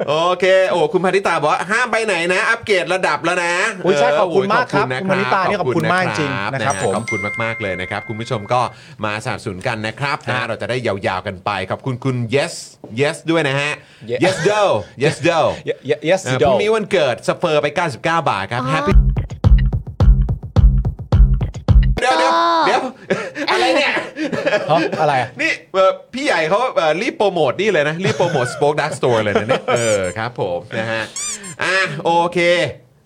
โอเค โอ้คุณพนิตาบอกว่าห้ามไปไหนนะ อัปเกรดระดับแล้วนะ
โอ้ยใช่ขอบคุณมากครับ
โอ้ยขอ
คุณพนิตานี่ขอบคุณมาก
นะ
จริงนะครับผม
ขอบคุณมากๆเลยนะครับ คุณผู้ชมก็มาสนับสนุนกันนะครับนะเราจะได้ยาวๆกันไปขอบคุณคุณ yes yes ด้วยนะฮะ yes do [LAUGHS]
[LAUGHS]
yes do
yes
เอ่อพ
d o
รุ่งนี้วันเกิดสเปอร์ไป 99 บาทครับ happy เดี๋ยวเดี๋ยวเดี๋ยว [LAUGHS] อะไรเนี่ย
ฮะอะไรอะ
นี่เอ่อพี่ใหญ่เขาเอ่อรีบโปรโมทนี่เลยนะ รีบโปรโมท Spoke Dark Store เลยนะเนี่ยเออครับผมนะฮะอ่ะโอเค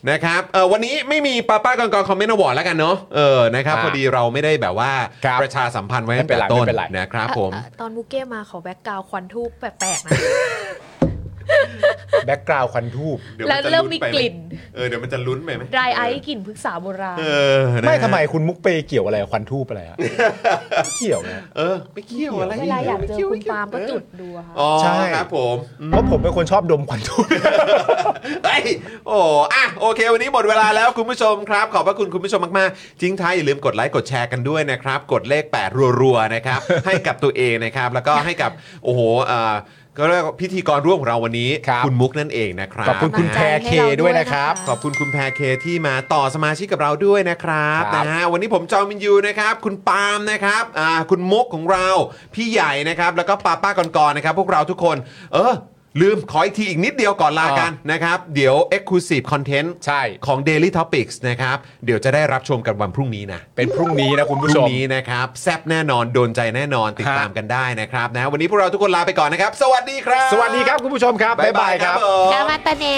นะครับเออวันนี้ไม่มีป้าป้ากองกองคอมเมนต์อวอร์ดแล้วกันเนาะเออนะครับ
อ่ะ
พอดีเราไม่ได้แบบว่า
ครับ
ประชาสัมพันธ์ไว้
ไม่
ตั้งแต่
เป็นไร
ต้น
ไม่เป็นไร
นะครับผม
เอ่อตอนบุกเก้มาขอแบ็กกราวควันทูปแปลกๆนะ
แบ็กกราวควันทูบ
เดี๋ยว
แล้ว
นจะ
เริ่มมีกลิ่น
เออเดี๋ยวมันจะลุ้นไปไหม
ดรายไอซ์กลิ่นพฤกษาโบราณ
เออนะฮะ
ไม่ทำไมคุณมุกไปเกี่ยวอะไรกับควันทูบอะไรอะไม่เกี่ยวนะ
เออไม่เกี่ยวอะไร
เวลาอยากเจอคุณปาล์มก็จุดดูอะค่ะ
อ๋อ
ใช่
ครับผม
เพราะผมเป็นคนชอบดมควันทูบ
เฮ้ยโอ้อะโอเค วันนี้หมดเวลาแล้วคุณผู้ชมครับ ขอบพระคุณคุณผู้ชมมาก ๆ ทิ้งท้ายอย่าลืมกดไลค์ กดแชร์กันด้วยนะครับ กดเลข 8 รัว ๆ
[LAUGHS]
นะครับ ให้กับตัวเองนะครับ แล้วก็ให้กับ โอ้โหเอ่อก็เรียกว่าพิธีกรร่วมของเราวันนี้
ครับ
ณมุกนั่นเองนะครับ
ขอบคุณคุณแพ
นะฮะ
รเคด้วยนะครับ
ขอบคุณคุณแพรเคที่มาต่อสมาชิกกับเราด้วยนะครับ
ครับ
นะฮะวันนี้ผมจอมินยูนะครับ คุณปาล์มนะครับอ่าคุณมุกของเราพี่ใหญ่นะครับ แล้วก็ป้าป้ากรๆนะครับ พวกเราทุกคน เออ ลืมขออีกทีอีกนิดเดียวก่อนลากันนะครับ เดี๋ยว Exclusive Content
ใช่
ของ Daily Topics นะครับ เดี๋ยวจะได้รับชมกันวันพรุ่งนี้นะ
เป็นพรุ่งนี้นะคุณ
พ
ผู้ช
รุ่ง
ม
นี้นะครับ แซบแน่นอน โดนใจแน่นอนติด
ฮะ
ตามกันได้นะครับนะวันนี้พวกเราทุกคนลาไปก่อนนะครับ สวัสดีครับ
สวัสดีครับคุณผู้ชมครับ
บ๊ายบายครับผม
สวัสดี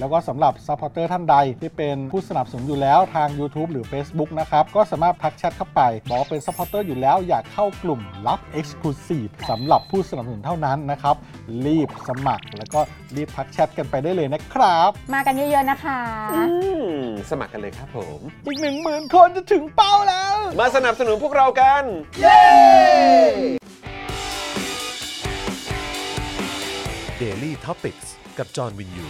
แล้วก็สำหรับ Supporter ท่านใดที่เป็นผู้สนับสนุนอยู่แล้วทาง YouTube หรือ Facebook นะครับ ก็สามารถทักแชทเข้าไป บอกเป็น Supporter อยู่แล้วอยากเข้ากลุ่มลับ Exclusive สำหรับผู้สนับสนุนเท่านั้นนะครับ รีบสมัคร แล้วก็รีบทักแชทกันไปได้เลยนะครับ
มากันเยอะๆนะคะ
อืมสมัครกันเลยครับผม
อีก 1 0,000 คนจะถึงเป้าแล้ว
มาสนับสนุนพวกเรากัน เย้
Daily Topics กับจอห์นวินยู